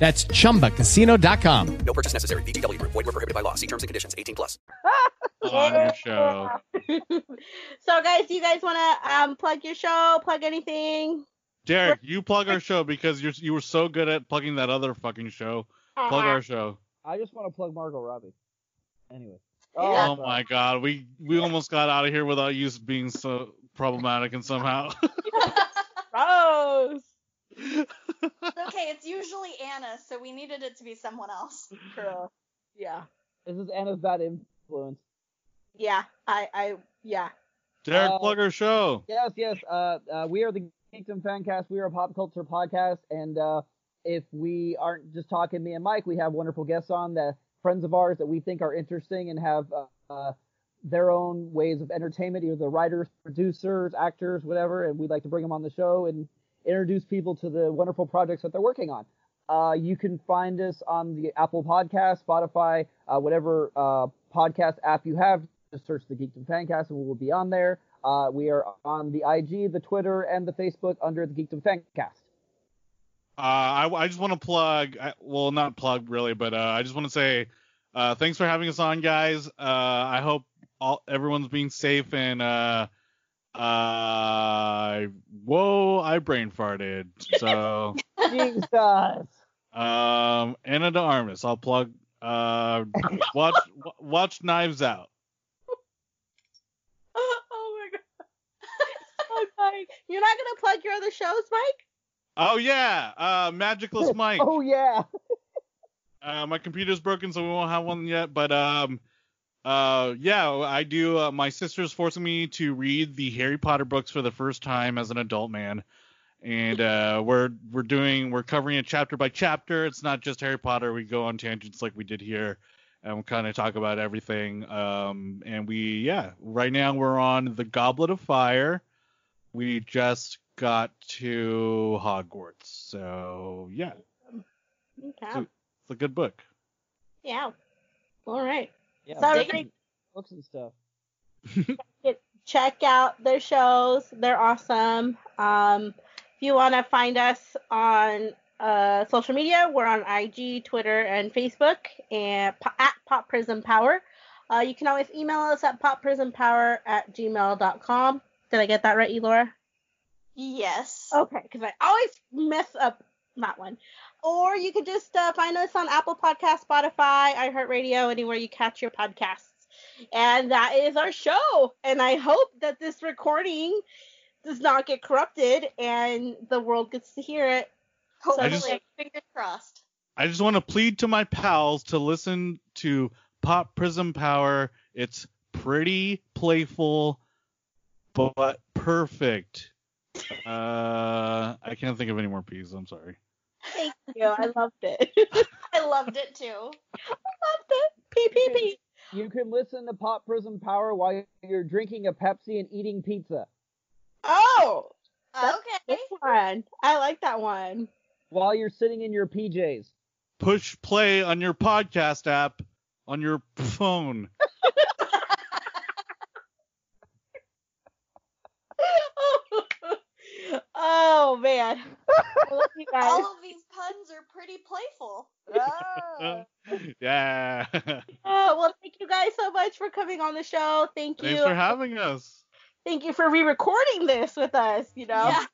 [SPEAKER 15] That's chumbacasino.com.
[SPEAKER 13] No purchase necessary. VGW Group. Void were prohibited by law. See terms and conditions. 18 plus.
[SPEAKER 5] On your show.
[SPEAKER 3] so guys, do you guys want to um plug your show? Plug anything?
[SPEAKER 5] Derek, you plug our show because you're you were so good at plugging that other fucking show. Plug our show.
[SPEAKER 4] I just want to plug Margot Robbie. Anyway.
[SPEAKER 5] Oh my god, we we almost got out of here without you being so problematic and somehow.
[SPEAKER 3] Rose.
[SPEAKER 2] It's okay, it's usually Anna, so we needed it to be someone else.
[SPEAKER 3] Girl. Yeah.
[SPEAKER 4] This is Anna's bad influence.
[SPEAKER 3] Yeah. I. I. Yeah.
[SPEAKER 5] Derek,
[SPEAKER 4] Uh,
[SPEAKER 5] plug our show.
[SPEAKER 4] Yes, yes. Uh, uh, we are the Geekdom Fancast. We are a pop culture podcast, and uh, if we aren't just talking me and Mike, we have wonderful guests on that friends of ours that we think are interesting and have uh, uh, their own ways of entertainment, either the writers, producers, actors, whatever, and we'd like to bring them on the show and introduce people to the wonderful projects that they're working on. Uh, you can find us on the Apple Podcast, Spotify, uh, whatever uh, podcast app you have. Just search the Geekdom Fancast and we'll be on there. Uh, we are on the IG, the Twitter, and the Facebook under the Geekdom Fancast.
[SPEAKER 5] Uh, I, I just want to plug, I, well, not plug really, but uh, I just want to say uh, thanks for having us on, guys. Uh, I hope all everyone's being safe and uh, uh, whoa, I brain farted. So,
[SPEAKER 4] Jesus.
[SPEAKER 5] um, Anna De Armas, I'll plug. Uh, watch wa- watch Knives Out.
[SPEAKER 3] oh my god. I'm dying. You're not gonna plug your other shows, Mike?
[SPEAKER 5] Oh yeah, uh, Magicless Mike.
[SPEAKER 4] Oh yeah.
[SPEAKER 5] Uh, my computer's broken, so we won't have one yet. But um, Uh, yeah, I do. Uh, my sister's forcing me to read the Harry Potter books for the first time as an adult man, and uh, we're we're doing we're covering it chapter by chapter. It's not just Harry Potter. We go on tangents like we did here, and we kind of talk about everything. Um, and we yeah, right now we're on the Goblet of Fire. We just got to Hogwarts, so yeah,
[SPEAKER 3] Okay.
[SPEAKER 5] it's, a, it's a good book.
[SPEAKER 3] Yeah. All right.
[SPEAKER 4] Yeah,
[SPEAKER 3] So
[SPEAKER 4] books, and, books and stuff.
[SPEAKER 3] check out their shows. They're awesome. Um, if you want to find us on uh, social media, we're on IG, Twitter, and Facebook, and po- at Pop Prism Power. Uh, you can always email us at popprismpower at gmail.com. Did I get that right, Elora?
[SPEAKER 2] Yes.
[SPEAKER 4] Oh,
[SPEAKER 3] Okay, because I always mess up that one. Or you could just uh, find us on Apple Podcasts, Spotify, iHeartRadio, anywhere you catch your podcasts. And that is our show. And I hope that this recording does not get corrupted and the world gets to hear it.
[SPEAKER 5] I
[SPEAKER 2] Hopefully,
[SPEAKER 5] just-
[SPEAKER 2] fingers crossed.
[SPEAKER 5] I just want to plead to my pals to listen to Pop Prism Power. It's pretty playful, but perfect. Uh, I can't think of any more P's. I'm sorry.
[SPEAKER 3] Thank you. I loved it.
[SPEAKER 2] I loved it too.
[SPEAKER 3] PPP.
[SPEAKER 4] You can listen to Pop Prism Power while you're drinking a Pepsi and eating pizza.
[SPEAKER 3] oh, that's
[SPEAKER 2] Okay.
[SPEAKER 3] a good one. I like that one.
[SPEAKER 4] While you're sitting in your PJs.
[SPEAKER 5] Push play on your podcast app on your phone.
[SPEAKER 3] oh man. I love you guys.
[SPEAKER 2] All of these puns are pretty playful.
[SPEAKER 3] Oh.
[SPEAKER 5] yeah.
[SPEAKER 3] Oh, well, thank you guys so much for coming on the show. Thank you.
[SPEAKER 5] Thanks for having us.
[SPEAKER 3] thank you for re-recording this with us. You know.
[SPEAKER 2] Yeah.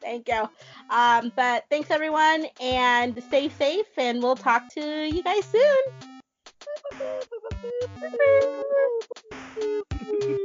[SPEAKER 3] Thank you. Um, but thanks everyone, and stay safe, and we'll talk to you guys soon.